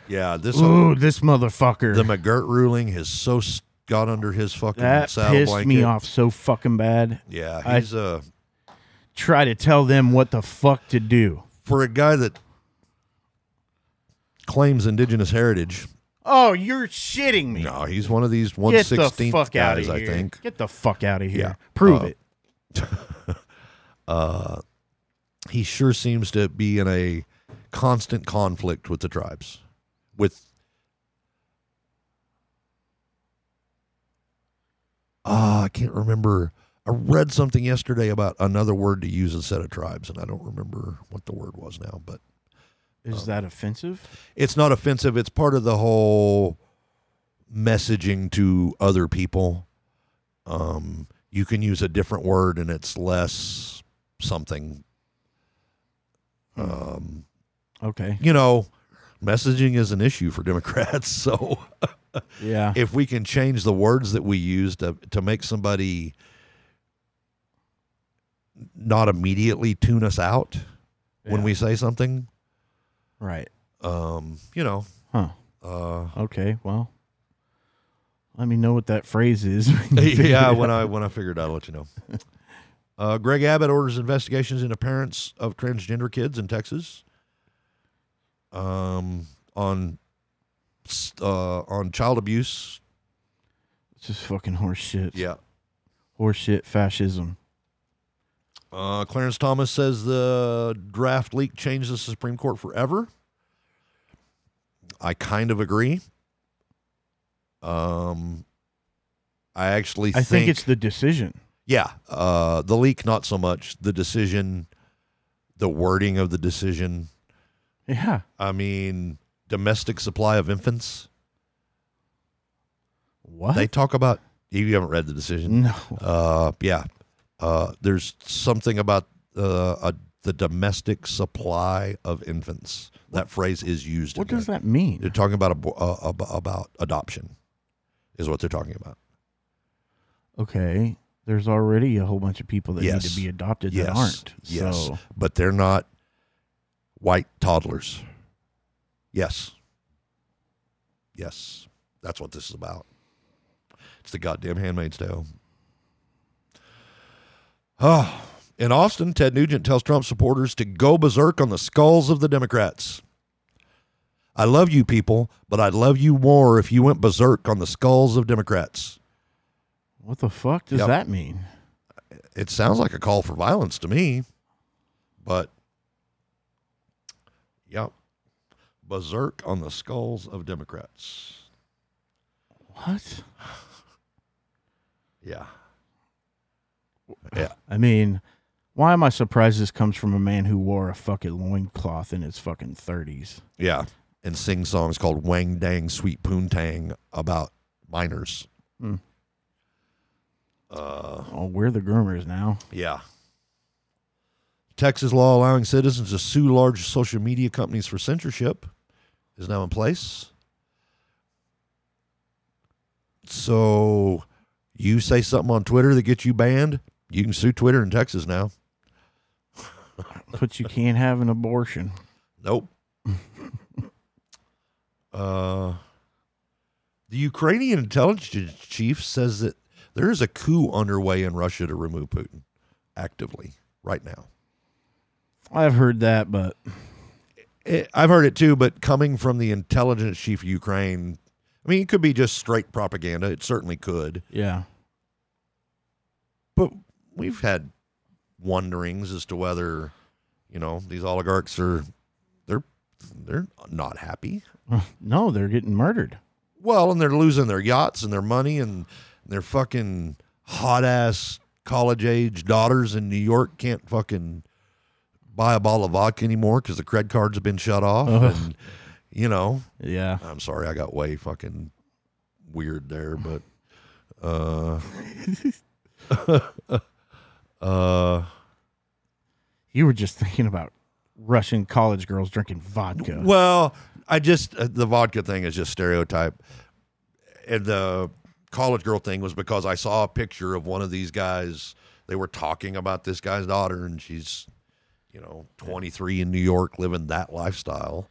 Yeah, this
Ooh, this motherfucker.
The McGirt ruling has so s- got under his fucking
that
saddle
pissed
blanket.
me off so fucking bad.
Yeah,
I-
he's uh
Try to tell them what the fuck to do.
for a guy that claims indigenous heritage.
Oh, you're shitting me.
No, he's one of these one
Get the
sixteenth
fuck out of
guys.
here.
I think.
Get the fuck out of here.
Yeah.
Prove
Uh,
it.
Uh, he sure seems to be in a constant conflict with the tribes, with. Ah, I can't remember. I read something yesterday about another word to use instead of tribes, and I don't remember what the word was now. But Oh.
Is that offensive?
it's not offensive. It's part of the whole messaging to other people. Um, you can use a different word and it's less something. Um,
Okay.
you know, messaging is an issue for <laughs> Democrats. So
Yeah.
if we can change the words that we use to, to make somebody not immediately tune us out when
Yeah.
we say something,
Right.
um, you know,
Huh.
uh,
Okay. Well, Let me know what that phrase is. <laughs> when you
<laughs>
figure
yeah,
it
when
out.
I when I figured out, I'll let you
<laughs>
know. Uh, Greg Abbott orders investigations into parents of transgender kids in Texas. Um, on s- uh, on child abuse.
It's just fucking horse shit.
Yeah.
Horse shit fascism.
Uh, Clarence Thomas says the draft leak changed the Supreme Court forever. I kind of agree. Um, I actually
I think it's the decision.
Yeah. Uh, the leak, not so much. The decision, the wording of the decision.
Yeah.
I mean, domestic supply of infants.
What? Mm.
They talk about, you haven't read the decision.
no.
Uh, yeah. Uh, there's something about uh, a, the domestic supply of infants. That phrase is used.
What
in
does
there.
that mean?
They're talking about, abo- uh, ab- about adoption, is what they're talking about.
okay. There's already a whole bunch of people that need
Yes.
to be adopted
yes.
that aren't.
Yes.
So
But they're not white toddlers. Yes. Yes. That's what this is about. It's the goddamn handmaid's tale. Oh. In Austin, Ted Nugent tells Trump supporters to go berserk on the skulls of the Democrats. I love you people, but I'd love you more if you went berserk on the skulls of Democrats.
what the fuck does
Yep.
that mean?
it sounds like a call for violence to me. But yep. Berserk on the skulls of Democrats.
What?
Yeah.
I mean, why am I surprised this comes from a man who wore a fucking loincloth in his fucking 30s?
Yeah. And sing songs called Wang Dang Sweet Poontang about minors.
Hmm.
Uh
Oh, we're the groomers now.
yeah. Texas law allowing citizens to sue large social media companies for censorship is now in place. So you say something on Twitter that gets you banned, you can sue Twitter in Texas now.
But you can't have an abortion.
Nope. uh, the Ukrainian intelligence chief says that there is a coup underway in Russia to remove Putin actively right now.
I've heard that, but
it, Eh, I've heard it too, but coming from the intelligence chief of Ukraine, I mean, it could be just straight propaganda. It certainly could.
yeah. <laughs>
But we've had wonderings as to whether, you know, these oligarchs are they're they're not happy.
No, they're getting murdered.
Well, and they're losing their yachts and their money and their fucking hot ass college age daughters in New York can't fucking buy a bottle of vodka anymore because the credit cards have been shut off.
Ugh.
And, you know,
Yeah.
I'm sorry, I got way fucking weird there, but uh, uh,
You were just thinking about Russian college girls drinking vodka.
well, I just uh, the vodka thing is just stereotype, and the college girl thing was because I saw a picture of one of these guys. They were talking about this guy's daughter, and she's, you know, 23 in New York, living that lifestyle,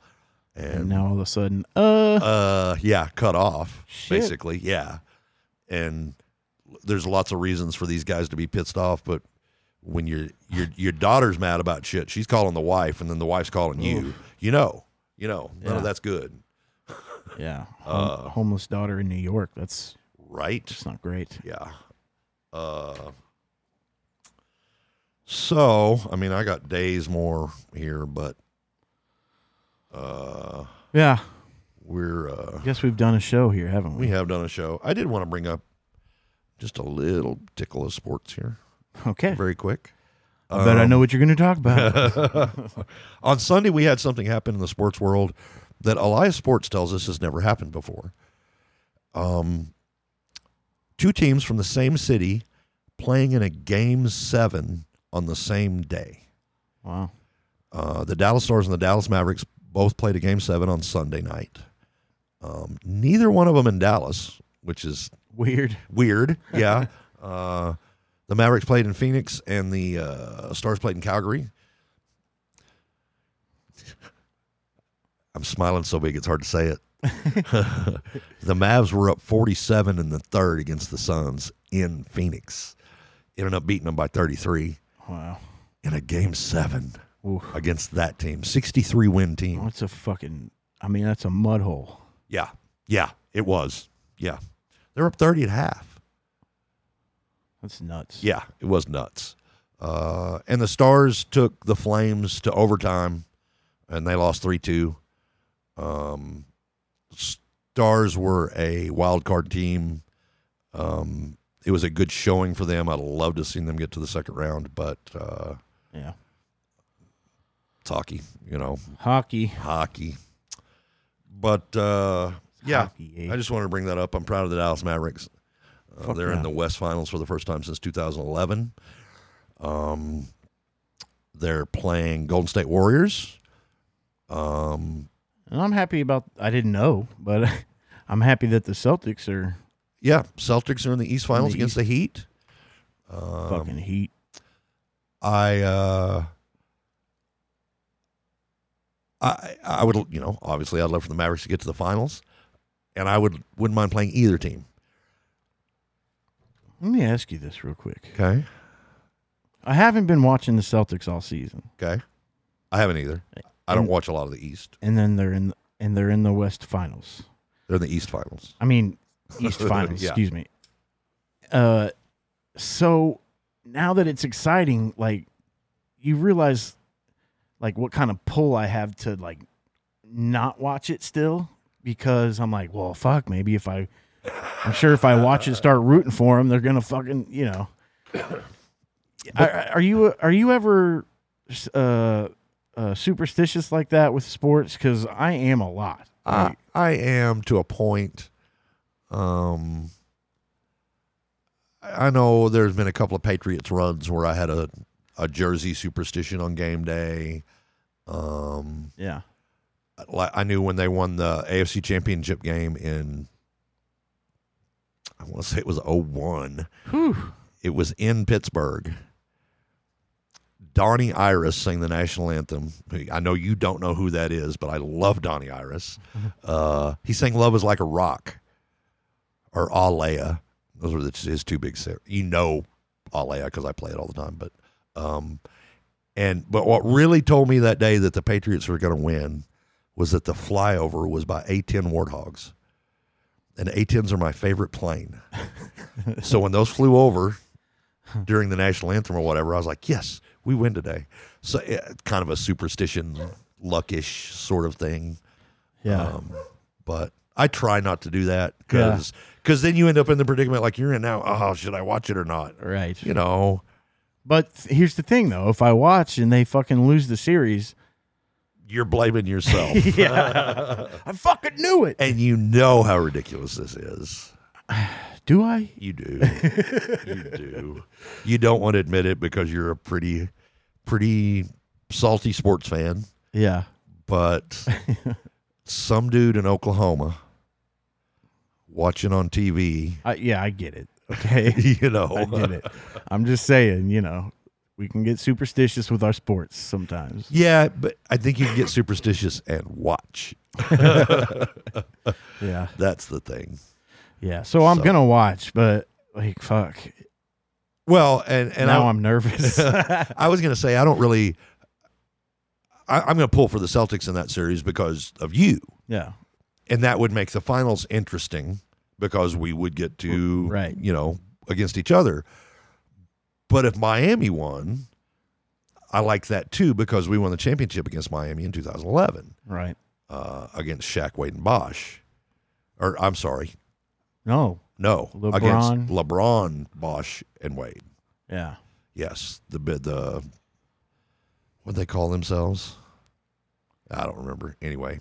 And
and
now all of a sudden, uh,
uh yeah cut off
Shit.
basically yeah and there's lots of reasons for these guys to be pissed off but when your your your daughter's mad about shit she's calling the wife and then the wife's calling you you know you know none
Yeah.
of that's good
yeah,
Uh.
Hom- homeless daughter in New York. That's
right
it's not great.
yeah uh so i mean i got days more here but uh
Yeah,
we're uh
guess we've done a show here, haven't
We
we?
have done a show. I did want to bring up just a little tickle of sports here,
<laughs> Okay,
very quick. Um,
I bet I know what you're going to
<laughs>
talk about.
On Sunday, we had something happen in the sports world that Elias Sports tells us has never happened before. Um, two teams from the same city playing in a game seven on the same day.
wow,
Uh, the Dallas Stars and the Dallas Mavericks both played a game seven on Sunday night. Um, neither one of them in Dallas, which is
weird.
weird. Yeah. <laughs> uh, the Mavericks played in Phoenix and the uh, Stars played in Calgary. I'm smiling so big it's hard to say it. <laughs> the Mavs were up 47 in the third against the Suns in Phoenix. Ended up beating them by 33
Wow.
in a game seven
Oof.
against that team, 63 win team.
That's a fucking. I mean, that's a mud hole.
Yeah. Yeah. It was. Yeah. They're up 30 at half.
That's nuts.
Yeah. It was nuts. Uh, and the Stars took the Flames to overtime and they lost 3 2. Um, Stars were a wild card team. Um, it was a good showing for them. I'd love to have seen them get to the second round, but uh,
Yeah.
it's hockey, you know,
Hockey.
hockey. But uh, yeah,
Hockey, eh?
I just wanted to bring that up. I'm proud of the Dallas Mavericks. Uh,
Fuck
they're
yeah.
in the West Finals for the first time since 2011. Um, they're playing Golden State Warriors. Um,
and I'm happy about. I didn't know, but <laughs> I'm happy that the Celtics are
yeah, Celtics are in the East Finals
the
against the Heat. Um,
fucking heat.
I, uh, I, I would, you know, obviously, I'd love for the Mavericks to get to the finals, and I would wouldn't mind playing either team.
Let me ask you this real quick.
Okay,
I haven't been watching the Celtics all season,
okay. I haven't either. I don't watch a lot of the East.
and then they're in and they're in the West Finals.
They're in the East Finals.
I mean, East Finals.
Yeah.
Excuse me. Uh, so now that it's exciting, like you realize, like what kind of pull I have to like not watch it still because I'm like, well, fuck, maybe if I, I'm sure if I watch it, start rooting for them, they're gonna fucking, you know. are, are you are you ever uh, uh, superstitious like that with sports? Because I am a lot.
I, I am to a point. Um, I I know there's been a couple of Patriots runs where I had a, a jersey superstition on game day. Um,
yeah.
like I knew when they won the AFC Championship game in, I want to say it was 01. It was in Pittsburgh. Donnie Iris sang the national anthem. I know you don't know who that is, but I love Donnie Iris. Uh, he sang "Love Is Like a Rock" or "Alea." Those were the, his two big. sa- You know "Alea" because I play it all the time. But, um, and but what really told me that day that the Patriots were going to win was that the flyover was by A10 Warthogs. And A10s are my favorite plane. so when those flew over during the national anthem or whatever, I was like, yes, we win today. So it, kind of a superstition, luckish sort of thing.
Yeah.
Um, but I try not to do that because then you end up in the predicament like you're in now. Oh, should I watch it or not?
right.
You know,
But th- here's the thing, though: if I watch and they fucking lose
<laughs>
the series,
you're blaming
<laughs>
yourself.
I fucking knew it.
And you know how ridiculous this is.
Do I?
You do. you do. You don't want to admit it because you're a pretty, pretty salty sports fan.
Yeah.
But some dude in Oklahoma watching on TV,
I, yeah, I get it. Okay,
<laughs> you know,
I get it. I'm just saying, you know, we can get superstitious with our sports sometimes.
Yeah, but I think you can get superstitious and watch.
Yeah.
That's the thing.
Yeah. So I'm
So-
gonna watch, but like, fuck.
Well, and and
now
I, <laughs>
I'm nervous. <laughs> yeah.
I was going to say I don't really. I, I'm going to pull for the Celtics in that series because of you. and that would make the finals interesting because we would get to
Right.
you know against each other but if miami won i like that too because we won the championship against miami in 2011
Right.
uh, against Shaq Wade and Bosch or I'm sorry
No.
no
LeBron.
against LeBron Bosch and Wade
Yeah.
yes the bi- the what they call themselves I don't remember anyway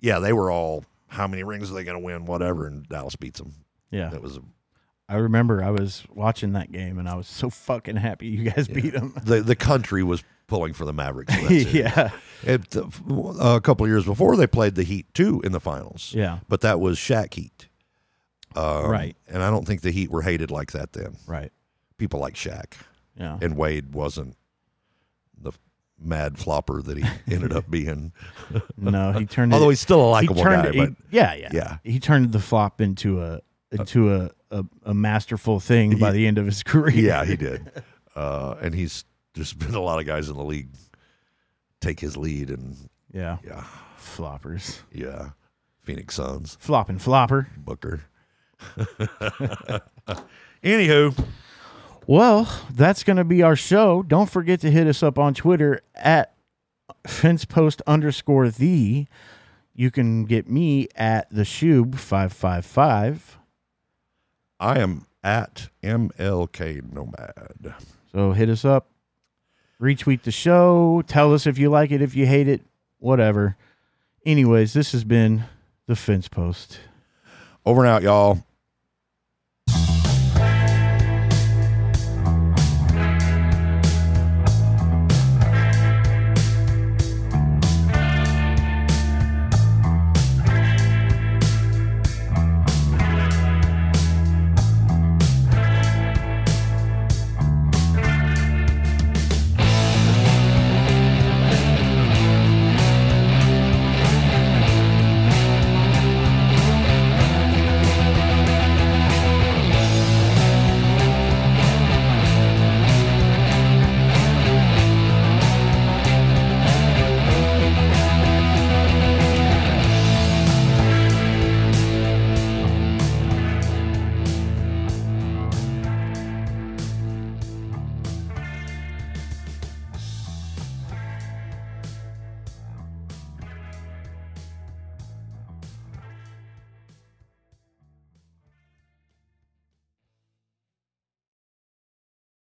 yeah they were all how many rings are they going to win whatever and Dallas beats them
Yeah.
That was
I remember I was watching that game and I was so fucking happy you guys beat 'em. beat them.
the the country was pulling for the Mavericks.
<laughs>
in that series.
yeah.
It- uh, a couple of years before they played the Heat too in the finals.
Yeah.
but that was Shaq Heat, um,
Right.
And I don't think the Heat were hated like that then.
Right.
People like Shaq
Yeah.
and Wade wasn't the mad flopper
<laughs>
that he ended up being. <laughs>
No, he turned.
Although
it,
he's still a likable
turned
guy,
it-
but
yeah, yeah,
yeah. Uh,
He turned the flop into a into a a, a masterful thing by the end of his <laughs> career.
yeah, he did. Uh, and he's there's been a lot of guys in the league take his lead, and
yeah,
yeah,
floppers,
yeah, Phoenix Suns
flopping flopper.
Booker. <laughs> Anywho,
Well, that's going to be our show. Don't forget to hit us up on Twitter at fencepost underscore the. You can get me at the shoob five five five.
I am at MLK Nomad.
So hit us up, retweet the show, tell us if you like it, if you hate it, whatever. Anyways, this has been the fence post.
Over and out, y'all.